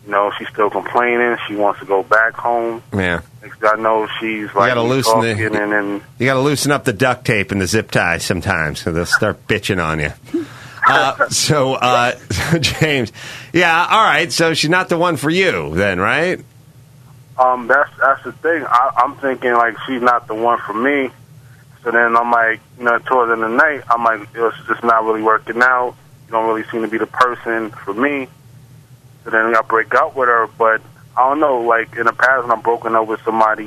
Speaker 17: You know, she's still complaining. She wants to go back home.
Speaker 4: Yeah.
Speaker 17: Next thing I know, she's like
Speaker 4: gotta loosen the-
Speaker 17: talking and, and
Speaker 4: You got to loosen up the duct tape and the zip tie sometimes, so they'll start bitching on you. Uh, so, uh, James, yeah, all right. So she's not the one for you, then, right?
Speaker 17: Um, that's that's the thing. I, I'm thinking like she's not the one for me. So then I'm like, you know, towards the end of the night, I'm like, it's just not really working out. You don't really seem to be the person for me. So then I break up with her, but I don't know. Like in the past, when I've broken up with somebody,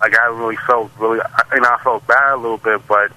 Speaker 17: like I haven't really felt really, I, you know, I felt bad a little bit, but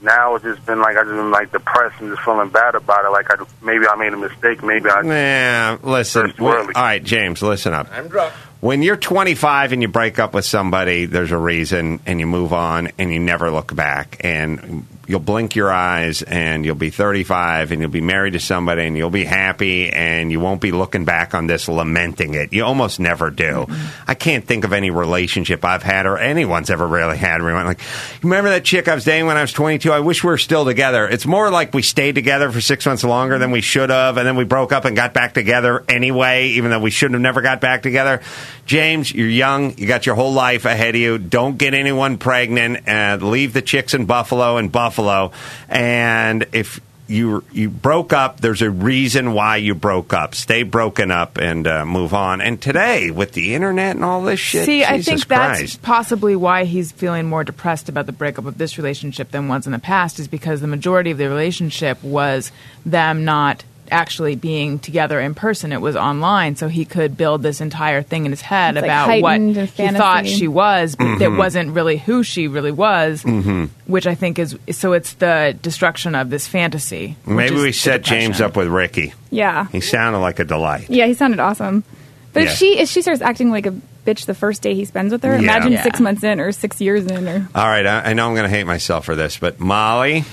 Speaker 17: now it's just been like I just been like depressed and just feeling bad about it. Like I maybe I made a mistake. Maybe I
Speaker 4: Yeah, listen.
Speaker 17: First worldly.
Speaker 4: all right, James, listen up.
Speaker 17: I'm drunk.
Speaker 4: When you're 25 and you break up with somebody, there's a reason, and you move on, and you never look back, and you'll blink your eyes, and you'll be 35, and you'll be married to somebody, and you'll be happy, and you won't be looking back on this lamenting it. You almost never do.
Speaker 17: Mm-hmm.
Speaker 4: I can't think of any relationship I've had or anyone's ever really had. where you went Like, remember that chick I was dating when I was 22? I wish we were still together. It's more like we stayed together for six months longer than we should have, and then we broke up and got back together anyway, even though we shouldn't have never got back together. James, you're young. You got your whole life ahead of you. Don't get anyone pregnant. And leave the chicks in Buffalo and Buffalo. And if you you broke up, there's a reason why you broke up. Stay broken up and uh, move on. And today, with the internet and all this shit,
Speaker 16: See, I
Speaker 4: Jesus
Speaker 16: think that's
Speaker 4: Christ.
Speaker 16: possibly why he's feeling more depressed about the breakup of this relationship than ones in the past, is because the majority of the relationship was them not actually being together in person. It was online, so he could build this entire thing in his head
Speaker 13: It's like
Speaker 16: about what
Speaker 13: heightened
Speaker 16: he thought
Speaker 13: fantasy.
Speaker 16: she was, but that
Speaker 4: Mm-hmm.
Speaker 13: Mhm.
Speaker 16: wasn't really who she really was.
Speaker 4: Mhm.
Speaker 16: Which I think is so. It's the destruction of this fantasy. which
Speaker 4: Maybe
Speaker 16: is
Speaker 4: we
Speaker 16: the
Speaker 4: set
Speaker 16: depression.
Speaker 4: James up with Ricky.
Speaker 13: Yeah.
Speaker 4: He sounded like a delight.
Speaker 13: Yeah, he sounded awesome. But
Speaker 4: Yeah.
Speaker 13: if she if she starts acting like a bitch the first day he spends with her,
Speaker 4: Yeah.
Speaker 13: imagine
Speaker 4: Yeah.
Speaker 13: six months in or six years in or
Speaker 4: All right, I, I know I'm going to hate myself for this, but Molly,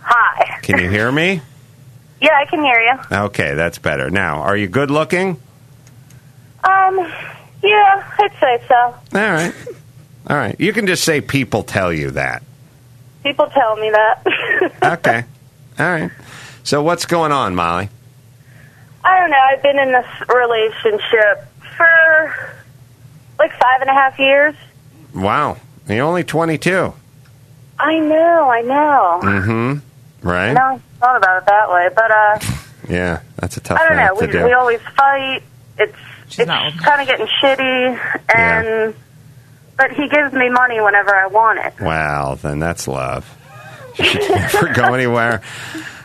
Speaker 15: Hi.
Speaker 4: can you hear me?
Speaker 15: Yeah, I can hear you.
Speaker 4: Okay, that's better. Now, are you good looking?
Speaker 15: Um, yeah, I'd say so.
Speaker 4: All right. All right. You can just say people tell you that.
Speaker 15: People tell me that.
Speaker 4: Okay. All right. So what's going on, Molly?
Speaker 15: I don't know. I've been in this relationship for like five and a half years.
Speaker 4: Wow. You're only 22.
Speaker 15: I know. I know.
Speaker 4: Mm hmm.
Speaker 15: I
Speaker 4: Right?
Speaker 15: know. I thought about it that way, but uh,
Speaker 4: Yeah, that's a tough
Speaker 15: I don't
Speaker 4: nut
Speaker 15: know. We,
Speaker 4: to do.
Speaker 15: we always fight. It's it's kind of getting shitty, and but he gives me money whenever I want it.
Speaker 4: Wow, then that's love. You should never go anywhere.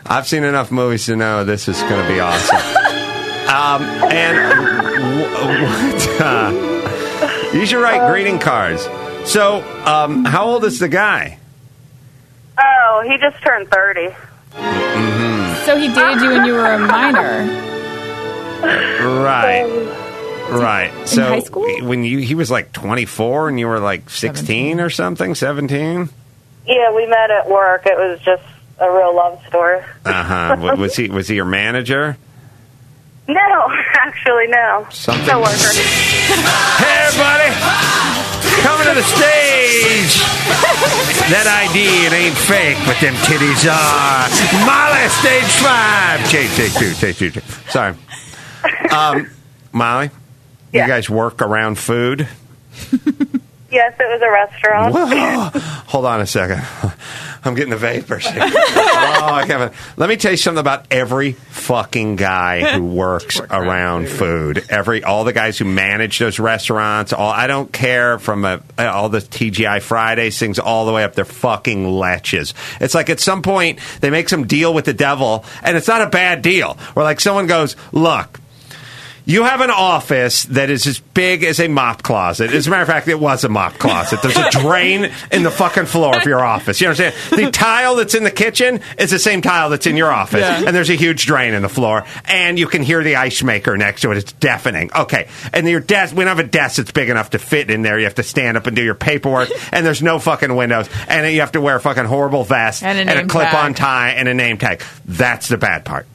Speaker 4: I've seen enough movies to know this is going to be awesome. Um, and w- what? uh, you should write greeting cards. So, um, how old is the guy?
Speaker 15: Oh, he just turned thirty.
Speaker 4: Mm-hmm.
Speaker 13: So he dated you when you were a minor.
Speaker 4: Right. Right.
Speaker 13: In
Speaker 4: so
Speaker 13: high school?
Speaker 4: when you he was like 24 and you were like 16 or something, 17.
Speaker 15: Yeah, we met at work. It was just a real love story.
Speaker 4: Uh huh. was he was he your manager?
Speaker 15: No, actually, no.
Speaker 4: Something-
Speaker 15: Hey,
Speaker 4: everybody! Coming to the stage. That ID it ain't fake, but them titties are. Molly, stage five. Take, take two, take two, take. Sorry, um, Molly. You guys work around food.
Speaker 15: Yes, it was a restaurant.
Speaker 4: Hold on a second. I'm getting the vapors. here. oh, Kevin. Let me tell you something about every fucking guy who works around food. Every all the guys who manage those restaurants. All I don't care from a, uh, all the TGI Fridays things all the way up. They're fucking leches. It's like at some point they make some deal with the devil, and it's not a bad deal. Where like someone goes, look. You have an office that is as big as a mop closet. As a matter of fact, it was a mop closet. There's a drain in the fucking floor of your office. You understand? The tile that's in the kitchen is the same tile that's in your office.
Speaker 18: Yeah.
Speaker 4: And there's a huge drain in the floor. And you can hear the ice maker next to it. It's deafening. Okay. And your desk, we don't have a desk that's big enough to fit in there. You have to stand up and do your paperwork. And there's no fucking windows. And you have to wear a fucking horrible vest
Speaker 18: And a name
Speaker 4: clip on
Speaker 18: tag.
Speaker 4: tie and a name tag. That's the bad part.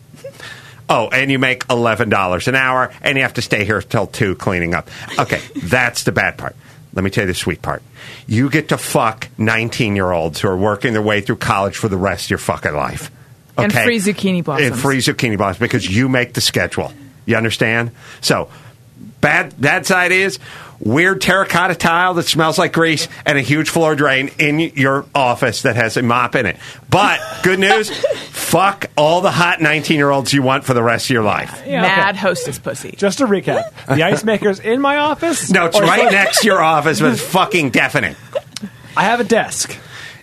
Speaker 4: Oh, and you make eleven dollars an hour, and you have to stay here till two cleaning up. Okay, that's the bad part. Let me tell you the sweet part. You get to fuck nineteen-year-olds who are working their way through college for the rest of your fucking life. Okay,
Speaker 16: And free zucchini blossoms.
Speaker 4: And free zucchini blossoms because you make the schedule. You understand? So bad bad side is weird terracotta tile that smells like grease and a huge floor drain in your office that has a mop in it. But good news, fuck all the hot 19-year-olds you want for the rest of your life.
Speaker 16: Mad hostess pussy.
Speaker 11: Just to recap, the ice maker's in my office.
Speaker 4: No, it's
Speaker 11: or-
Speaker 4: right next to your office, but it's fucking deafening.
Speaker 11: I have a desk.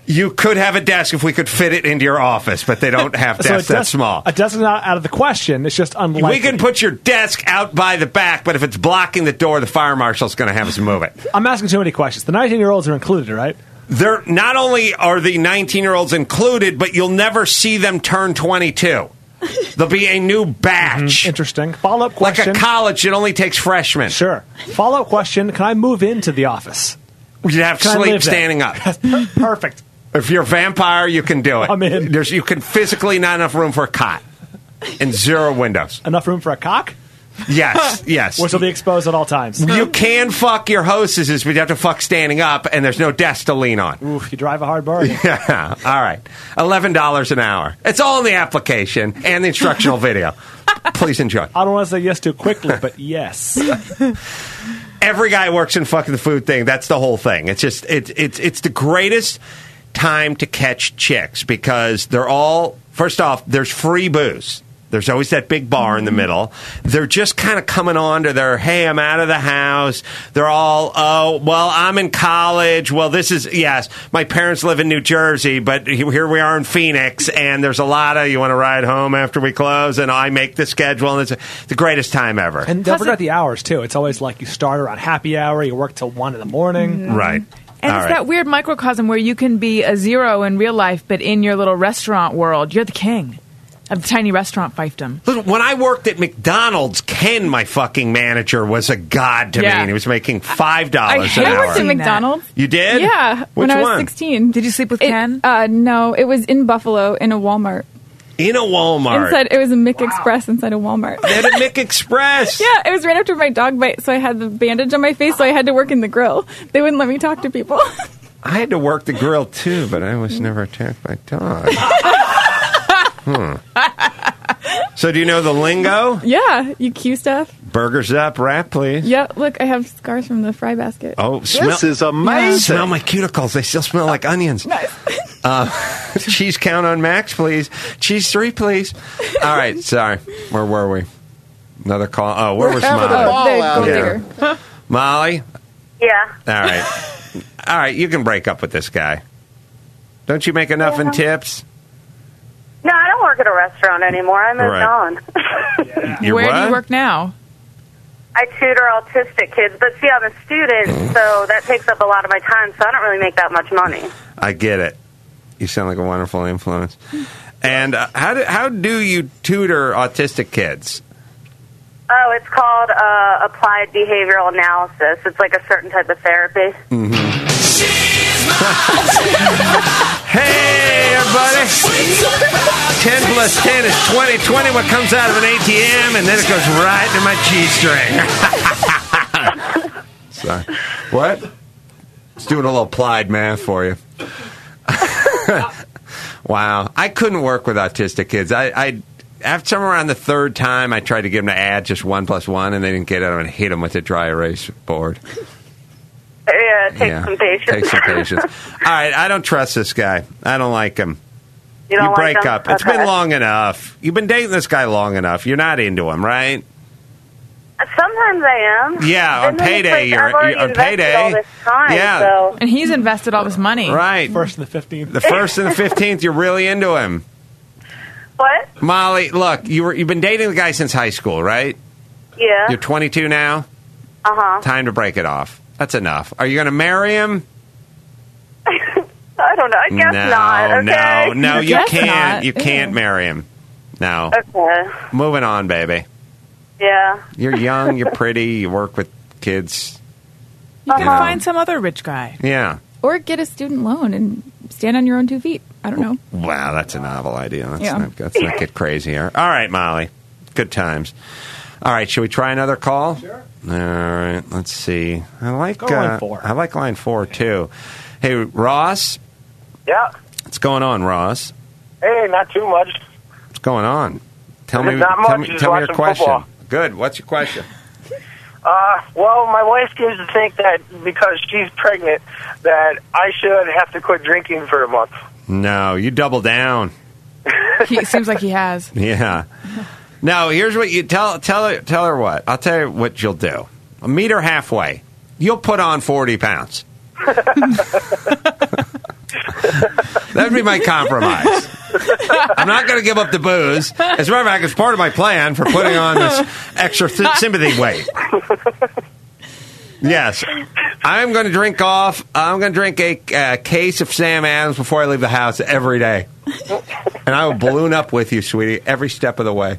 Speaker 4: You could have a desk if we could fit it into your office, but they don't have
Speaker 11: So a
Speaker 4: desks that
Speaker 11: desk-
Speaker 4: small.
Speaker 11: A desk is not out of the question. It's just unlikely.
Speaker 4: We can put your desk out by the back, but if it's blocking the door, the fire marshal's going to have us move it.
Speaker 11: I'm asking too many questions. The 19 year olds are included, right?
Speaker 4: They're not only are the 19 year olds included, but you'll never see them turn 22. There'll be a new batch.
Speaker 11: Mm-hmm. Interesting. Follow up question.
Speaker 4: Like a college, it only takes freshmen.
Speaker 11: Sure. Follow up question Can I move into the office?
Speaker 4: You have
Speaker 11: Can I
Speaker 4: sleep
Speaker 11: live there?
Speaker 4: standing up.
Speaker 11: Perfect.
Speaker 4: If you're a vampire, you can do it.
Speaker 11: I'm in.
Speaker 4: There's, you can physically not enough room for a cot and zero windows.
Speaker 11: Enough room for a cock?
Speaker 4: Yes, yes.
Speaker 11: Which will be exposed at all times.
Speaker 4: You can fuck your hostesses, but you have to fuck standing up, and there's no desk to lean on.
Speaker 11: Oof, you drive a hard bargain.
Speaker 4: Yeah. All right. Eleven dollars an hour. It's all in the application and the instructional video. Please enjoy.
Speaker 11: I don't want to say yes too quickly, but yes.
Speaker 4: Every guy works in fucking the food thing. That's the whole thing. It's just it's it's it's the greatest time to catch chicks because they're all first off there's free booze. There's always that big bar in the middle. They're just kind of coming on to their, hey, I'm out of the house. They're all, oh, well, I'm in college. Well, this is, yes, my parents live in New Jersey, but he- here we are in Phoenix, and there's a lot of, you want to ride home after we close, and I make the schedule, and it's the greatest time ever.
Speaker 11: And don't forget the hours, too. It's always like you start around happy hour, you work till 1 in the morning.
Speaker 4: Mm-hmm. Right.
Speaker 16: And it's that weird microcosm where you can be a zero in real life, but in your little restaurant world, you're the king of the tiny restaurant fiefdom.
Speaker 4: Listen, when I worked at McDonald's, Ken, my fucking manager, was a god to me,
Speaker 16: Yeah.
Speaker 4: and he was making five
Speaker 13: I
Speaker 4: dollars an hour.
Speaker 13: worked at McDonald's.
Speaker 4: You did?
Speaker 13: Yeah,
Speaker 4: Which
Speaker 13: when I was
Speaker 4: one?
Speaker 13: 16.
Speaker 16: Did you sleep with
Speaker 13: Ken? Uh, no, it was in Buffalo in a Walmart.
Speaker 4: In a Walmart.
Speaker 13: Inside, it was a Mick Express inside a Walmart.
Speaker 4: They had a Mick Express.
Speaker 13: yeah, it was right after my dog bite, so I had the bandage on my face, so I had to work in the grill. They wouldn't let me talk to people.
Speaker 4: I had to work the grill too, but I was never attacked by dogs. hmm. So, do you know the lingo?
Speaker 13: yeah, you cue stuff.
Speaker 4: Burgers up, wrap, please.
Speaker 13: Yeah, look, I have scars from the fry basket.
Speaker 4: Oh, smell.
Speaker 13: Yeah.
Speaker 4: Smell my cuticles. They still smell like onions.
Speaker 13: Nice.
Speaker 4: Uh, cheese count on max, please. Cheese three, please. All right, sorry. Where were we? Another call. Oh, where
Speaker 18: We're
Speaker 4: was
Speaker 18: having a
Speaker 4: Molly?
Speaker 18: ball Oh, out there.
Speaker 4: Yeah. Molly?
Speaker 15: Yeah.
Speaker 4: All right. All right, you can break up with this guy. Don't you make enough in tips?
Speaker 15: No, I don't work at a restaurant anymore. I moved
Speaker 4: Right.
Speaker 15: on.
Speaker 4: You're
Speaker 16: where do
Speaker 4: what?
Speaker 16: you work now?
Speaker 15: I tutor autistic kids, but see, I'm a student, so that takes up a lot of my time, so I don't really make that much money.
Speaker 4: I get it. You sound like a wonderful influence. And uh, how do how do you tutor autistic kids?
Speaker 15: Oh, it's called uh, applied behavioral analysis. It's like a certain type of therapy.
Speaker 18: Mm-hmm.
Speaker 4: Hey, everybody. 10 plus 10 is 20. 20 what comes out of an ATM, and then it goes right into my G string.
Speaker 18: Sorry. What? Just doing a little applied math for you.
Speaker 4: wow. I couldn't work with autistic kids. I, I after somewhere around the third time, I tried to get them to add just one plus one, and they didn't get it. and hit them with a dry erase board.
Speaker 15: Yeah, it takes
Speaker 4: Yeah.
Speaker 15: some patience.
Speaker 4: Take some patience. All right, I don't trust this guy. I don't like him.
Speaker 15: You don't like
Speaker 4: break
Speaker 15: him?
Speaker 4: up. It's
Speaker 15: Okay.
Speaker 4: been long enough. You've been dating this guy long enough. You're not into him, right?
Speaker 15: Sometimes I am.
Speaker 4: Yeah, on
Speaker 16: And then it's
Speaker 4: payday,
Speaker 16: like,
Speaker 4: you're,
Speaker 16: I've already
Speaker 4: you're on
Speaker 16: invested
Speaker 4: payday.
Speaker 16: all this
Speaker 15: time,
Speaker 4: yeah,
Speaker 16: And he's invested all this money.
Speaker 4: Right. First
Speaker 11: and the 15th.
Speaker 4: the first and the fifteenth, you're really into him.
Speaker 15: What?
Speaker 4: Molly, look, you were you've been dating the guy since high school, right?
Speaker 15: Yeah.
Speaker 4: You're 22 now.
Speaker 15: Uh huh.
Speaker 4: Time to break it off. That's enough. Are you going to marry him?
Speaker 15: I don't know. I guess
Speaker 4: no,
Speaker 15: not. Okay.
Speaker 4: no, no, you can't. You can't marry him. No.
Speaker 15: Okay.
Speaker 4: Moving on, baby.
Speaker 15: Yeah.
Speaker 4: You're young, you're pretty, you work with kids.
Speaker 16: You can
Speaker 4: Uh-huh.
Speaker 16: find some other rich guy.
Speaker 4: Yeah.
Speaker 13: Or get a student loan and stand on your own two feet. I don't know.
Speaker 4: Wow, that's a novel idea. Let's,
Speaker 13: Yeah.
Speaker 4: not, let's not get crazy here. All right, Molly. Good times. All right, should we try another call? Sure. All right, let's see. I like
Speaker 18: Go line
Speaker 4: uh,
Speaker 18: four.
Speaker 4: I like line four too. Hey, Ross,
Speaker 19: Yeah.
Speaker 4: what's going on, Ross?
Speaker 19: Hey, not too much.
Speaker 4: What's going on? Tell me,
Speaker 19: Not
Speaker 4: tell
Speaker 19: much,
Speaker 4: me,
Speaker 19: just
Speaker 4: tell me your
Speaker 19: watching
Speaker 4: question.
Speaker 19: football.
Speaker 4: Good. What's your question?
Speaker 19: Uh, well, my wife seems to think that because she's pregnant, that I should have to quit drinking for a month.
Speaker 4: No, you double down.
Speaker 16: He it seems like he has.
Speaker 4: Yeah. No, here's what you tell tell her tell her what. I'll tell you what you'll do. Meet her halfway. You'll put on forty pounds. That'd be my compromise. I'm not going to give up the booze. As a matter of fact, it's part of my plan for putting on this extra th- sympathy weight. Yes, I'm going to drink off. I'm going to drink a uh, case of Sam Adams before I leave the house every day, and I will balloon up with you, sweetie, every step of the way.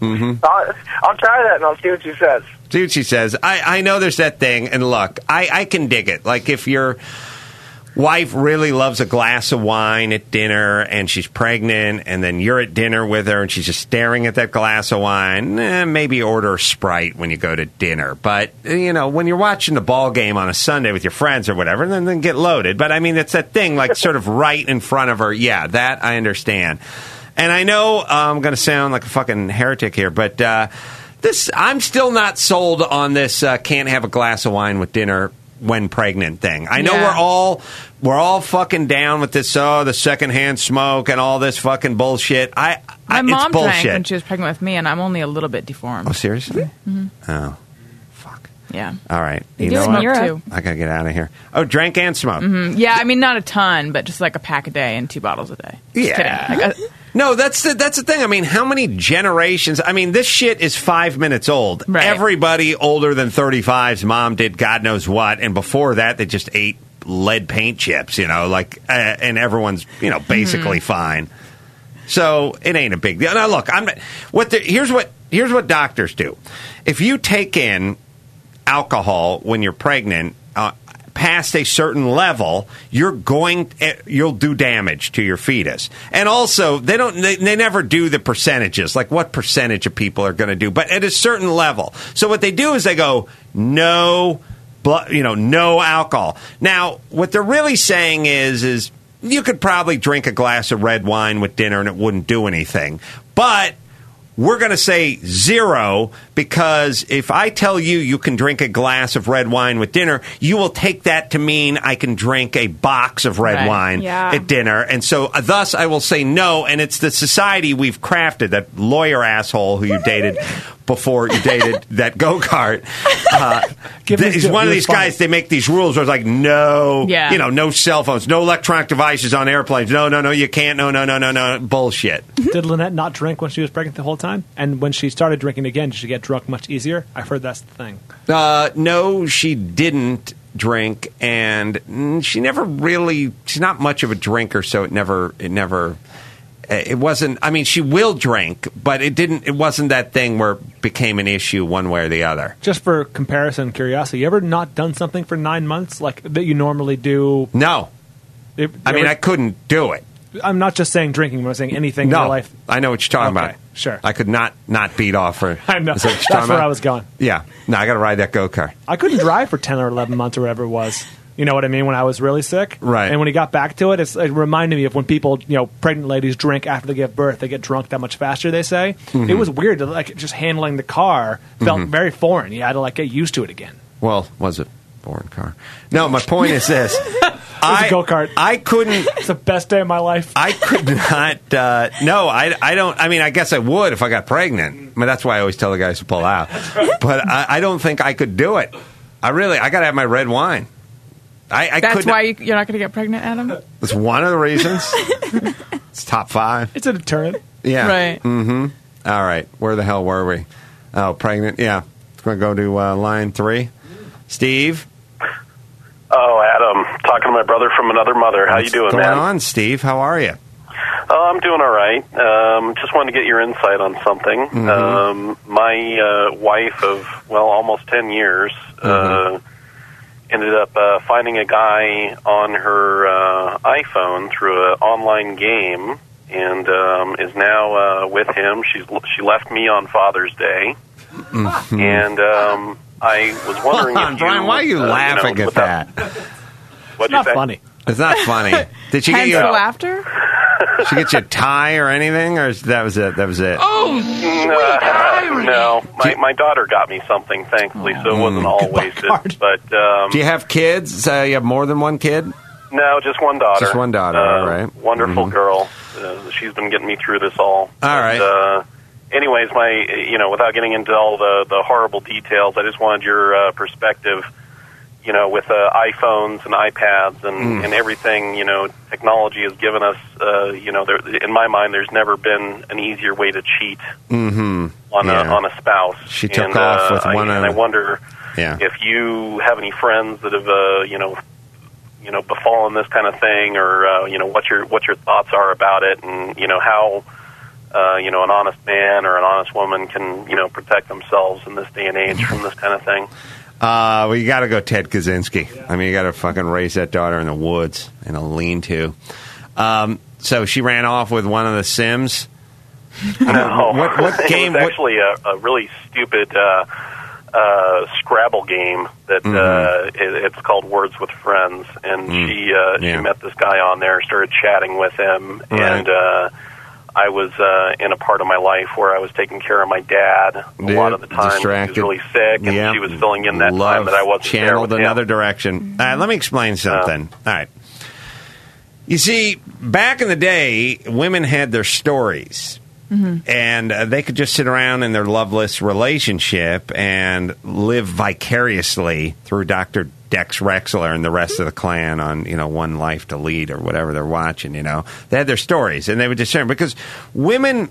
Speaker 4: hmm
Speaker 19: I'll, I'll try that and I'll see what she says.
Speaker 4: See what she says. I, I know there's that thing, and look, I, I can dig it. Like if your wife really loves a glass of wine at dinner, and she's pregnant, and then you're at dinner with her, and she's just staring at that glass of wine. eh, maybe order a sprite when you go to dinner, but eh, you know when you're watching the ball game on a Sunday with your friends or whatever, then then get loaded. But I mean, it's that thing like sort of right in front of her. Yeah, that I understand. And I know uh, I'm going to sound like a fucking heretic here, but uh, this I'm still not sold on this uh, can't have a glass of wine with dinner when pregnant thing. I know
Speaker 18: Yeah.
Speaker 4: we're all we're all fucking down with this oh the secondhand smoke and all this fucking bullshit. I,
Speaker 16: My
Speaker 4: I
Speaker 16: mom
Speaker 4: it's bullshit.
Speaker 16: drank when she was pregnant with me, and I'm only a little bit deformed.
Speaker 4: oh seriously?
Speaker 16: Mhm.
Speaker 4: Oh,
Speaker 16: Yeah.
Speaker 4: all right.
Speaker 16: They
Speaker 4: you
Speaker 16: do
Speaker 4: know
Speaker 16: it in
Speaker 4: what?
Speaker 16: Europe, too.
Speaker 4: I gotta get out of here. Oh, drank and smoked.
Speaker 16: hmm Yeah, I mean, not a ton, but just like a pack a day and two bottles a day. Just
Speaker 4: Yeah.
Speaker 16: kidding. Like, uh,
Speaker 4: No, that's the, that's the thing. I mean, how many generations? I mean, this shit is five minutes old. Everybody older than 35's mom did God knows what, and before that, they just ate lead paint chips. You know, like, uh, and everyone's you know basically fine. So it ain't a big deal. Now, look, I'm not, what the, here's what here's what doctors do. If you take in alcohol when you're pregnant. Uh, past a certain level you're going eh, you'll do damage to your fetus and also they don't they, they never do the percentages like what percentage of people are going to do but at a certain level so what they do is they go no blo- you know no alcohol now what they're really saying is is you could probably drink a glass of red wine with dinner and it wouldn't do anything. But we're going to say zero because if I tell you you can drink a glass of red wine with dinner, you will take that to mean I can drink a box of red
Speaker 18: Right.
Speaker 4: wine
Speaker 18: Yeah.
Speaker 4: at dinner. And so, uh, thus, I will say no. And it's the society we've crafted that lawyer asshole who you dated. Before you dated that go kart, uh,
Speaker 18: Give me
Speaker 4: he's
Speaker 18: some-
Speaker 4: one of
Speaker 18: you're
Speaker 4: these
Speaker 18: funny.
Speaker 4: guys. They make these rules where it's like, no,
Speaker 18: Yeah.
Speaker 4: you know, no cell phones, no electronic devices on airplanes. No, no, no, you can't. No, no, no, no, no. Bullshit.
Speaker 11: Did Lynette not drink when she was pregnant the whole time? And when she started drinking again, did she get drunk much easier? I've heard that's the thing.
Speaker 4: Uh, no, she didn't drink, and mm, she never really. She's not much of a drinker, so it never. It never. it wasn't. I mean, she will drink, but it didn't. It wasn't that thing where it became an issue one way or the other.
Speaker 11: Just for comparison, and curiosity, you ever not done something for nine months like that you normally do?
Speaker 4: No.
Speaker 11: It-
Speaker 4: I mean,
Speaker 11: ever-
Speaker 4: I couldn't do it.
Speaker 11: I'm not just saying drinking. but I'm saying anything in
Speaker 4: no,
Speaker 11: your life.
Speaker 4: I know what you're talking
Speaker 11: Okay,
Speaker 4: about.
Speaker 11: sure.
Speaker 4: I could not not beat off for.
Speaker 11: I know.
Speaker 4: Is that what you're
Speaker 11: That's
Speaker 4: talking
Speaker 11: where
Speaker 4: about?
Speaker 11: I was going.
Speaker 4: Yeah. No, I got to ride that go kart.
Speaker 11: I couldn't drive for ten or eleven months or whatever it was. You know what I mean? When I was really sick,
Speaker 4: Right.
Speaker 11: And when he got back to it, it's, it reminded me of when people, you know, pregnant ladies drink after they give birth. They get drunk that much faster. They say
Speaker 4: Mhm.
Speaker 11: it was weird. to, Like just handling the car felt
Speaker 4: Mhm.
Speaker 11: very foreign. You had to like get used to it again.
Speaker 4: Well, was it foreign car? No, my point is this.
Speaker 11: I go kart.
Speaker 4: I couldn't.
Speaker 11: It's the best day of my life.
Speaker 4: I could not. Uh, no, I, I don't. I mean, I guess I would if I got pregnant. I mean, that's why I always tell the guys to pull out. But I, I don't think I could do it. I really, I got to have my red wine. I, I
Speaker 16: That's
Speaker 4: couldn't.
Speaker 16: why you, you're not going to get pregnant, Adam.
Speaker 4: That's one of the reasons. it's top five.
Speaker 11: It's a deterrent.
Speaker 4: Yeah.
Speaker 16: Right.
Speaker 4: Mm-hmm. All right. Where the hell were we? Oh, pregnant. Yeah. It's going to go to uh, line three. Steve.
Speaker 20: Oh, Adam, talking to my brother from another mother. How you
Speaker 4: what's
Speaker 20: doing,
Speaker 4: going
Speaker 20: man?
Speaker 4: on, Steve? How are you?
Speaker 20: Oh, I'm doing all right. Um, just wanted to get your insight on something.
Speaker 4: Mhm.
Speaker 20: Um, my uh, wife of well, almost ten years uh, ended up uh, finding a guy on her uh, iPhone through an online game, and um, is now uh, with him. She's she left me on Father's Day, and um, I was wondering,
Speaker 4: Hold on, Hmm.
Speaker 20: if you,
Speaker 4: Brian. Why Mm-hmm. are you
Speaker 20: uh,
Speaker 4: laughing
Speaker 20: know,
Speaker 4: at that?
Speaker 20: What'd you say?
Speaker 4: It's not funny. Did she get you?
Speaker 16: Pencil
Speaker 4: A,
Speaker 16: after?
Speaker 4: did she get you a tie or anything, or is- that was it? That was it.
Speaker 20: Oh, no, my my daughter got me something, thankfully, so it wasn't all wasted. But um,
Speaker 4: Oh, Do you have kids? Uh, you have more than one kid?
Speaker 20: no, just one daughter.
Speaker 4: Just one daughter, Mm-hmm.
Speaker 20: Uh,
Speaker 4: all right.
Speaker 20: Wonderful girl. Uh, she's been getting me through this all.
Speaker 4: All right.
Speaker 20: Uh, anyways, my you know, without getting into all the the horrible details, I just wanted your uh, perspective. You know, with uh, iPhones and iPads and,
Speaker 21: Mm.
Speaker 20: and everything, you know, technology has given us. Uh, you know, there, in my mind, there's never been an easier way to cheat
Speaker 4: Mm-hmm.
Speaker 20: on
Speaker 4: Yeah.
Speaker 20: a on a spouse.
Speaker 4: She took
Speaker 20: and,
Speaker 4: off
Speaker 20: uh,
Speaker 4: with
Speaker 20: I,
Speaker 4: one
Speaker 20: And
Speaker 4: of-
Speaker 20: I wonder
Speaker 4: Yeah.
Speaker 20: if you have any friends that have uh, you know you know befallen this kind of thing, or uh, you know what your what your thoughts are about it, and you know how. Uh, you know, an honest man or an honest woman can, you know, protect themselves in this day and age from this kind of thing.
Speaker 4: Uh, well, you got to go Ted Kaczynski. I mean, you got to fucking raise that daughter in the woods in a lean-to. Um, so she ran off with one of the Sims.
Speaker 20: No.
Speaker 4: What, what game?
Speaker 20: it was
Speaker 4: What,
Speaker 20: actually a, a really stupid uh, uh, Scrabble game that
Speaker 4: Mm-hmm.
Speaker 20: uh, it, it's called Words with Friends, and she uh,
Speaker 4: Mm. Yeah.
Speaker 20: she met this guy on there, started chatting with him,
Speaker 4: Right.
Speaker 20: and uh, I was uh, in a part of my life where I was taking care of my dad a
Speaker 4: Yeah,
Speaker 20: lot of the time.
Speaker 4: distracted.
Speaker 20: He was really sick, and
Speaker 4: Yeah.
Speaker 20: she was filling in that
Speaker 4: love
Speaker 20: time that I wasn't there
Speaker 4: channeled
Speaker 20: with him. Uh.
Speaker 4: another direction. All right, let me explain something. All right. You see, back in the day, women had their stories. And uh, they could just sit around in their loveless relationship and live vicariously through Dr. Dex Rexler and the rest of the clan on, you know, One Life to Lead or whatever they're watching, you know. They had their stories and they would discern because women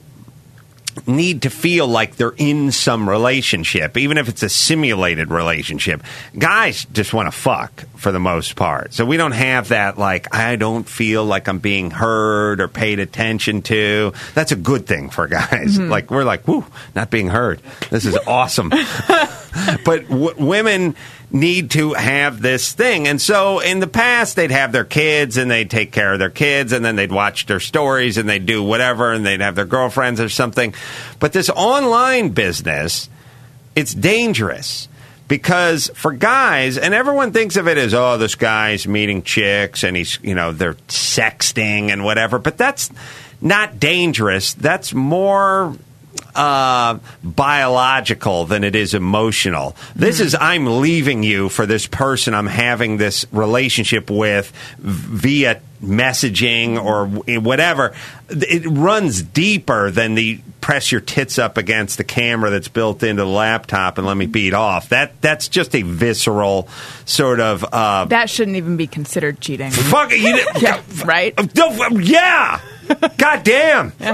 Speaker 4: need to feel like they're in some relationship, even if it's a simulated relationship. Guys just want to fuck for the most part. So we don't have that, like, I don't feel like I'm being heard or paid attention to. That's a good thing for guys.
Speaker 22: Mhm.
Speaker 4: Like, we're like, woo, not being heard. This is awesome. but w- women need to have this thing. And so in the past, they'd have their kids and they'd take care of their kids and then they'd watch their stories and they'd do whatever and they'd have their girlfriends or something. But this online business, it's dangerous. Because for guys, and everyone thinks of it as, oh, this guy's meeting chicks and he's, you know, they're sexting and whatever. But that's not dangerous. That's more uh, biological than it is emotional. This is I'm leaving you for this person I'm having this relationship with v- via messaging or w- whatever. It runs deeper than the press your tits up against the camera that's built into the laptop and let me beat off. That that's just a visceral sort of uh,
Speaker 16: That shouldn't even be considered cheating.
Speaker 4: Fuck it, you didn't-
Speaker 16: yeah, right?
Speaker 4: yeah. God damn.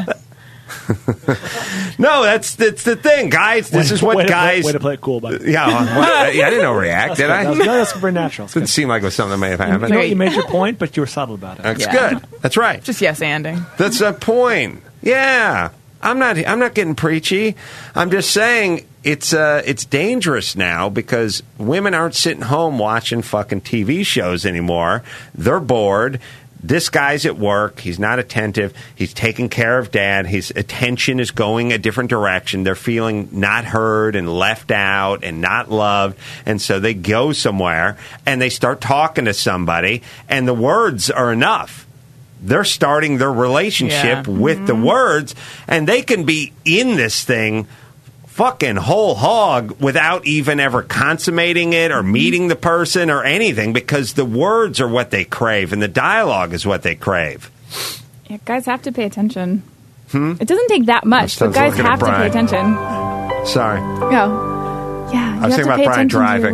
Speaker 4: no, that's that's the thing, guys. This
Speaker 11: Way-
Speaker 4: is what
Speaker 11: way to play-
Speaker 4: guys.
Speaker 11: way to play it cool, by the way.
Speaker 4: Yeah, well, yeah, I didn't overreact,
Speaker 11: That's
Speaker 4: did
Speaker 11: good.
Speaker 4: I?
Speaker 11: That was- no, that's super natural.
Speaker 4: Didn't seem like it was something that may have happened.
Speaker 11: No, you made your point, but you were subtle about it.
Speaker 4: That's
Speaker 16: Yeah.
Speaker 4: good. That's right.
Speaker 16: Just yes anding.
Speaker 4: That's a point. Yeah, I'm not. I'm not getting preachy. I'm just saying it's uh, it's dangerous now because women aren't sitting home watching fucking TV shows anymore. They're bored. This guy's at work. He's not attentive. He's taking care of dad. His attention is going a different direction. They're feeling not heard and left out and not loved. And so they go somewhere and they start talking to somebody, and the words are enough they're starting their relationship
Speaker 21: Yeah.
Speaker 4: with
Speaker 16: Mm-hmm.
Speaker 4: the words and they can be in this thing fucking whole hog without even ever consummating it
Speaker 16: Mm-hmm.
Speaker 4: or meeting the person or anything because the words are what they crave and the dialogue is what they crave
Speaker 13: Yeah, guys have to pay attention.
Speaker 4: hmm
Speaker 13: It doesn't take that much,
Speaker 4: sounds
Speaker 13: but guys
Speaker 4: looking at
Speaker 13: have to pay
Speaker 4: Brian.
Speaker 13: attention.
Speaker 4: sorry
Speaker 13: No. Yeah, you
Speaker 4: I was
Speaker 13: have
Speaker 4: thinking
Speaker 13: to
Speaker 4: about
Speaker 13: pay
Speaker 4: Brian
Speaker 13: attention To
Speaker 4: driving.
Speaker 13: your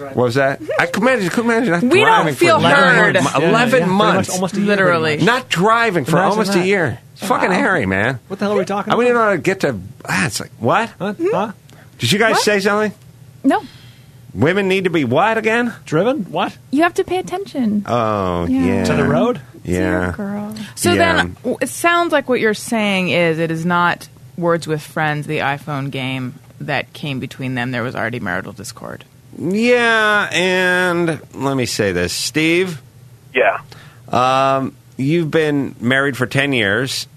Speaker 13: women.
Speaker 4: what was that i could imagine, could imagine not
Speaker 16: We don't
Speaker 4: driving
Speaker 16: feel
Speaker 4: for 11
Speaker 16: heard.
Speaker 4: months.
Speaker 16: Yeah,
Speaker 4: 11
Speaker 16: yeah, pretty
Speaker 4: months
Speaker 16: much almost a year, pretty Literally. much.
Speaker 4: not driving for
Speaker 11: Imagine
Speaker 4: almost
Speaker 11: that.
Speaker 4: a year it's fucking
Speaker 11: Wow.
Speaker 4: hairy man
Speaker 11: What the hell are we talking
Speaker 4: i wouldn't even know how to get to ah, it's like what
Speaker 11: about? Huh?
Speaker 4: did you guys
Speaker 13: What?
Speaker 4: say something
Speaker 13: No,
Speaker 4: Women need to be what again?
Speaker 11: Driven? What?
Speaker 13: you have to pay attention.
Speaker 4: Oh,
Speaker 13: Yeah.
Speaker 4: yeah.
Speaker 13: To the road?
Speaker 4: Yeah.
Speaker 13: Girl.
Speaker 16: So
Speaker 4: Yeah.
Speaker 16: then, w- it sounds like what you're saying is it is not Words with Friends, the iPhone game that came between them. There was already marital discord.
Speaker 4: Yeah, and let me say this, Steve.
Speaker 20: Yeah.
Speaker 4: Um, you've been married for ten years,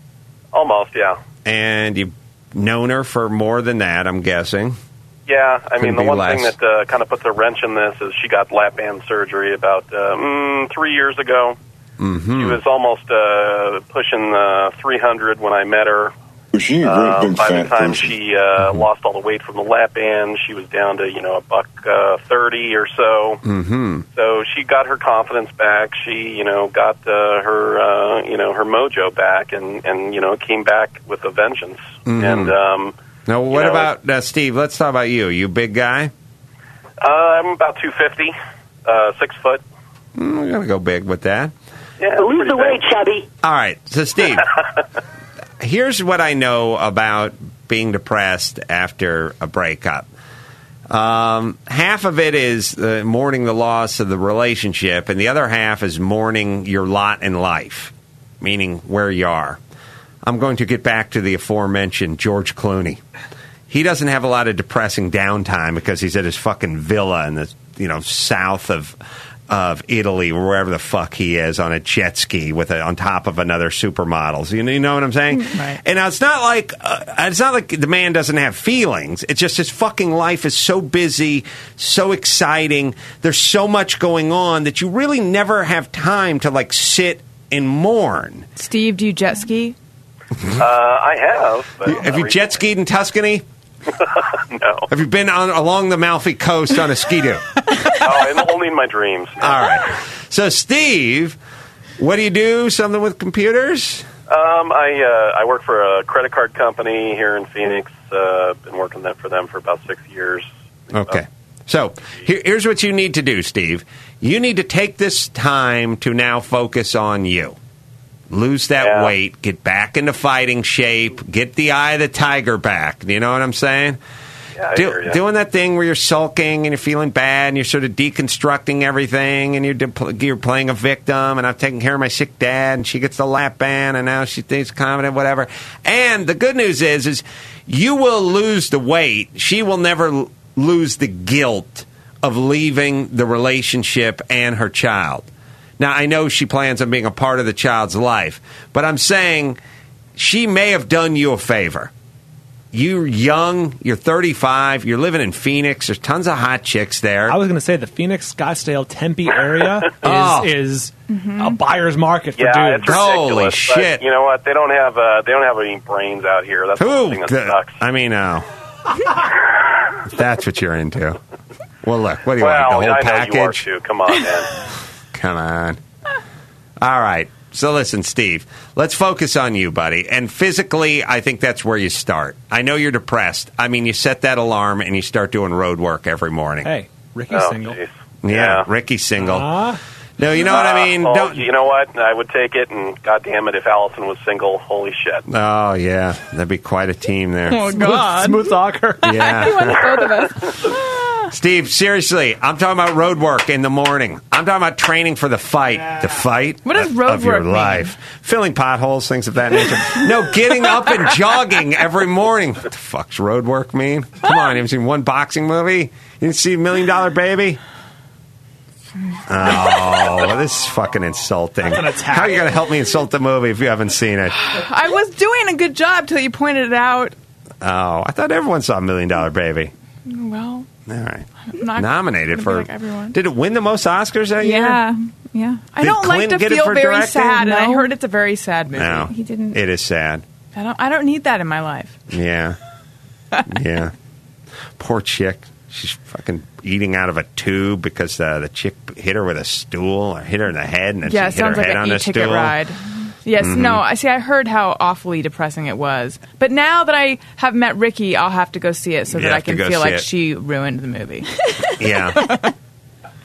Speaker 20: Almost, yeah.
Speaker 4: and you've known her for more than that. I'm guessing.
Speaker 20: Yeah, I
Speaker 4: Couldn't
Speaker 20: mean, the
Speaker 4: be
Speaker 20: one
Speaker 4: less.
Speaker 20: thing that uh, kind of puts a wrench in this is she got lap band surgery about uh, mm, three years ago.
Speaker 4: Mm-hmm.
Speaker 20: She was almost uh, pushing uh, 300 when I met her.
Speaker 23: She a great
Speaker 20: Uh,
Speaker 23: big
Speaker 20: by the
Speaker 23: fat Mm-hmm.
Speaker 20: time
Speaker 23: person.
Speaker 20: she uh, lost all the weight from the lap band, she was down to you know a buck uh, thirty or so.
Speaker 23: Mm-hmm.
Speaker 20: So she got her confidence back. She, you know, got uh, her, uh, you know, her mojo back, and and you know, came back with a vengeance.
Speaker 23: Mm-hmm.
Speaker 4: Mhm.
Speaker 20: And um,
Speaker 4: Now, what
Speaker 20: know,
Speaker 4: about uh, Steve? Let's talk about you. You big guy.
Speaker 20: uh, I'm about two fifty, uh, six foot.
Speaker 4: Mm, I'm gonna go big with that.
Speaker 20: Yeah, lose the weight, chubby.
Speaker 4: All right, so Steve, here's what I know about being depressed after a breakup. Um, half of it is uh, mourning the loss of the relationship, and the other half is mourning your lot in life, meaning where you are. I'm going to get back to the aforementioned George Clooney. He doesn't have a lot of depressing downtime because he's at his fucking villa in the you know south of of Italy, wherever the fuck he is, on a jet ski with a, on top of another supermodel. So you, you know what I'm saying? And now it's not like uh, it's not like the man doesn't have feelings. It's just his fucking life is so busy, so exciting. There's so much going on that you really never have time to like sit and mourn.
Speaker 16: Steve, do you jet ski?
Speaker 20: Uh, I have. But
Speaker 4: Have Hmm? you jet skied in Tuscany?
Speaker 20: no.
Speaker 4: Have you been on along the Malfi coast on a ski do?
Speaker 20: oh, and only in my dreams.
Speaker 4: All right. So, Steve, what do you do? Something with computers?
Speaker 20: Um, I uh, I work for a credit card company here in Phoenix. Uh, been working that for them for about six years.
Speaker 4: Okay. So, here, here's what you need to do, Steve. You need to take this time to now focus on you. Lose that weight, get back into fighting shape, get the eye of the tiger back. You know what I'm saying?
Speaker 20: Yeah, I
Speaker 4: Do-
Speaker 20: hear ya.
Speaker 4: Doing that thing where you're sulking and you're feeling bad and you're sort of deconstructing everything and you're depl- you're playing a victim and I've taken care of my sick dad and she gets the lap band and now she thinks confident whatever. And the good news is is you will lose the weight. She will never l- lose the guilt of leaving the relationship and her child. Now I know she plans on being a part of the child's life, but I'm saying she may have done you a favor you're young, you're 35, you're living in Phoenix, there's tons of hot chicks there.
Speaker 11: I was going to say the Phoenix, Scottsdale, Tempe area is,
Speaker 4: Oh.
Speaker 11: is a buyer's market for
Speaker 20: Yeah,
Speaker 11: dudes.
Speaker 20: it's ridiculous. but you know what? They don't have uh, they don't have any brains out here. That's the thing
Speaker 4: Who?
Speaker 20: that
Speaker 4: the-
Speaker 20: sucks.
Speaker 4: I mean, oh, if that's what you're into. Well, look, what do you
Speaker 20: well,
Speaker 4: want? The whole
Speaker 20: I
Speaker 4: package?
Speaker 20: know you are too. Come on, man.
Speaker 4: Come on. All right. So listen, Steve, let's focus on you, buddy. And physically, I think that's where you start. I know you're depressed. I mean, you set that alarm and you start doing road work every morning.
Speaker 20: Oh,
Speaker 11: Hey, Ricky's single.
Speaker 4: Yeah, Ricky's single.
Speaker 11: Ah.
Speaker 4: No, you know what I
Speaker 20: Uh,
Speaker 4: mean?
Speaker 20: well,
Speaker 4: Don't.
Speaker 20: You know what? I would take it, and goddamn it, if Allison was single, holy shit.
Speaker 4: Oh, yeah. That'd be quite a team there.
Speaker 11: Oh, God. Smooth talker.
Speaker 4: Yeah. He wants
Speaker 11: both of us.
Speaker 4: Steve, seriously, I'm talking about road work in the morning. I'm talking about training for the fight, the fight
Speaker 16: What does
Speaker 4: of-
Speaker 16: road
Speaker 4: of your
Speaker 16: work mean?
Speaker 4: life, filling potholes, things of that nature. no, getting up and jogging every morning. What the fuck's road work mean? Come on, you haven't seen one boxing movie? You didn't see Million Dollar Baby? Oh, this is fucking insulting.
Speaker 16: That's an attack.
Speaker 4: How are you going to help me insult the movie if you haven't seen it?
Speaker 16: I was doing a good job till you pointed it out.
Speaker 4: Oh, I thought everyone saw Million Dollar Baby.
Speaker 16: Well,
Speaker 4: All right.
Speaker 16: I'm not
Speaker 4: Nominated
Speaker 16: gonna be
Speaker 4: for.
Speaker 16: like everyone.
Speaker 4: Did it win the most Oscars that year?
Speaker 16: yeah, yeah. I
Speaker 4: Uh, Did
Speaker 16: don't like
Speaker 4: Clinton
Speaker 16: to
Speaker 4: get it
Speaker 16: feel
Speaker 4: for
Speaker 16: very
Speaker 4: directing?
Speaker 16: sad, and I
Speaker 4: No.
Speaker 16: heard it's a very sad movie.
Speaker 4: No.
Speaker 16: He didn't.
Speaker 4: It is sad.
Speaker 16: I don't. I don't need that in my life.
Speaker 4: Yeah. yeah. Poor chick. She's fucking eating out of a tube because uh, the chick hit her with a stool or hit her in the head and then
Speaker 16: yeah,
Speaker 4: she hit her
Speaker 16: sounds like
Speaker 4: head on
Speaker 16: an
Speaker 4: the
Speaker 16: e-ticket
Speaker 4: stool.
Speaker 16: ride. Yes,
Speaker 4: Mhm.
Speaker 16: no. I see. I heard how awfully depressing it was, but now that I have met Ricky, I'll have to go see it so
Speaker 4: You
Speaker 16: that I
Speaker 4: have to
Speaker 16: can
Speaker 4: go
Speaker 16: feel
Speaker 4: see
Speaker 16: like
Speaker 4: it.
Speaker 16: she ruined the movie.
Speaker 4: Yeah.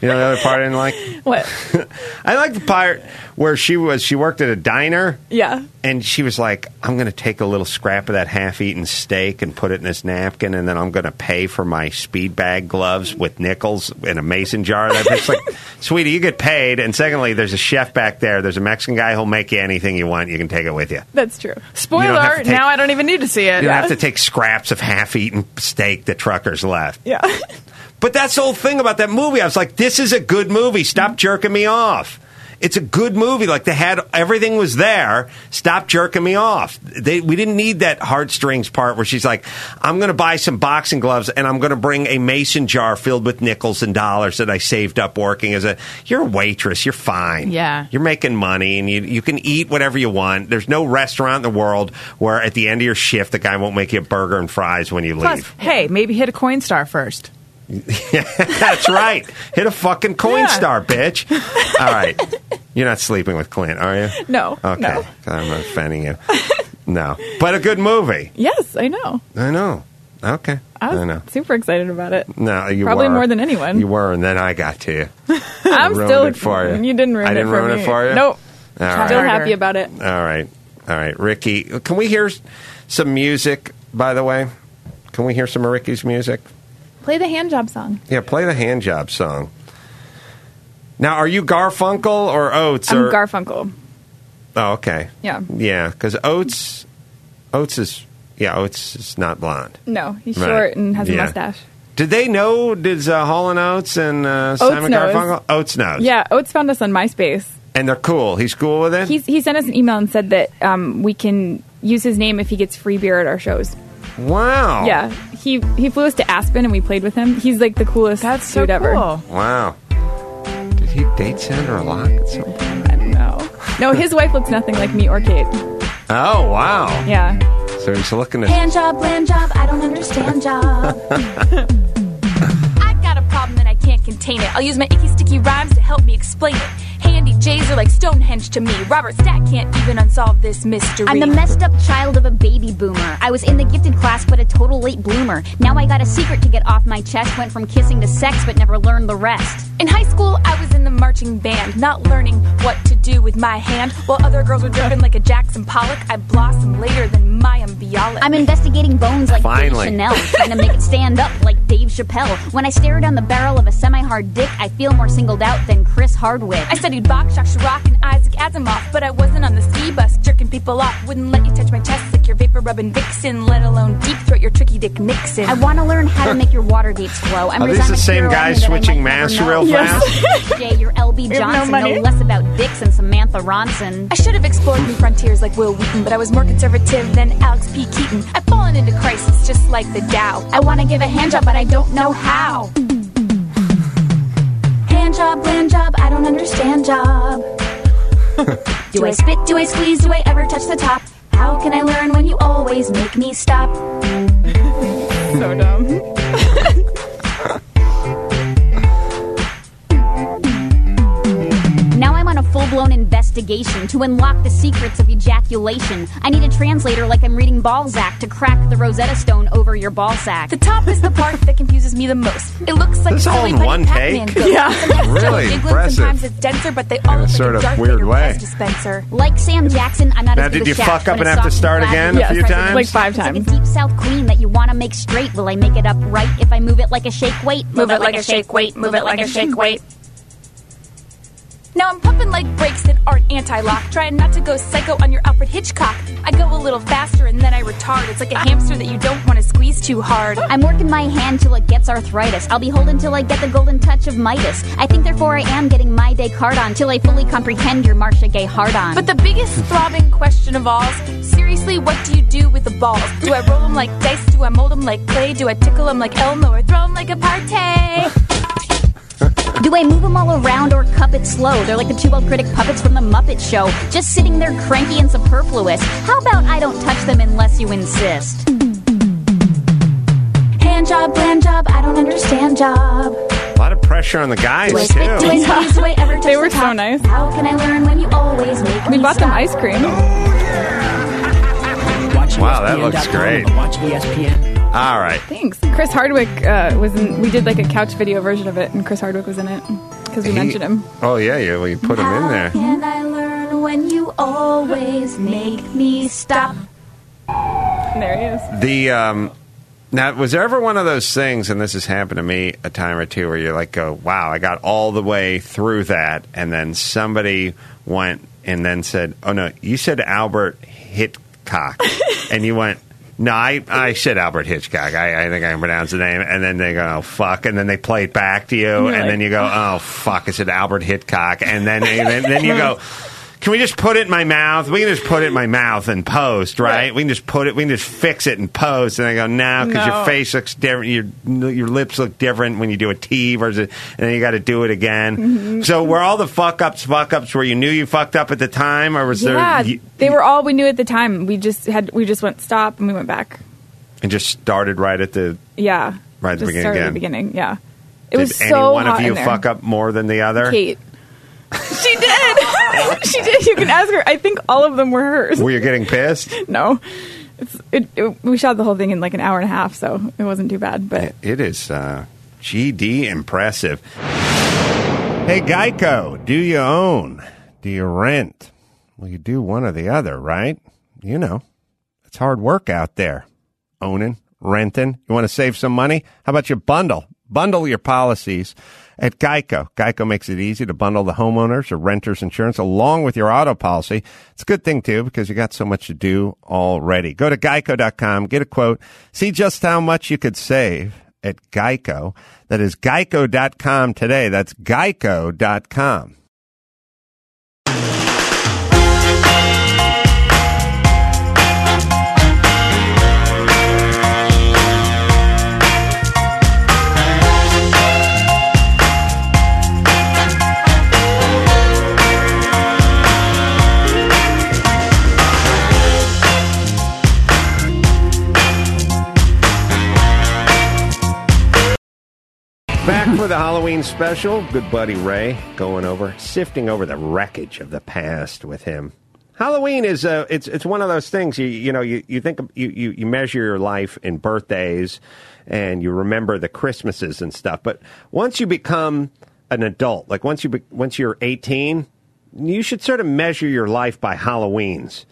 Speaker 4: You know the other part I didn't like?
Speaker 16: what?
Speaker 4: I like the part where she was she worked at a diner
Speaker 16: Yeah.
Speaker 4: and she was like, I'm going to take a little scrap of that half eaten steak and put it in this napkin, and then I'm going to pay for my speed bag gloves with nickels in a mason jar. That- It's like, sweetie, you get paid. And secondly, there's a chef back there. There's a Mexican guy who'll make you anything you want. You can take it with you.
Speaker 16: That's true.
Speaker 4: You don't have
Speaker 16: Spoiler.
Speaker 4: to take-
Speaker 16: now I don't even need to see
Speaker 4: You
Speaker 16: it.
Speaker 4: don't have to take scraps of half eaten steak the truckers left.
Speaker 16: Yeah.
Speaker 4: But that's the whole thing about that movie. I was like, this is a good movie. Stop jerking me off. It's a good movie. Like they had everything was there. Stop jerking me off. They, we didn't need that heartstrings part where she's like, "I'm going to buy some boxing gloves and I'm going to bring a mason jar filled with nickels and dollars that I saved up working as a." You're a waitress. You're fine.
Speaker 16: Yeah.
Speaker 4: You're making money and you, you can eat whatever you want. There's no restaurant in the world where at the end of your shift the guy won't make you a burger and fries when you
Speaker 16: Plus,
Speaker 4: leave.
Speaker 16: hey, maybe hit a coin star first.
Speaker 4: That's right. Hit a fucking coin star, bitch. All right. You're not sleeping with Clint, are you?
Speaker 16: No,
Speaker 4: Okay.
Speaker 16: no.
Speaker 4: I'm offending you. No. But a good movie.
Speaker 13: Yes, I know.
Speaker 4: I know. Okay.
Speaker 13: I was
Speaker 4: I know.
Speaker 13: super excited about it.
Speaker 4: No, you
Speaker 13: Probably
Speaker 4: were.
Speaker 13: more than anyone.
Speaker 4: You were, and then I got to you.
Speaker 13: I'm
Speaker 4: ruined
Speaker 13: still
Speaker 4: it for you.
Speaker 13: didn't ruin
Speaker 4: I didn't
Speaker 13: it for
Speaker 4: ruin
Speaker 13: me.
Speaker 4: it for you?
Speaker 13: Nope.
Speaker 4: All right.
Speaker 13: Still happy about it.
Speaker 4: All right. All right. Ricky, can we hear some music, by the way? Can we hear some of Ricky's music?
Speaker 13: Play the hand job song.
Speaker 4: Yeah, play the hand job song. Now, are you Garfunkel or Oates?
Speaker 13: I'm
Speaker 4: or
Speaker 13: Garfunkel.
Speaker 4: Oh, okay.
Speaker 13: Yeah.
Speaker 4: Yeah, because Oates, Oates is yeah, Oates is not blonde.
Speaker 13: No, he's
Speaker 4: Right.
Speaker 13: short and has
Speaker 4: Yeah.
Speaker 13: a mustache.
Speaker 4: Did they know? Did uh, Hall and Oates and uh,
Speaker 13: Oates
Speaker 4: Simon
Speaker 13: knows.
Speaker 4: Garfunkel? Oates knows.
Speaker 13: Yeah, Oates found us on MySpace.
Speaker 4: and they're cool. He's cool with it.
Speaker 13: He's, he sent us an email and said that um, we can use his name if he gets free beer at our shows.
Speaker 4: wow.
Speaker 13: Yeah, he he flew us to Aspen and we played with him. He's like the coolest That's
Speaker 16: so
Speaker 13: dude ever.
Speaker 16: cool.
Speaker 4: Wow. Did he date Sandra Lock? at some point?
Speaker 13: I don't know. No, his wife looks nothing like me or Kate.
Speaker 4: Oh wow.
Speaker 13: Yeah.
Speaker 4: So he's looking at.
Speaker 14: Hand job, land job, I don't understand job. I got a problem and I can't contain it. I'll use my icky sticky rhymes to help me explain it. Handy J's are like Stonehenge to me. Robert Stack can't even unsolve this mystery.
Speaker 21: I'm the messed up child of a baby boomer. I was in the gifted class, but a total late bloomer. Now I got a secret to get off my chest. Went from kissing to sex, but never learned the rest.
Speaker 14: In high school, I was in the marching band, not learning what to do with my hand. While other girls were driven like a Jackson Pollock, I blossomed later than Mayim Bialik.
Speaker 21: I'm investigating bones like Dave
Speaker 14: Finally.
Speaker 21: Chanel, trying to make it stand up like Dave Chappelle. When I stare down the barrel of a semi-hard dick, I feel more singled out than Chris Hardwick.
Speaker 14: I studied Bach, Jacques Chirac, and Isaac Asimov, but I wasn't on the ski bus jerking people off. Wouldn't let you touch my chest like your vapor rubbing vixen, let alone deep throat your tricky dick Nixon.
Speaker 21: I want to learn how to make your water gates flow. I'm
Speaker 4: Are these
Speaker 21: resigned
Speaker 4: the
Speaker 21: to
Speaker 4: same
Speaker 21: Carolina
Speaker 4: guys
Speaker 21: that I might
Speaker 4: switching
Speaker 21: never
Speaker 4: masks
Speaker 21: know.
Speaker 4: real Yes.
Speaker 21: Jay, you're LB
Speaker 14: We have no
Speaker 21: Johnson, no,
Speaker 14: money.
Speaker 21: less about dicks and Samantha Ronson.
Speaker 14: I should have explored new frontiers like Will Wheaton, but I was more conservative than Alex P. Keaton. I've fallen into crisis just like the Dow. I want to give a hand job, but I don't know how.
Speaker 21: Hand job, land job, I don't understand job.
Speaker 14: Do I spit? Do I squeeze? Do I ever touch the top? How can I learn when you always make me stop?
Speaker 13: So dumb.
Speaker 21: Now I'm on a full blown investigation. investigation to unlock the secrets of ejaculation. I need a translator like I'm reading Balzac to crack the Rosetta Stone over your ball sack. The top is the part that confuses me the most. It looks like
Speaker 4: This
Speaker 21: a
Speaker 4: all
Speaker 21: silly
Speaker 4: in
Speaker 21: putty
Speaker 4: one
Speaker 21: Pac-Man
Speaker 4: take?
Speaker 21: ghost.
Speaker 4: Yeah.
Speaker 21: Sometimes it's
Speaker 4: Really
Speaker 21: jiggling,
Speaker 4: impressive.
Speaker 21: Sometimes it's denser, but they
Speaker 4: In a
Speaker 21: all look like
Speaker 4: sort of
Speaker 21: Darth
Speaker 4: weird
Speaker 21: Vader
Speaker 4: way.
Speaker 21: Pez dispenser. Like Sam Jackson, I'm not
Speaker 4: Now,
Speaker 21: as
Speaker 4: did
Speaker 21: big
Speaker 4: you
Speaker 21: as Shaq
Speaker 4: fuck up and
Speaker 21: when it's
Speaker 4: have to
Speaker 21: soft
Speaker 4: start
Speaker 21: flat.
Speaker 4: again a Yes. few times? Like
Speaker 21: five times. It's like a deep South queen that you want to make straight. Will I make it up right if I move it like a shake weight?
Speaker 14: Move it like a shake weight. Move it like a shake weight.
Speaker 23: Now I'm pumping like brakes that aren't anti-lock, trying not to go psycho on your Alfred Hitchcock. I go a little faster and then I retard. It's like a hamster that you don't want to squeeze too hard.
Speaker 21: I'm working my hand till it gets arthritis. I'll be holding till I get the golden touch of Midas. I think therefore I am getting my Descartes on till I fully comprehend your Marcia Gay hard on.
Speaker 23: But the biggest throbbing question of all is, seriously, what do you do with the balls? Do I roll them like dice? Do I mold them like clay? Do I tickle them like Elmo or throw them like a party?
Speaker 21: Do I move them all around or cup it slow? They're like the two old critic puppets from the Muppet Show, just sitting there cranky and superfluous. How about I don't touch them unless you insist?
Speaker 14: Hand job, bland job, I don't understand job.
Speaker 4: A lot of pressure on the guys,
Speaker 14: Do I
Speaker 4: too.
Speaker 14: spit, do I squeeze, do I ever touch
Speaker 13: They were
Speaker 14: the top?
Speaker 13: so nice.
Speaker 14: How can I learn when you always make
Speaker 13: We
Speaker 14: me
Speaker 13: bought them
Speaker 14: stop?
Speaker 13: ice cream.
Speaker 4: Wow, that looks great. All right.
Speaker 13: Thanks. Chris Hardwick uh, was in, we did like a couch video version of it, and Chris Hardwick was in it because we
Speaker 4: He-
Speaker 13: mentioned him.
Speaker 4: Oh, yeah, you, you put him in there.
Speaker 14: Can I learn when you always make me stop?
Speaker 13: There he is.
Speaker 4: The um, now was there ever one of those things, and this has happened to me a time or two, where you're like, "Go, wow, I got all the way through that," and then somebody went and then said, "Oh no, you said Albert Hitchcock," and you went. No, I, I said Albert Hitchcock. I, I think I can pronounce the name. And then they go, oh, fuck. And then they play it back to you.
Speaker 24: You're
Speaker 4: And
Speaker 24: like,
Speaker 4: then you go, oh, fuck. I said Albert Hitchcock. And then, and then, then you go, can we just put it in my mouth? We can just put it in my mouth and post, right? We can just put it. We can just fix it and post. And I go, no, because
Speaker 24: No.
Speaker 4: your face looks different. Your your lips look different when you do a T versus, and then you got to do it again.
Speaker 13: Mhm.
Speaker 4: So were all the fuck ups fuck ups where you knew you fucked up at the time, or was
Speaker 13: yeah,
Speaker 4: there you,
Speaker 13: they were all we knew at the time. We just had we just went stop and we went back.
Speaker 4: and just started right at the
Speaker 13: Yeah,
Speaker 4: Right at the
Speaker 13: Just
Speaker 4: beginning
Speaker 13: started at
Speaker 4: again.
Speaker 13: the beginning. Yeah, it
Speaker 4: Did
Speaker 13: was
Speaker 4: any
Speaker 13: so
Speaker 4: one
Speaker 13: hot
Speaker 4: of
Speaker 13: in
Speaker 4: you
Speaker 13: there.
Speaker 4: fuck up more than the other?
Speaker 13: Kate. she did. she did. You can ask her. I think all of them were hers.
Speaker 4: Were you getting pissed?
Speaker 13: no, it's, it, it, we shot the whole thing in like an hour and a half, so it wasn't too bad. But
Speaker 4: It is uh, GD impressive. Hey, Geico, do you own? Do you rent? Well, you do one or the other, right? You know, it's hard work out there. Owning, renting. You want to save some money? How about you bundle? Bundle your policies at Geico. Geico makes it easy to bundle the homeowners or renters insurance along with your auto policy. It's a good thing too because you got so much to do already. Go to geico.com, get a quote, see just how much you could save at Geico. That is geico.com today. That's geico.com. Back for the Halloween special. Good buddy Ray going over, sifting over the wreckage of the past with him. Halloween is uh, it's it's one of those things you you know you, you think you, you you measure your life in birthdays and you remember the Christmases and stuff, but once you become an adult, like once you be, once you're 18, you should sort of measure your life by Halloweens.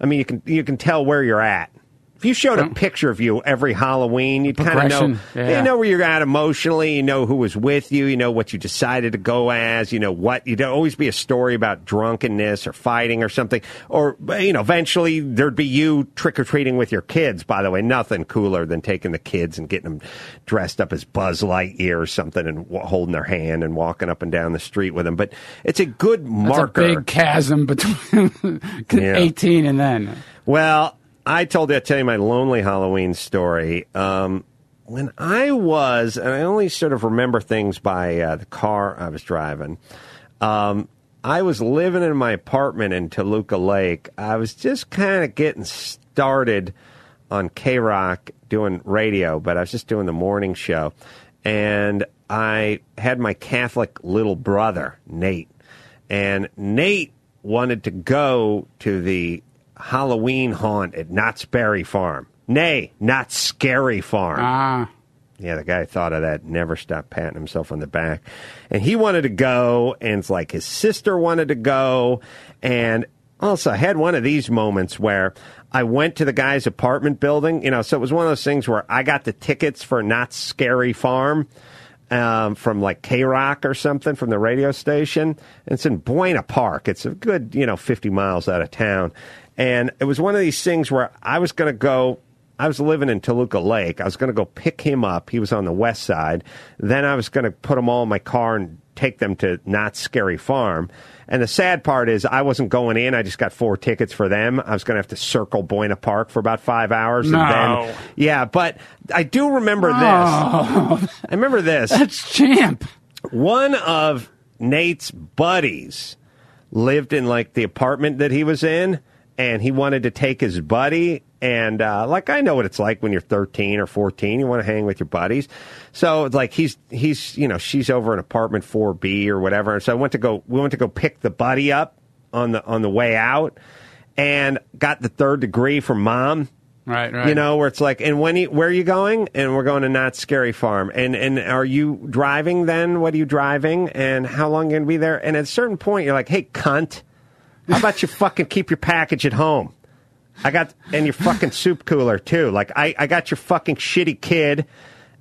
Speaker 4: I mean, you can you can tell where you're at. If you showed a picture of you every Halloween, you'd kind of know
Speaker 24: Progression, yeah.
Speaker 4: you know where you're at emotionally. You know who was with you. You know what you decided to go as. You know what. You'd always be a story about drunkenness or fighting or something. Or you know, eventually there'd be you trick or treating with your kids. By the way, nothing cooler than taking the kids and getting them dressed up as Buzz Lightyear or something and w- holding their hand and walking up and down the street with them. But it's a good marker.
Speaker 24: That's a big chasm between
Speaker 4: Yeah.
Speaker 24: 18 and then.
Speaker 4: Well, I told you, I tell you my lonely Halloween story. Um, when I was, and I only sort of remember things by uh, the car I was driving. Um, I was living in my apartment in Toluca Lake. I was just kind of getting started on K Rock doing radio, but I was just doing the morning show. And I had my Catholic little brother, Nate. And Nate wanted to go to the Halloween haunt at Knott's Berry Farm. Nay, not Scary Farm. Ah. Yeah, the guy thought of that, never stopped patting himself on the back. And he wanted to go, and it's like his sister wanted to go. And also, I had one of these moments where I went to the guy's apartment building, you know, so it was one of those things where I got the tickets for Not Scary Farm um, from like K Rock or something from the radio station. And it's in Buena Park. It's a good, you know, 50 miles out of town. And it was one of these things where I was going to go. I was living in Toluca Lake. I was going to go pick him up. He was on the west side. Then I was going to put them all in my car and take them to Not Scary Farm. And the sad part is, I wasn't going in. I just got four tickets for them. I was going to have to circle Buena Park for about five hours.
Speaker 24: No.
Speaker 4: And then, yeah, but I do remember this. I remember this. That's
Speaker 24: champ.
Speaker 4: One of Nate's buddies lived in like the apartment that he was in, and he wanted to take his buddy. And uh, like I know what it's like when you're 13 or 14, you want to hang with your buddies. So it's like he's he's you know she's over in apartment 4B or whatever. And so I went to go we went to go pick the buddy up on the on the way out, and got the third degree from mom.
Speaker 24: Right, right.
Speaker 4: You know, where it's like, and when you, where are you going? And we're going to Not Scary Farm. And and are you driving then? What are you driving? And how long are you going to be there? And at a certain point, you're like, hey, cunt, how about you fucking keep your package at home? I got, and your fucking soup cooler too. Like, I, I got your fucking shitty kid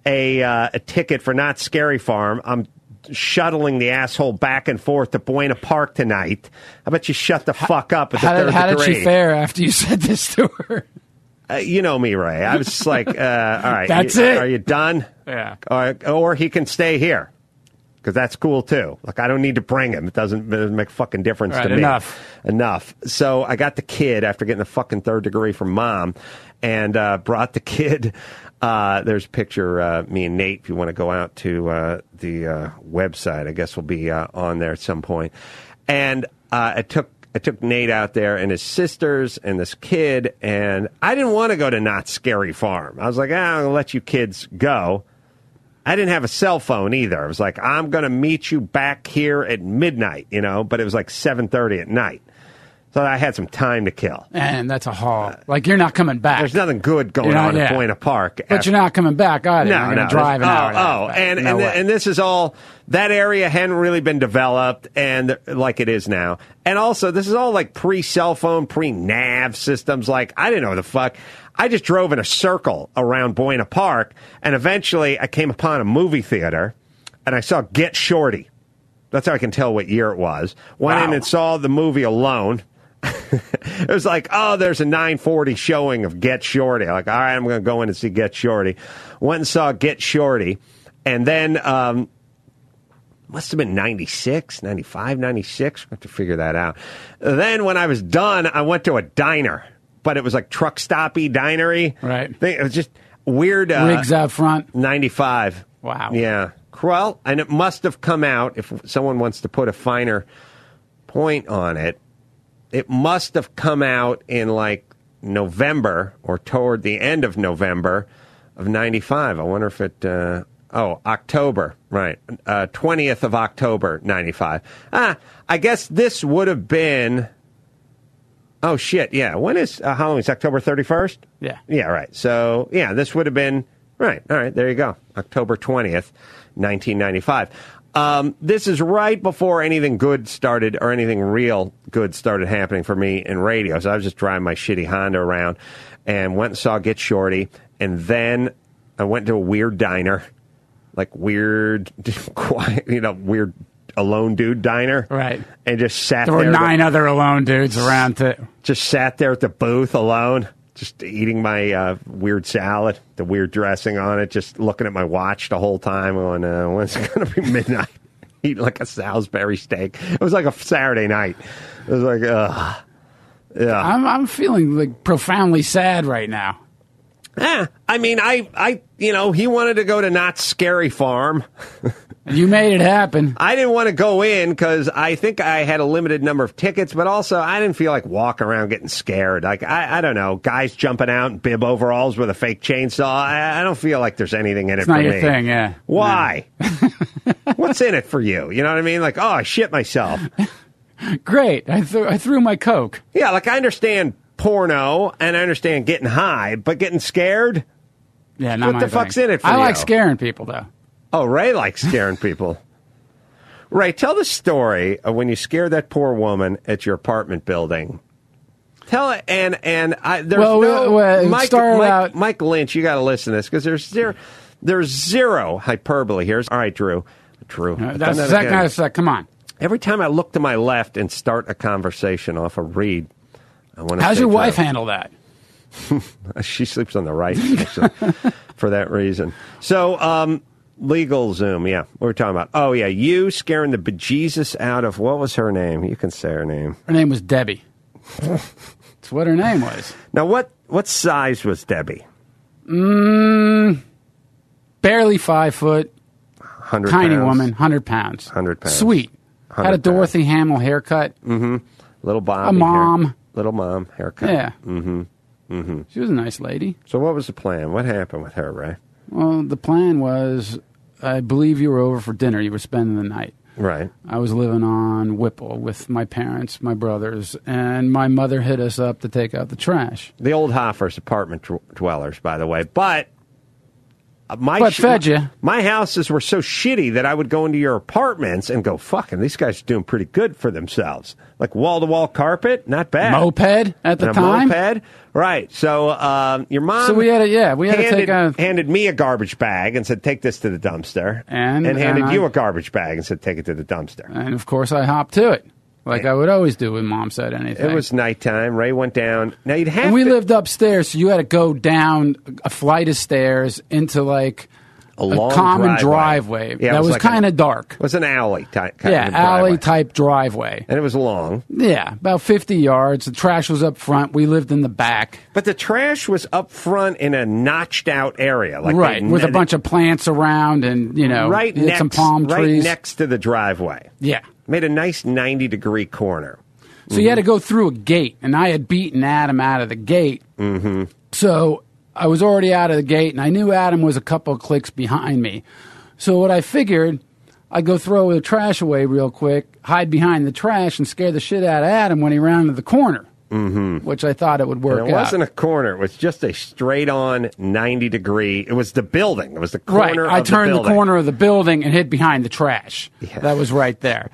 Speaker 4: a, uh, a ticket for Not Scary Farm. I'm shuttling the asshole back and forth to Buena Park tonight. How about you shut the fuck up at the
Speaker 24: How
Speaker 4: third
Speaker 24: did, how did
Speaker 4: degree?
Speaker 24: she fare after you said this to her?
Speaker 4: Uh, you know me, Ray. I was just like, uh, all right,
Speaker 24: That's
Speaker 4: you-
Speaker 24: it.
Speaker 4: Are you done?
Speaker 24: Yeah.
Speaker 4: Or, or he can stay here because that's cool too. Like I don't need to bring him. It doesn't, it doesn't make a fucking difference
Speaker 24: All right,
Speaker 4: to me.
Speaker 24: enough.
Speaker 4: Enough. So I got the kid after getting the fucking third degree from mom, and uh, brought the kid. Uh, there's a picture uh, me and Nate. If you want to go out to uh, the uh, website, I guess we'll be uh, on there at some point. And uh, I took I took Nate out there and his sisters and this kid, and I didn't want to go to Not Scary Farm. I was like, ah, I'm gonna let you kids go. I didn't have a cell phone either. I was like, I'm going to meet you back here at midnight, you know, but it was like 7:30 at night. So I had some time to kill.
Speaker 24: And that's a haul. Like you're not coming back. There's
Speaker 4: Uh, nothing good going on in Buena Park.
Speaker 24: But
Speaker 4: after-
Speaker 24: you're not coming back either. you're not gonna
Speaker 4: this-
Speaker 24: drive an
Speaker 4: oh,
Speaker 24: hour. and a half
Speaker 4: Oh,
Speaker 24: back.
Speaker 4: and
Speaker 24: No
Speaker 4: and,
Speaker 24: way.
Speaker 4: and this is all that area hadn't really been developed, and like it is now. And also, this is all like pre cell phone, pre nav systems. Like I didn't know the fuck. I just drove in a circle around Buena Park, and eventually I came upon a movie theater, and I saw Get Shorty. That's how I can tell what year it was. Went in and saw the movie alone. it was like, oh, there's a 940 showing of Get Shorty. Like, all right, I'm going to go in and see Get Shorty. Went and saw Get Shorty. And then, um, must have been 96, 95, 96. We'll have to figure that out. Then when I was done, I went to a diner, but it was like truck stoppy dinery. Right. Thing. It was just weird. Uh,
Speaker 24: Rigs out front.
Speaker 4: 95. Wow. Yeah. Well, and it must have come out, if someone wants to put a finer point on it, it must have come out in like November or toward the end of November of 95. I wonder if it, uh, oh, October, right. Uh, 20th of October, 95. Ah, I guess this would have been, oh shit, yeah. When is uh, Halloween? It's October 31st?
Speaker 24: Yeah.
Speaker 4: Yeah, right. So, yeah, this would have been, right. All right, there you go. October 20th, 1995. Um, this is right before anything good started or anything real good started happening for me in radio. So I was just driving my shitty Honda around and went and saw Get Shorty. And then I went to a weird diner, like weird, quiet, you know, weird alone dude diner. Right. And just sat
Speaker 24: There were
Speaker 4: there
Speaker 24: nine other alone dudes around to.
Speaker 4: just sat there at the booth alone, just eating my uh, weird salad, the weird dressing on it, just looking at my watch the whole time on uh, when it's going to be midnight. Eating like a Salisbury steak. It was like a Saturday night. It was like, ugh. Yeah.
Speaker 24: I'm I'm feeling like profoundly sad right now.
Speaker 4: Eh, I mean, I, I, you know, he wanted to go to Not Scary Farm.
Speaker 24: you made it happen.
Speaker 4: I didn't want to go in because I think I had a limited number of tickets, but also I didn't feel like walking around getting scared. Like, I, I don't know, guys jumping out in bib overalls with a fake chainsaw. I, I don't feel like there's anything in it
Speaker 24: It's
Speaker 4: for
Speaker 24: not your
Speaker 4: me.
Speaker 24: thing, yeah.
Speaker 4: Why? What's in it for you? You know what I mean? Like, oh, I shit myself.
Speaker 24: Great. I, th- I threw my Coke.
Speaker 4: Yeah, like I understand porno and I understand getting high, but getting scared?
Speaker 24: Yeah,
Speaker 4: not What
Speaker 24: my
Speaker 4: the fuck's
Speaker 24: thing.
Speaker 4: in it for
Speaker 24: I
Speaker 4: you?
Speaker 24: like scaring people, though.
Speaker 4: Oh, Ray likes scaring people. Ray, tell the story of when you scared that poor woman at your apartment building. Tell it, and and I there's
Speaker 24: Well,
Speaker 4: no
Speaker 24: well, it
Speaker 4: Mike,
Speaker 24: started
Speaker 4: Mike,
Speaker 24: out-
Speaker 4: Mike Lynch. You got to listen to this because there's zero, there's zero hyperbole here. All right, Drew, Drew, I've done
Speaker 24: Uh, That's
Speaker 4: that
Speaker 24: the second
Speaker 4: again.
Speaker 24: I said, come on.
Speaker 4: Every time I look to my left and start a conversation off a read, I want to.
Speaker 24: How's your wife handle that?
Speaker 4: she sleeps on the right actually, for that reason. So, um, legal Zoom, yeah, we were talking about. Oh, yeah, you scaring the bejesus out of what was her name? You can say her name.
Speaker 24: Her name was Debbie. That's what her name was.
Speaker 4: Now, what what size was Debbie?
Speaker 24: Mm, barely five foot,
Speaker 4: 100
Speaker 24: tiny
Speaker 4: pounds?
Speaker 24: woman, 100 pounds.
Speaker 4: 100 pounds.
Speaker 24: Sweet. Had
Speaker 4: 100
Speaker 24: a
Speaker 4: pounds.
Speaker 24: Dorothy Hamill haircut.
Speaker 4: Mm-hmm. Little Bob.
Speaker 24: mom.
Speaker 4: Little mom haircut.
Speaker 24: Yeah.
Speaker 4: Mm-hmm. Mm-hmm.
Speaker 24: She was a nice lady.
Speaker 4: So, what was the plan? What happened with her, Ray?
Speaker 24: Well, the plan was I believe you were over for dinner. You were spending the night.
Speaker 4: Right.
Speaker 24: I was living on Whipple with my parents, my brothers, and my mother hit us up to take out the trash.
Speaker 4: The old Hoffers apartment dw- dwellers, by the way. But uh, my
Speaker 24: But fed ya.
Speaker 4: my houses were so shitty that I would go into your apartments and go, "Fucking, these guys are doing pretty good for themselves." Like wall to wall carpet, not bad.
Speaker 24: Moped at the
Speaker 4: And a
Speaker 24: time?
Speaker 4: Moped, right? So um, your mom.
Speaker 24: So we had a- yeah, we had to
Speaker 4: handed,
Speaker 24: take a-
Speaker 4: handed me a garbage bag and said, "Take this to the dumpster,"
Speaker 24: And- and
Speaker 4: handed
Speaker 24: I-
Speaker 4: you a garbage bag and said, "Take it to the dumpster."
Speaker 24: And of course, I hopped to it, like I would always do when mom said anything.
Speaker 4: It was nighttime. Ray went down. Now you'd have
Speaker 24: and we
Speaker 4: to,
Speaker 24: lived upstairs, so you had to go down a flight of stairs into like a,
Speaker 4: long
Speaker 24: common
Speaker 4: driveway.
Speaker 24: driveway,
Speaker 4: Yeah, it
Speaker 24: that
Speaker 4: was
Speaker 24: was,
Speaker 4: like a-
Speaker 24: kind of dark.
Speaker 4: It was an alley type. Kind
Speaker 24: yeah,
Speaker 4: of driveway.
Speaker 24: alley type driveway.
Speaker 4: and it was long.
Speaker 24: Yeah, about 50 yards. The trash was up front. We lived in the back.
Speaker 4: But the trash was up front in a notched out area, like
Speaker 24: right, with a bunch of plants around and, you know,
Speaker 4: right
Speaker 24: you had
Speaker 4: next,
Speaker 24: some palm
Speaker 4: right
Speaker 24: trees.
Speaker 4: next to the driveway.
Speaker 24: Yeah.
Speaker 4: made a nice ninety degree corner.
Speaker 24: So you had to go through a gate, and I had beaten Adam out of the gate.
Speaker 4: Mm-hmm.
Speaker 24: So I was already out of the gate, and I knew Adam was a couple of clicks behind me. So what I figured, I'd go throw the trash away real quick, hide behind the trash, and scare the shit out of Adam when he rounded the corner,
Speaker 4: Mm-hmm.
Speaker 24: which I thought it would work
Speaker 4: And it
Speaker 24: out.
Speaker 4: wasn't a corner; it was just a straight on ninety degree. It was the building. It was the
Speaker 24: Right.
Speaker 4: corner.
Speaker 24: I
Speaker 4: of
Speaker 24: turned
Speaker 4: the,
Speaker 24: the,
Speaker 4: building.
Speaker 24: corner of the building and hid behind the trash. That was right there.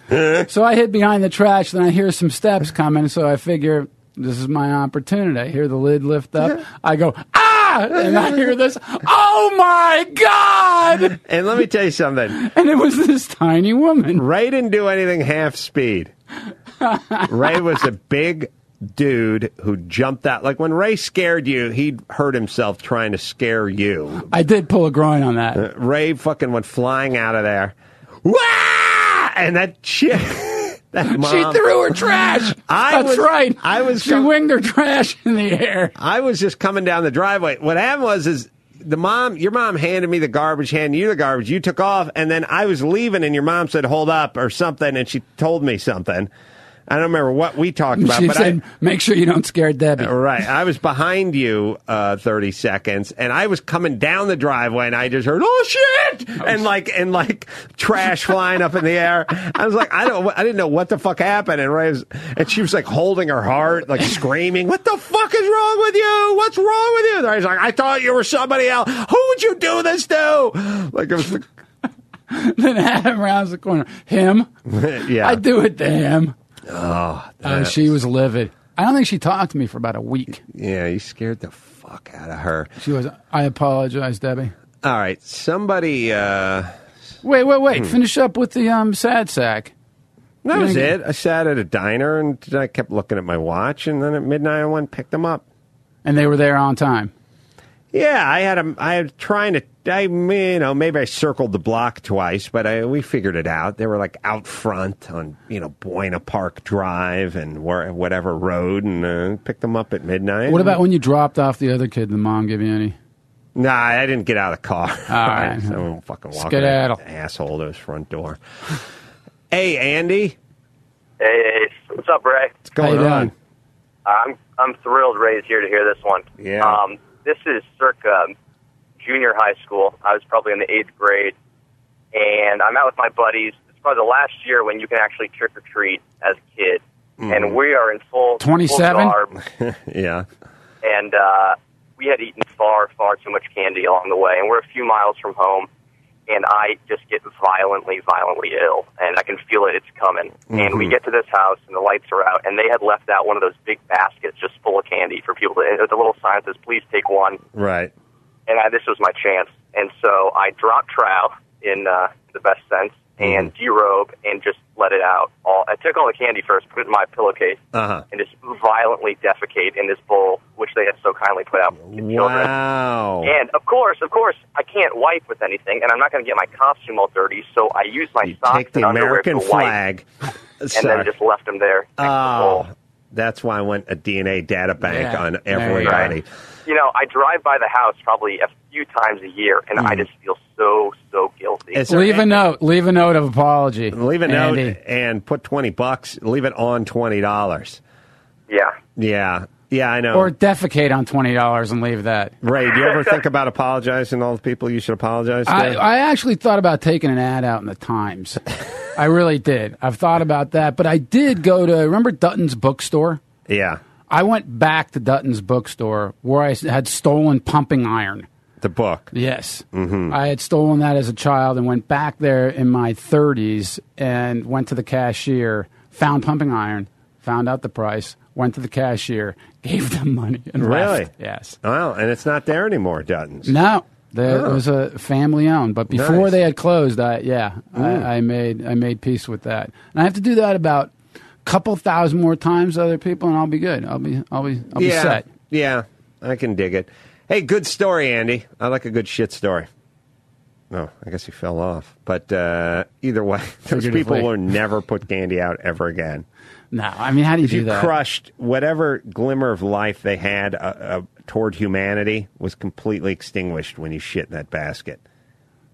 Speaker 24: so I hid behind the trash, then I hear some steps coming, so I figure this is my opportunity. I hear the lid lift up. I go, ah! And I hear this, oh my God!
Speaker 4: And let me tell you something.
Speaker 24: And it was this tiny woman.
Speaker 4: Ray didn't do anything half speed. Ray was a big dude who jumped out. Like when Ray scared you, he hurt himself trying to scare you.
Speaker 24: I did pull a groin on that.
Speaker 4: Uh, Ray fucking went flying out of there. Wah! And that chick. That mom,
Speaker 24: She threw her trash.
Speaker 4: I was-
Speaker 24: That's right.
Speaker 4: I was
Speaker 24: She winged her trash in the air.
Speaker 4: I was just coming down the driveway. What happened was is the mom, your mom handed me the garbage, handed you the garbage. You took off, and then I was leaving, and your mom said, "Hold up" or something, and she told me something. I don't remember what we talked about,
Speaker 24: She
Speaker 4: but
Speaker 24: said,
Speaker 4: I, Uh,
Speaker 24: "Make sure you don't scare Debbie."
Speaker 4: Right, I was behind you uh, thirty seconds, and I was coming down the driveway, and I just heard "oh shit" and like and like trash flying up in the air. I was like, I don't, I didn't know what the fuck happened, and Ray was, and she was like holding her heart, like screaming, "What the fuck is wrong with you? What's wrong with you?" And I was like, I thought you were somebody else. Who would you do this to? Like it was, the,
Speaker 24: then Adam rounds the corner. Him?
Speaker 4: yeah,
Speaker 24: I do it to him.
Speaker 4: Oh,
Speaker 24: Oh,
Speaker 4: that-
Speaker 24: she was livid. I don't think she talked to me for about a week.
Speaker 4: yeah, you scared the fuck out of her.
Speaker 24: She was. I apologize, Debbie.
Speaker 4: All right, somebody. uh
Speaker 24: Wait, wait, wait.
Speaker 4: Hmm.
Speaker 24: Finish up with the um sad sack.
Speaker 4: That was
Speaker 24: Dang
Speaker 4: it. I sat at a diner and I kept looking at my watch, and then at midnight I went and picked them up.
Speaker 24: And they were there on time.
Speaker 4: Yeah, I had a, I was trying to. I you know maybe I circled the block twice, but I, we figured it out. They were like out front on you know Buena Park Drive and where, whatever road, and uh, picked them up at midnight.
Speaker 24: What about when you dropped off the other kid? The mom give you any?
Speaker 4: Nah, I didn't get out of the car.
Speaker 24: All right.
Speaker 4: I won't fucking walk
Speaker 24: Skedaddle.
Speaker 4: that asshole to his front door. Hey, Andy,
Speaker 25: Hey, hey, what's up, Ray?
Speaker 4: what's going on?
Speaker 25: I'm I'm thrilled Ray's here to hear this one.
Speaker 4: Yeah.
Speaker 25: Um, this is circa junior high school. I was probably in the eighth grade, and I'm out with my buddies. This probably the last year when you can actually trick or treat as a kid, and we are in full full
Speaker 24: 27?
Speaker 25: garb,
Speaker 4: yeah.
Speaker 25: and uh, we had eaten far far too much candy along the way, and we're a few miles from home, and I just get violently violently ill, and I can feel it; it's coming. And we
Speaker 26: Mhm.
Speaker 4: Hmm.
Speaker 25: get to this house, and the lights are out, and they had left out one of those big baskets just full of candy for people. To, with a little sign that says, "Please take one."
Speaker 4: Right.
Speaker 25: and I, this was my chance. And so I dropped trout in uh, the best sense and derobe and just let it out. All I took all the candy first, put it in my pillowcase,
Speaker 4: Uh huh.
Speaker 25: and just violently defecate in this bowl, which they had so kindly put out.
Speaker 4: Wow.
Speaker 25: And of course, of course, I can't wipe with anything, and I'm not going to get my costume all dirty. So I used my socks
Speaker 4: Take the
Speaker 25: and underwear
Speaker 4: American
Speaker 25: to wipe,
Speaker 4: flag.
Speaker 25: and
Speaker 4: Sorry.
Speaker 25: then just left them there.
Speaker 4: Oh, that's why I went a DNA data bank
Speaker 25: Yeah.
Speaker 4: on
Speaker 25: There you go.
Speaker 4: everybody.
Speaker 25: You know, I drive by the house probably a few times a year, and I just feel so so guilty.
Speaker 24: Leave a note. Leave a note of apology.
Speaker 4: Leave a note
Speaker 24: Andy.
Speaker 4: and put twenty bucks. Leave it on twenty dollars.
Speaker 25: Yeah.
Speaker 4: Yeah. Yeah, I know.
Speaker 24: Or defecate on twenty dollars and leave that.
Speaker 4: Ray, do you ever think about apologizing to all the people you should apologize to?
Speaker 24: I, I actually thought about taking an ad out in the Times. I really did. I've thought about that, but I did go to remember Dutton's bookstore.
Speaker 4: yeah.
Speaker 24: I went back to Dutton's bookstore where I s- had stolen Pumping Iron.
Speaker 4: The book.
Speaker 24: Yes.
Speaker 4: Mm-hmm.
Speaker 24: I had stolen that as a child and went back there in my 30s and went to the cashier, found pumping iron, found out the price, went to the cashier, gave them money, and
Speaker 4: really?
Speaker 24: left. Yes.
Speaker 4: Wow, and it's not there anymore, Dutton's.
Speaker 24: No, there
Speaker 4: Huh.
Speaker 24: was a family owned, but before
Speaker 4: Oh. Nice.
Speaker 24: they had closed, I yeah,
Speaker 4: Mm.
Speaker 24: I, I made I made peace with that, and I have to do that about a couple thousand more times to other people, and I'll be good. I'll be I'll be I'll
Speaker 4: yeah.
Speaker 24: be set.
Speaker 4: Yeah, I can dig it. Hey, good story, Andy. I like a good shit story. No, I guess he fell off. But uh, either way, those
Speaker 24: Figuratively.
Speaker 4: people will never put candy out ever again.
Speaker 24: No, I mean, how do you
Speaker 4: if
Speaker 24: do
Speaker 4: you
Speaker 24: that?
Speaker 4: crushed whatever glimmer of life they had uh, uh, toward humanity was completely extinguished when you shit in that basket.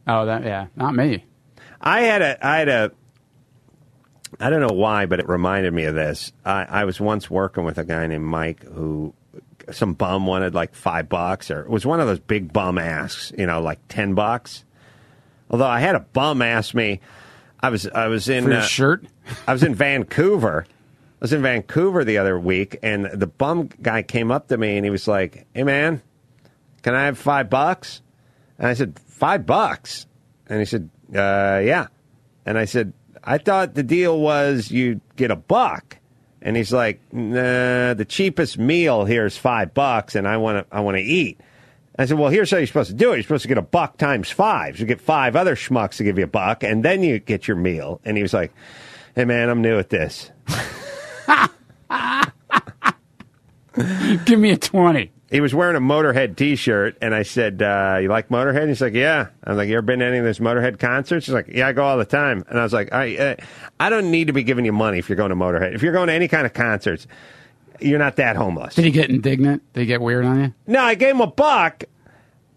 Speaker 24: Oh, that yeah, not me.
Speaker 4: I had a, I had a, I don't know why, but it reminded me of this. I, I was once working with a guy named Mike who some bum wanted like five bucks, or it was one of those big bum asks, you know, like ten bucks. Although I had a bum ask me, I was I was in
Speaker 24: For your
Speaker 4: uh,
Speaker 24: shirt?
Speaker 4: I was in Vancouver. I was in Vancouver the other week, and the bum guy came up to me and he was like, "Hey man, can I have five bucks?" And I said, five bucks. And he said, uh, yeah. And I said, I thought the deal was you get a buck. And he's like, nah, the cheapest meal here is five bucks, and I want to, I want to eat. I said, well, here's how you're supposed to do it. You're supposed to get a buck times five. So you get five other schmucks to give you a buck, and then you get your meal. And he was like, hey man, I'm new at this.
Speaker 24: Give me a 20.
Speaker 4: He was wearing a Motorhead t shirt, and I said, uh, You like Motorhead? He's like, Yeah. I was like, You ever been to any of those Motorhead concerts? He's like, Yeah, I go all the time. And I was like, I, uh, I don't need to be giving you money if you're going to Motorhead. If you're going to any kind of concerts, you're not that homeless.
Speaker 24: Did he get indignant? Did he get weird on you?
Speaker 4: No, I gave him a buck.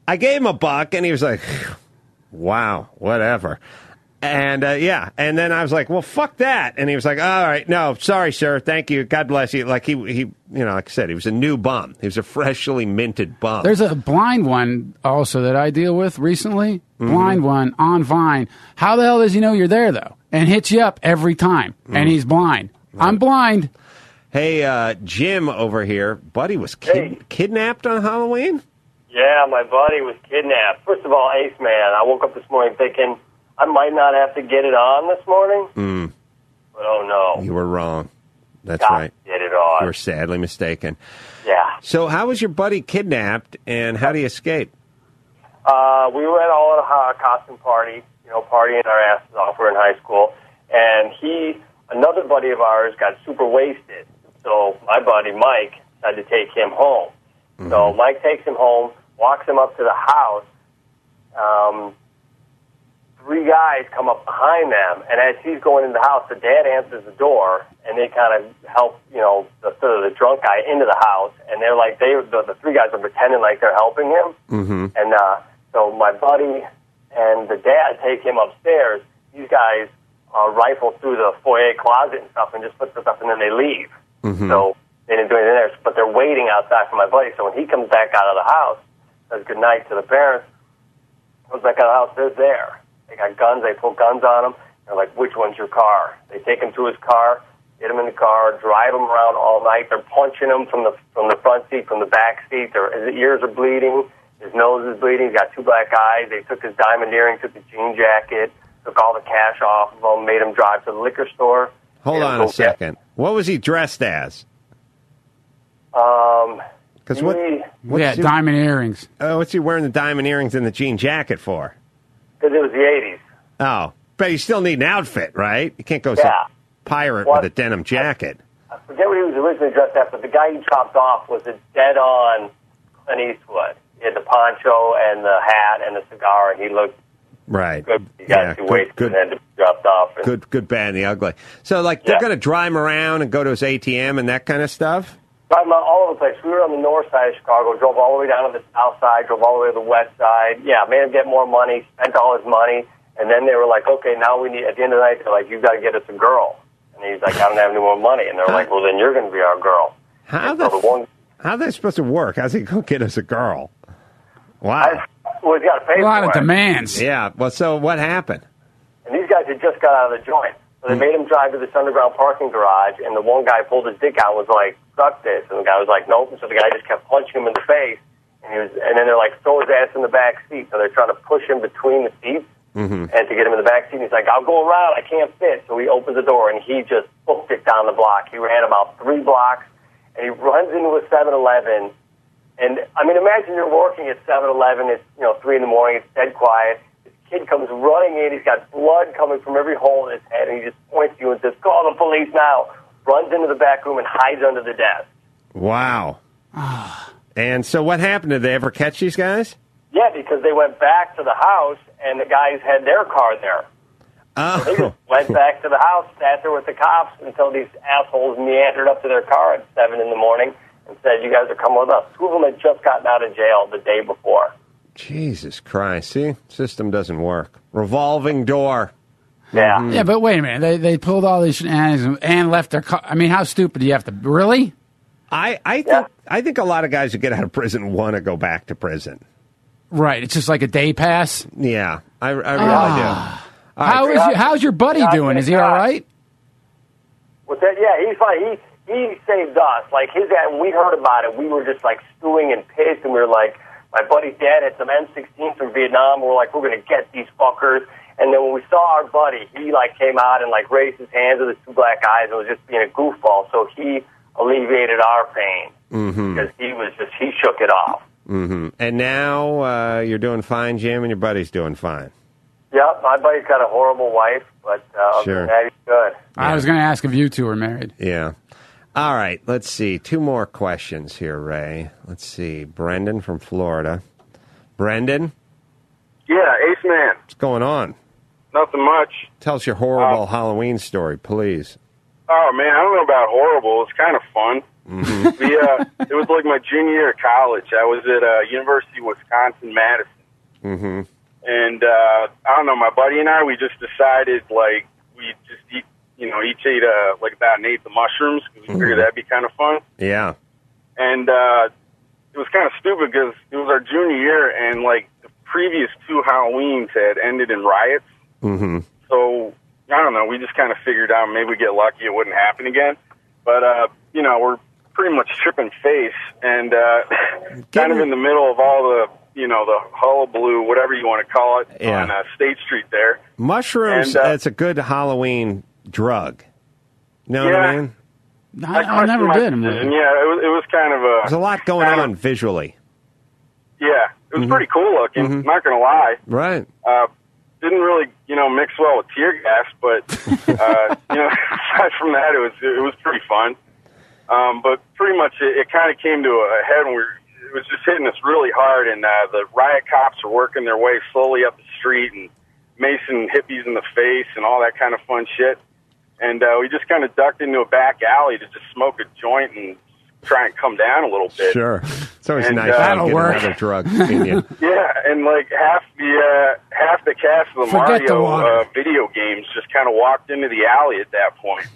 Speaker 4: I gave him a buck, and he was like, wow, whatever. And uh, yeah, and then I was like, well, fuck that. And he was like, all right, no, sorry, sir. Thank you. God bless you. Like he, he you know, like I said, he was a new bum. He was a freshly minted bum.
Speaker 24: There's a blind one also that I deal with recently.
Speaker 4: Mm-hmm.
Speaker 24: Blind one on Vine. How the hell does he know you're there though? And hits you up every time.
Speaker 4: Mm.
Speaker 24: And he's blind. I'm blind.
Speaker 4: Hey, uh, Jim over here, buddy was kid- kidnapped on Halloween?
Speaker 26: Yeah, my buddy was kidnapped. First of all, Ace Man, I woke up this morning thinking I might not have to get it on this morning,
Speaker 4: Mm,
Speaker 26: but oh no,
Speaker 4: you were wrong. That's
Speaker 26: God
Speaker 4: right.
Speaker 26: did it all.
Speaker 4: You were sadly mistaken.
Speaker 26: Yeah.
Speaker 4: So, how was your buddy kidnapped, and how do you escape?
Speaker 26: Uh, we were at all at a costume party, you know, partying our asses off. We were in high school, and he, another buddy of ours, got super wasted. So my buddy Mike had to take him home. So Mike takes him home, walks him up to the house. Um, three guys come up behind them, and as he's going in the house, the dad answers the door, and they kind of help, you know, the, the, the drunk guy into the house, and they're like, they the, the three guys are pretending like they're helping him.
Speaker 27: Mm-hmm.
Speaker 26: And uh, so my buddy and the dad take him upstairs. These guys uh, rifle through the foyer closet and stuff and just put the stuff and then they leave. So they didn't do anything there, but they're waiting outside for my buddy. So when he comes back out of the house, says good night to the parents, comes back out of the house, they're there. They got guns, they pull guns on him. They're like, which one's your car? They take him to his car, get him in the car, drive him around all night. They're punching him from the from the front seat, from the back seat. Their, his ears are bleeding. His nose is bleeding. He's got two black eyes. They took his diamond earring, took his jean jacket, took all the cash off of him, made him drive to the liquor store.
Speaker 4: Hold on a second. What was he dressed as?
Speaker 26: Um,
Speaker 4: 'Cause what-
Speaker 26: he-
Speaker 4: What's
Speaker 24: yeah,
Speaker 4: he-
Speaker 24: diamond earrings.
Speaker 4: Uh, what's he wearing the diamond earrings and the jean jacket for?
Speaker 26: Because it was the 80s.
Speaker 4: Oh, but you still need an outfit, right? You can't go
Speaker 26: Yeah.
Speaker 4: some pirate with a denim jacket.
Speaker 26: I forget what he was originally dressed as, but the guy he chopped off was a dead on Clint Eastwood. He had the poncho and the hat and the cigar, and he looked
Speaker 4: Right.
Speaker 26: good. He got
Speaker 4: Yeah,
Speaker 26: too
Speaker 4: good-
Speaker 26: wasted
Speaker 4: good-
Speaker 26: and then dropped off. And
Speaker 4: Good, good, bad, and the ugly. So, like, they're
Speaker 26: Yeah.
Speaker 4: going to drive him around and go to his ATM and that kind of stuff.
Speaker 26: Driving out all over the place. We were on the north side of Chicago, drove all the way down to the south side, drove all the way to the west side. Yeah, made him get more money, spent all his money, and then they were like, okay, now we need, at the end of the night, they're like, you've got to get us a girl. And he's like, I don't have any more money. And they're like, well, then you're going to be our girl. So
Speaker 4: How the,
Speaker 26: the one,
Speaker 4: how they supposed to work? How's he going to get us a girl? Wow,
Speaker 26: well, he's got to pay for it.
Speaker 4: Yeah. Well, so what happened?
Speaker 26: And these guys had just got out of the joint. So they made him drive to this underground parking garage, and the one guy pulled his dick out and was like, suck this. And the guy was like, nope. And so the guy just kept punching him in the face. And, he was, and then they're like, throw his ass in the back seat. So they're trying to push him between the seats
Speaker 28: Mm-hmm.
Speaker 26: and to get him in the back seat. And he's like, I'll go around. I can't fit. So he opens the door, and he just booked it down the block. He ran about three blocks, and he runs into a 7-Eleven. And, I mean, imagine you're working at 7-Eleven. It's, you know, 3 in the morning. It's dead quiet kid comes running in. He's got blood coming from every hole in his head, and he just points at you and says, "Call the police now!" Runs into the back room and hides under the desk.
Speaker 4: Wow.
Speaker 24: Ah.
Speaker 4: and so what happened? Did they ever catch these guys?
Speaker 26: Yeah, because they went back to the house, and the guys had their car there.
Speaker 4: Oh,
Speaker 26: Went back to the house, sat there with the cops until these assholes meandered up to their car at seven in the morning and said, "You guys are coming with us." Two of them had just gotten out of jail the day before.
Speaker 4: Jesus Christ! See, system doesn't work. Revolving door.
Speaker 26: Yeah.
Speaker 24: Yeah, but wait a minute. They they pulled all these shenanigans and left their car. I mean, how stupid do you have to really?
Speaker 4: I I think I think a lot of guys who get out of prison want to go back to prison.
Speaker 24: Right. It's just like a day pass. Ah.
Speaker 4: Yeah, I, I really do. All
Speaker 24: How
Speaker 4: right.
Speaker 24: is your, how's your buddy doing? Is he all right?
Speaker 26: With that, yeah, he's fine. He he saved us. Like his dad, when we heard about it, we were just like stewing and pissed, and we were like, my buddy's dad had some M16s from Vietnam. We're like, we're gonna get these fuckers. And then when we saw our buddy, he like came out and like raised his hands with his two black eyes and was just being a goofball. So he alleviated our pain
Speaker 4: Mm-hmm.
Speaker 26: because he was just he shook it off.
Speaker 4: Mm-hmm. And now uh, you're doing fine, Jim, and your buddy's doing fine.
Speaker 26: Yep, my buddy's got a horrible wife, but uh, other
Speaker 4: Sure.
Speaker 26: than that, he's good.
Speaker 24: I was going to ask if you two were married.
Speaker 4: Yeah. All right. Let's see. Two more questions here, Ray. Let's see. Brendan from Florida. Brendan,
Speaker 28: Yeah, Ace Man.
Speaker 4: what's going on?
Speaker 28: Nothing much.
Speaker 4: Tell us your horrible Halloween story, please.
Speaker 28: Oh man, I don't know about horrible. It's kind of fun.
Speaker 4: Mhm.
Speaker 28: the, uh, it was like my junior year of college. I was at uh, University of Wisconsin Madison,
Speaker 4: mm-hmm.
Speaker 28: and uh, I don't know. My buddy and I, we just decided like we just eat, you know, each ate uh, like about an eighth of mushrooms. 'cause We figured
Speaker 4: Mhm.
Speaker 28: that'd be kind of fun.
Speaker 4: Yeah.
Speaker 28: and uh, it was kind of stupid because it was our junior year, and like the previous two Halloweens had ended in riots.
Speaker 4: Mm-hmm.
Speaker 28: So I don't know. We just kind of figured out maybe we get lucky, it wouldn't happen again. But uh, you know, we're pretty much tripping face, and uh, kind of in the middle of all the you know the hullabaloo, whatever you want to call it,
Speaker 4: Yeah.
Speaker 28: on uh, State Street there.
Speaker 4: Mushrooms.
Speaker 28: And, uh,
Speaker 4: that's a good Halloween drug. Know what I
Speaker 28: Yeah.
Speaker 4: mean?
Speaker 28: I,
Speaker 24: I never
Speaker 28: questioned
Speaker 24: did, I'm
Speaker 28: my
Speaker 24: with
Speaker 28: decision.
Speaker 24: you.
Speaker 28: Yeah, it was, it was kind of a
Speaker 4: There's a lot going on visually.
Speaker 28: yeah. It was pretty cool looking. Not gonna lie.
Speaker 4: Right.
Speaker 28: uh, didn't really, you know, mix well with tear gas, but uh, you know, aside from that, it was it was pretty fun. Um, but pretty much, it, it kind of came to a head, and we were, it was just hitting us really hard. And uh, the riot cops were working their way slowly up the street, and Mason hippies in the face, and all that kind of fun shit. And uh, we just kind of ducked into a back alley to just smoke a joint and try and come down a little bit.
Speaker 4: Sure. It's always
Speaker 28: And,
Speaker 4: nice to
Speaker 28: uh, That'll
Speaker 4: get
Speaker 28: work.
Speaker 4: another drug in you.
Speaker 28: Yeah, and like half the uh, half the cast of the
Speaker 4: Forget the
Speaker 28: Mario
Speaker 4: water.
Speaker 28: uh, video games just kind of walked into the alley at that point,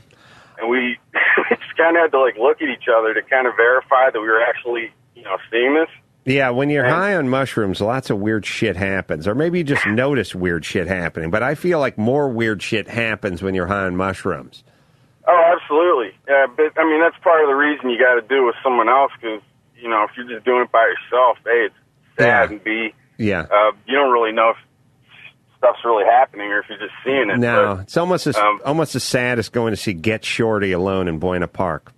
Speaker 28: and we, we just kind of had to like look at each other to kind of verify that we were actually you know seeing this.
Speaker 4: Yeah, when you're high on mushrooms, lots of weird shit happens. Or maybe you just notice weird shit happening. But I feel like more weird shit happens when you're high on mushrooms.
Speaker 28: Oh, absolutely. Yeah, but I mean that's part of the reason you got to do it with someone else because you know if you're just doing it by yourself, a it's sad and b
Speaker 4: Yeah.
Speaker 28: uh, you don't really know if stuff's really happening or if you're just seeing it.
Speaker 4: No,
Speaker 28: But,
Speaker 4: it's almost as
Speaker 28: um,
Speaker 4: almost as sad as going to see Get Shorty alone in Buena Park.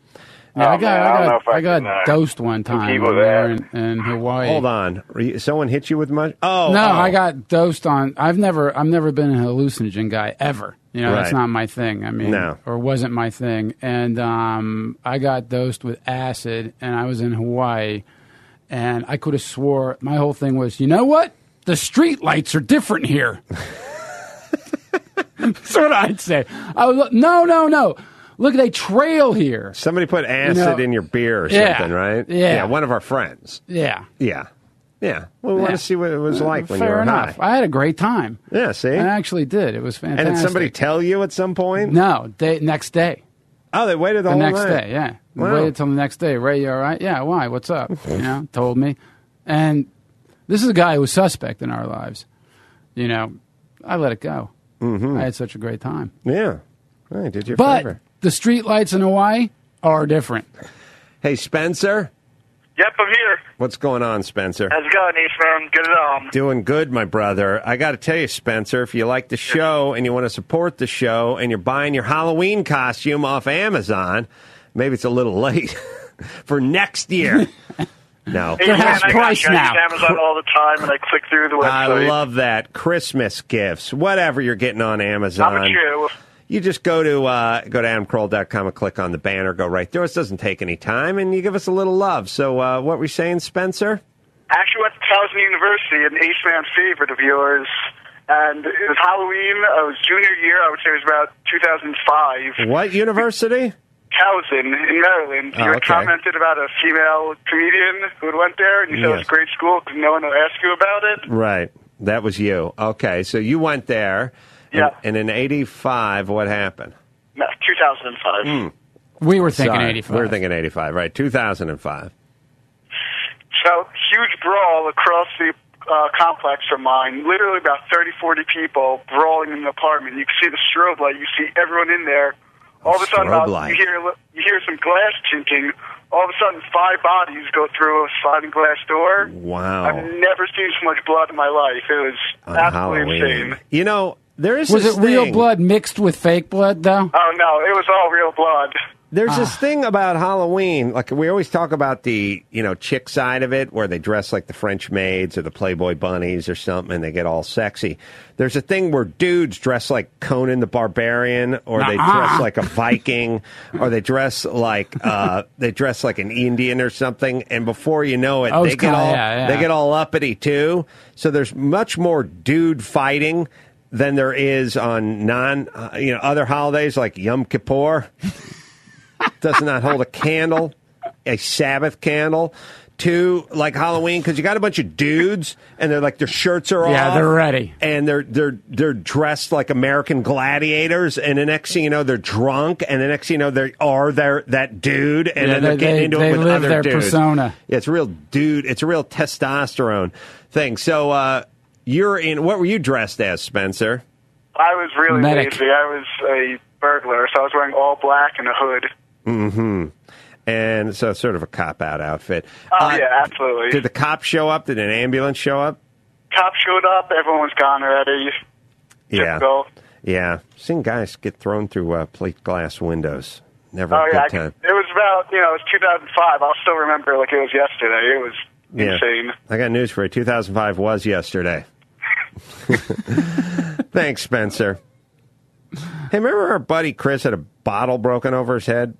Speaker 24: Yeah, I
Speaker 4: Oh,
Speaker 24: got,
Speaker 4: man, I
Speaker 24: I
Speaker 4: don't know
Speaker 24: got,
Speaker 4: if I
Speaker 24: I got
Speaker 4: can, uh,
Speaker 24: dosed one
Speaker 4: compete
Speaker 24: time
Speaker 4: with
Speaker 24: when we were in, in Hawaii.
Speaker 4: Hold on, Are you- someone hit you with mush? Oh
Speaker 24: no,
Speaker 4: oh.
Speaker 24: I got dosed on. I've never, I've never been a hallucinogen guy ever. You know, that's
Speaker 4: Right.
Speaker 24: not my thing. I mean,
Speaker 4: No.
Speaker 24: or wasn't my thing. And um, I got dosed with acid, and I was in Hawaii, and I could have swore my whole thing was, you know what? The street lights are different here. That's what I'd say. I was like, no, no, no. Look, they trail here.
Speaker 4: Somebody put acid in your beer or
Speaker 24: Yeah.
Speaker 4: something, right?
Speaker 24: Yeah.
Speaker 4: one of our friends.
Speaker 24: Yeah.
Speaker 4: Yeah. Yeah. Well, we want
Speaker 24: Yeah.
Speaker 4: to see what it was
Speaker 24: Uh,
Speaker 4: like when you
Speaker 24: fair
Speaker 4: were
Speaker 24: enough.
Speaker 4: high.
Speaker 24: I had a great time.
Speaker 4: Yeah, see?
Speaker 24: I actually did. It was fantastic.
Speaker 4: And did somebody tell you at some point?
Speaker 24: No, day, next day.
Speaker 4: Oh, they waited the
Speaker 24: the
Speaker 4: whole
Speaker 24: next
Speaker 4: night?
Speaker 24: day. Yeah,
Speaker 4: Wow.
Speaker 24: waited till the next day. Ray, you all right? Yeah, why? What's up? you know, told me. And this is a guy who was suspect in our lives. You know, I let it go.
Speaker 4: Mm-hmm.
Speaker 24: I had such a great time.
Speaker 4: Yeah. Well, you did your
Speaker 24: but
Speaker 4: favor.
Speaker 24: the street lights in Hawaii are different.
Speaker 4: Hey, Spencer,
Speaker 27: Yep, I'm here.
Speaker 4: what's going on, Spencer?
Speaker 27: How's it going, Ephraim? Good at all.
Speaker 4: Doing good, my brother. I got to tell you, Spencer, if you like the show and you want to support the show and you're buying your Halloween costume off Amazon, maybe it's a little late for next year. no.
Speaker 27: Hey, man, I got you. I use Amazon all the time, and I click through the
Speaker 4: I
Speaker 27: website.
Speaker 4: love that. Christmas gifts, whatever you're getting on Amazon.
Speaker 27: I'm a Jew.
Speaker 4: You just go to uh, go to adamcroll.com and click on the banner, go right there. It doesn't take any time, and you give us a little love. So, uh, what were you saying, Spencer?
Speaker 27: Actually, went to Towson University, an Ace Man favorite of yours, and it was Halloween. I was junior year. I would say it was about 2005.
Speaker 4: What university?
Speaker 27: Towson in Maryland.
Speaker 4: Oh,
Speaker 27: you had
Speaker 4: okay.
Speaker 27: commented about a female comedian who had went there, and you said it was
Speaker 4: Yes.
Speaker 27: a great school because no one will ask you about it.
Speaker 4: Right. That was you. Okay. So you went there. and-
Speaker 27: Yeah.
Speaker 4: And, in 85, what happened? Hmm.
Speaker 27: No, 2005.
Speaker 24: We were thinking
Speaker 4: Sorry,
Speaker 24: 85.
Speaker 4: We were thinking 85, right. 2005.
Speaker 27: So, huge brawl across the uh, complex from mine. Literally about 30, 40 people brawling in the apartment. You can see the strobe light. You see everyone in there. All of a sudden,
Speaker 4: Strobe
Speaker 27: uh,
Speaker 4: light.
Speaker 27: you hear you hear some glass chinking. All of a sudden, five bodies go through a sliding glass door.
Speaker 4: Wow.
Speaker 27: I've never seen so much blood in my life. It was
Speaker 4: On
Speaker 27: absolutely
Speaker 4: Halloween.
Speaker 27: insane.
Speaker 4: You know, there is
Speaker 24: was
Speaker 4: this
Speaker 24: it real
Speaker 4: thing-
Speaker 24: blood mixed with fake blood though?
Speaker 4: Uh,
Speaker 27: Oh no, it was all real blood.
Speaker 4: There's
Speaker 24: Ah.
Speaker 4: this thing about Halloween, like we always talk about the you know chick side of it, where they dress like the French maids or the Playboy bunnies or something, and they get all sexy. There's a thing where dudes dress like Conan the Barbarian, or they
Speaker 24: Ah.
Speaker 6: Nuh-uh.
Speaker 4: dress like a Viking, or they dress like uh, they dress like an Indian or something. And before you know it,
Speaker 24: Oh,
Speaker 4: they
Speaker 24: it's
Speaker 4: get
Speaker 24: kinda-
Speaker 4: all
Speaker 24: yeah, yeah.
Speaker 4: they get all uppity too. So there's much more dude fighting. Than there is on non, uh, you know, other holidays like Yom Kippur does not hold a candle, a Sabbath candle, to like Halloween because you got a bunch of dudes and they're like their shirts are off,
Speaker 24: Yeah, they're ready,
Speaker 4: and they're they're they're dressed like American gladiators, and the next thing you know they're drunk, and the next thing you know they are their that dude, and
Speaker 24: Yeah,
Speaker 4: then they're
Speaker 24: they-
Speaker 4: getting
Speaker 24: they-
Speaker 4: into
Speaker 24: they
Speaker 4: it with
Speaker 24: live
Speaker 4: other
Speaker 24: their
Speaker 4: dudes.
Speaker 24: persona.
Speaker 4: Yeah, it's a real dude. It's a real testosterone thing. So uh, you're in. What were you dressed as, Spencer?
Speaker 27: I was really
Speaker 4: Medic.
Speaker 27: lazy. I was a burglar, so I was wearing all black and a hood.
Speaker 4: hmm And so, sort of a cop out outfit.
Speaker 27: Oh yeah, absolutely.
Speaker 4: Uh, Did the cops show up? Did an ambulance show up?
Speaker 27: Cops showed up. Everyone was gone already.
Speaker 4: Yeah.
Speaker 27: Typical.
Speaker 4: Yeah. Seen guys get thrown through uh, plate glass windows. Never
Speaker 27: Oh
Speaker 4: a good
Speaker 27: yeah, I
Speaker 4: time.
Speaker 27: could- it was about you know it was 2005. I'll still remember it like it was yesterday. It was
Speaker 4: Yeah.
Speaker 27: insane.
Speaker 4: I got news for you. 2005 was yesterday. Thanks, Spencer. Hey, remember our buddy Chris had a bottle broken over his head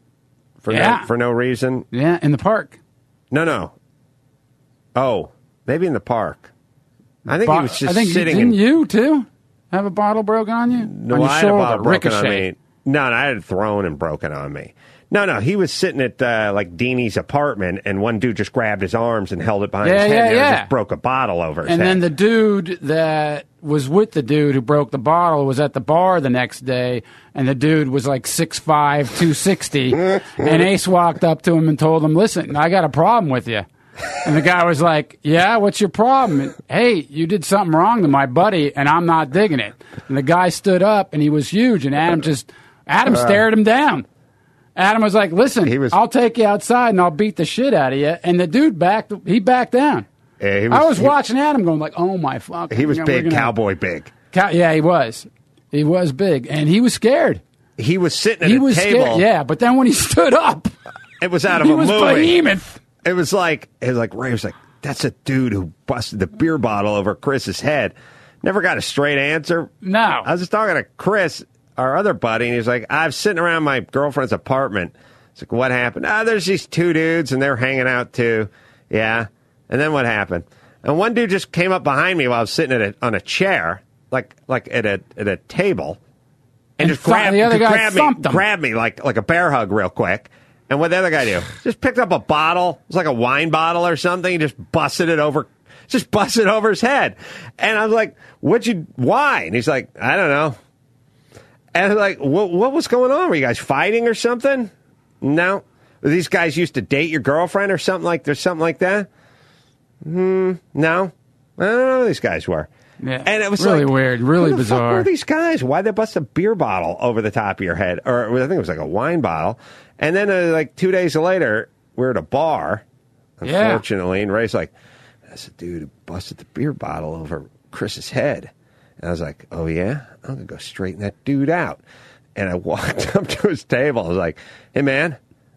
Speaker 4: for
Speaker 24: Yeah.
Speaker 4: no, for no reason?
Speaker 24: Yeah, in the park.
Speaker 4: No, no. Oh, maybe in the park. I think he
Speaker 24: Bo-
Speaker 4: was just
Speaker 24: I think
Speaker 4: sitting
Speaker 24: didn't
Speaker 4: in
Speaker 24: you too have a bottle broken on you?
Speaker 4: No,
Speaker 24: on your
Speaker 4: I had a
Speaker 24: shoulder,
Speaker 4: bottle broken on
Speaker 24: ricochet.
Speaker 4: me. No, no, I had it thrown and broken on me. No, no, he was sitting at uh, like Deanie's apartment, and one dude just grabbed his arms and held it behind
Speaker 24: Yeah,
Speaker 4: his head,
Speaker 24: yeah,
Speaker 4: and the other
Speaker 24: yeah.
Speaker 4: just broke a bottle over his
Speaker 24: And
Speaker 4: head.
Speaker 24: then the dude that was with the dude who broke the bottle was at the bar the next day, and the dude was like 6'5", 260. and Ace walked up to him and told him, "Listen, I got a problem with you." And the guy was like, Yeah, what's your problem? And, hey, you did something wrong to my buddy, and I'm not digging it. And the guy stood up, and he was huge, and Adam just, Adam
Speaker 8: Uh.
Speaker 24: stared him down. Adam was like, Listen, I'll take you outside and I'll beat the shit out of you. And the dude backed, he backed down.
Speaker 4: Yeah, he
Speaker 24: I was
Speaker 4: he-
Speaker 24: watching Adam going like, "Oh my fuck!"
Speaker 4: He was big, cowboy big.
Speaker 24: yeah, he was. He was big, and he was scared.
Speaker 4: He was sitting at
Speaker 24: he
Speaker 4: a
Speaker 24: was
Speaker 4: table.
Speaker 24: Scared, yeah, but then when he stood up,
Speaker 4: It was out of
Speaker 24: he
Speaker 4: a
Speaker 24: was
Speaker 4: movie.
Speaker 24: behemoth.
Speaker 4: It was like it was like Ray was like, "That's a dude who busted the beer bottle over Chris's head." Never got a straight answer.
Speaker 24: No, I
Speaker 4: was just talking to Chris, our other buddy, and he was like, "I was sitting around my girlfriend's apartment." It's like, "What happened?" Ah, there's these two dudes, and they're hanging out too. Yeah, and then what happened? And one dude just came up behind me while I was sitting at a, on a chair, like like at a at a table, and, just
Speaker 24: thump-
Speaker 4: grabbed
Speaker 24: the other
Speaker 4: just
Speaker 24: guy
Speaker 4: grabbed me,
Speaker 24: thumped him.
Speaker 4: grabbed me like like a bear hug real quick. And what the other guy do? Just picked up a bottle. It's like a wine bottle or something. He just busted it over. Just busted over his head. And I was like, "What you? Why?" And he's like, "I don't know." And I'm like, what, what was going on? Were you guys fighting or something? No. Were these guys used to date your girlfriend or something like there's something like that? Hmm. No. I don't know who these guys were.
Speaker 24: Yeah.
Speaker 4: And it was
Speaker 24: really
Speaker 4: like,
Speaker 24: weird, really
Speaker 4: who the fuck
Speaker 24: bizarre.
Speaker 4: were these guys? Why they bust a beer bottle over the top of your head, or I think it was like a wine bottle. And then uh, like two days later, we're at a bar,
Speaker 24: Yeah.
Speaker 4: unfortunately, and Ray's like, "That's a dude who busted the beer bottle over Chris's head." And I was like, "Oh yeah, I'm gonna go straighten that dude out." And I walked up to his table. I was like, "Hey man,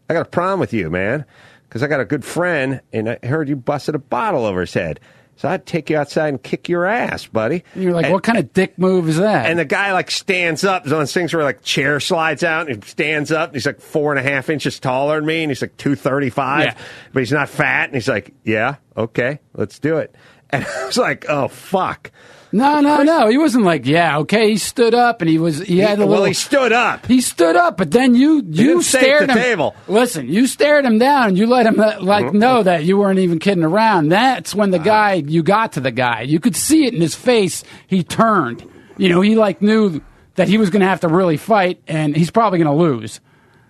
Speaker 4: I got a problem with you, man, because I got a good friend, and I heard you busted a bottle over his head." So I'd take you outside and kick your ass, buddy.
Speaker 24: And you're like,
Speaker 4: And-
Speaker 24: "What kind of dick move is that?"
Speaker 4: and the guy like stands up. It's one of those things where like chair slides out and he stands up. And he's like four and a half inches taller than me, and he's like two thirty five,
Speaker 24: Yeah.
Speaker 4: but he's not fat. And he's like, "Yeah, okay, let's do it." And I was like, "Oh fuck!"
Speaker 24: No, no, no. He wasn't like, yeah, okay. He stood up and he was. He,
Speaker 4: He-
Speaker 24: had a
Speaker 4: well,
Speaker 24: little.
Speaker 4: he stood up.
Speaker 24: He stood up, but then you you
Speaker 4: didn't stay at
Speaker 24: stared
Speaker 4: the
Speaker 24: him.
Speaker 4: table. Mm-hmm.
Speaker 24: Listen, you stared him down. and You let him uh, like know that you weren't even kidding around. That's when the
Speaker 4: Uh-huh.
Speaker 24: guy you got to the guy. You could see it in his face. He turned. You know, he like knew that he was going to have to really fight, and he's probably going to lose.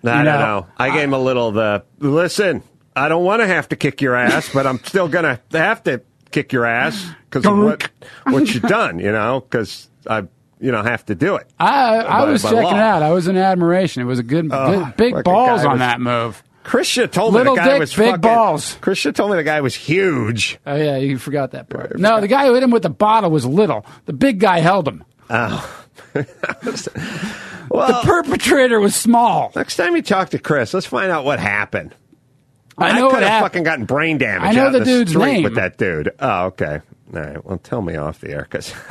Speaker 4: No,
Speaker 24: You
Speaker 4: no,
Speaker 24: know,
Speaker 4: no. I gave him a little of the listen. I don't want to have to kick your ass, but I'm still gonna have to kick your ass because of what what you done, you know? Because I, you know, have to do it.
Speaker 24: I I
Speaker 4: By-
Speaker 24: was
Speaker 4: by
Speaker 24: checking
Speaker 4: law.
Speaker 24: it out. I was in admiration. It was a good, good
Speaker 4: fucking
Speaker 24: big balls
Speaker 4: guy
Speaker 24: on
Speaker 4: was-
Speaker 24: that move.
Speaker 4: Christian told
Speaker 24: Little
Speaker 4: me the guy
Speaker 24: dick,
Speaker 4: was
Speaker 24: big
Speaker 4: fucking, balls. Christian told me the guy was huge.
Speaker 24: Oh yeah, you forgot that part. No, the guy who hit him with the bottle was little. The big guy held him.
Speaker 4: Oh.
Speaker 24: the perpetrator was small.
Speaker 4: Next time you talk to Chris, let's find out what happened.
Speaker 24: I know
Speaker 4: could
Speaker 24: what
Speaker 4: have
Speaker 24: happened.
Speaker 4: fucking gotten brain damage.
Speaker 24: I know
Speaker 4: out in
Speaker 24: the
Speaker 4: the
Speaker 24: dude's
Speaker 4: street
Speaker 24: name.
Speaker 4: with that dude. Oh, okay. All right. Well, tell me off the air because.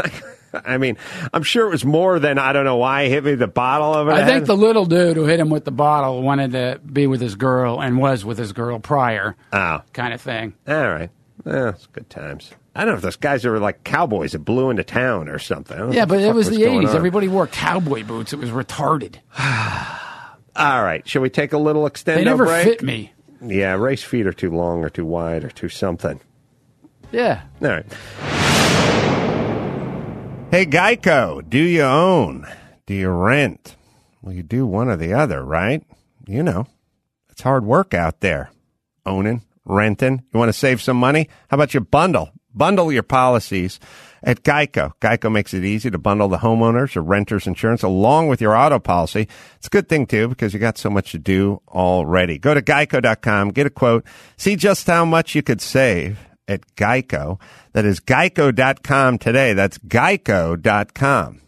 Speaker 4: I mean, I'm sure it was more than I don't know why he hit me the bottle over.
Speaker 24: I
Speaker 4: the
Speaker 24: think
Speaker 4: head.
Speaker 24: the little dude who hit him with the bottle wanted to be with his girl and was with his girl prior.
Speaker 4: Oh.
Speaker 24: Kind of thing.
Speaker 4: All right. Well, it's good times. I don't know if those guys were like cowboys that blew into town or something. I don't know
Speaker 24: Yeah,
Speaker 4: what
Speaker 24: but
Speaker 4: the
Speaker 24: it
Speaker 4: fuck
Speaker 24: was the
Speaker 4: going
Speaker 24: 80s.
Speaker 4: on.
Speaker 24: Everybody wore cowboy boots. It was retarded.
Speaker 4: All right. Shall we take a little extendo
Speaker 24: They never
Speaker 4: break?
Speaker 24: fit me.
Speaker 4: Yeah, race feet are too long or too wide or too something.
Speaker 24: Yeah.
Speaker 4: All right. Hey, Geico, do you own? Do you rent? Well, you do one or the other, right? You know, it's hard work out there. Owning, renting. You want to save some money? How about you bundle? Bundle your policies at Geico. Geico makes it easy to bundle the homeowners or renters insurance along with your auto policy. It's a good thing too because you got so much to do already. Go to geico.com, get a quote, see just how much you could save at Geico. That is geico.com today. That's geico.com.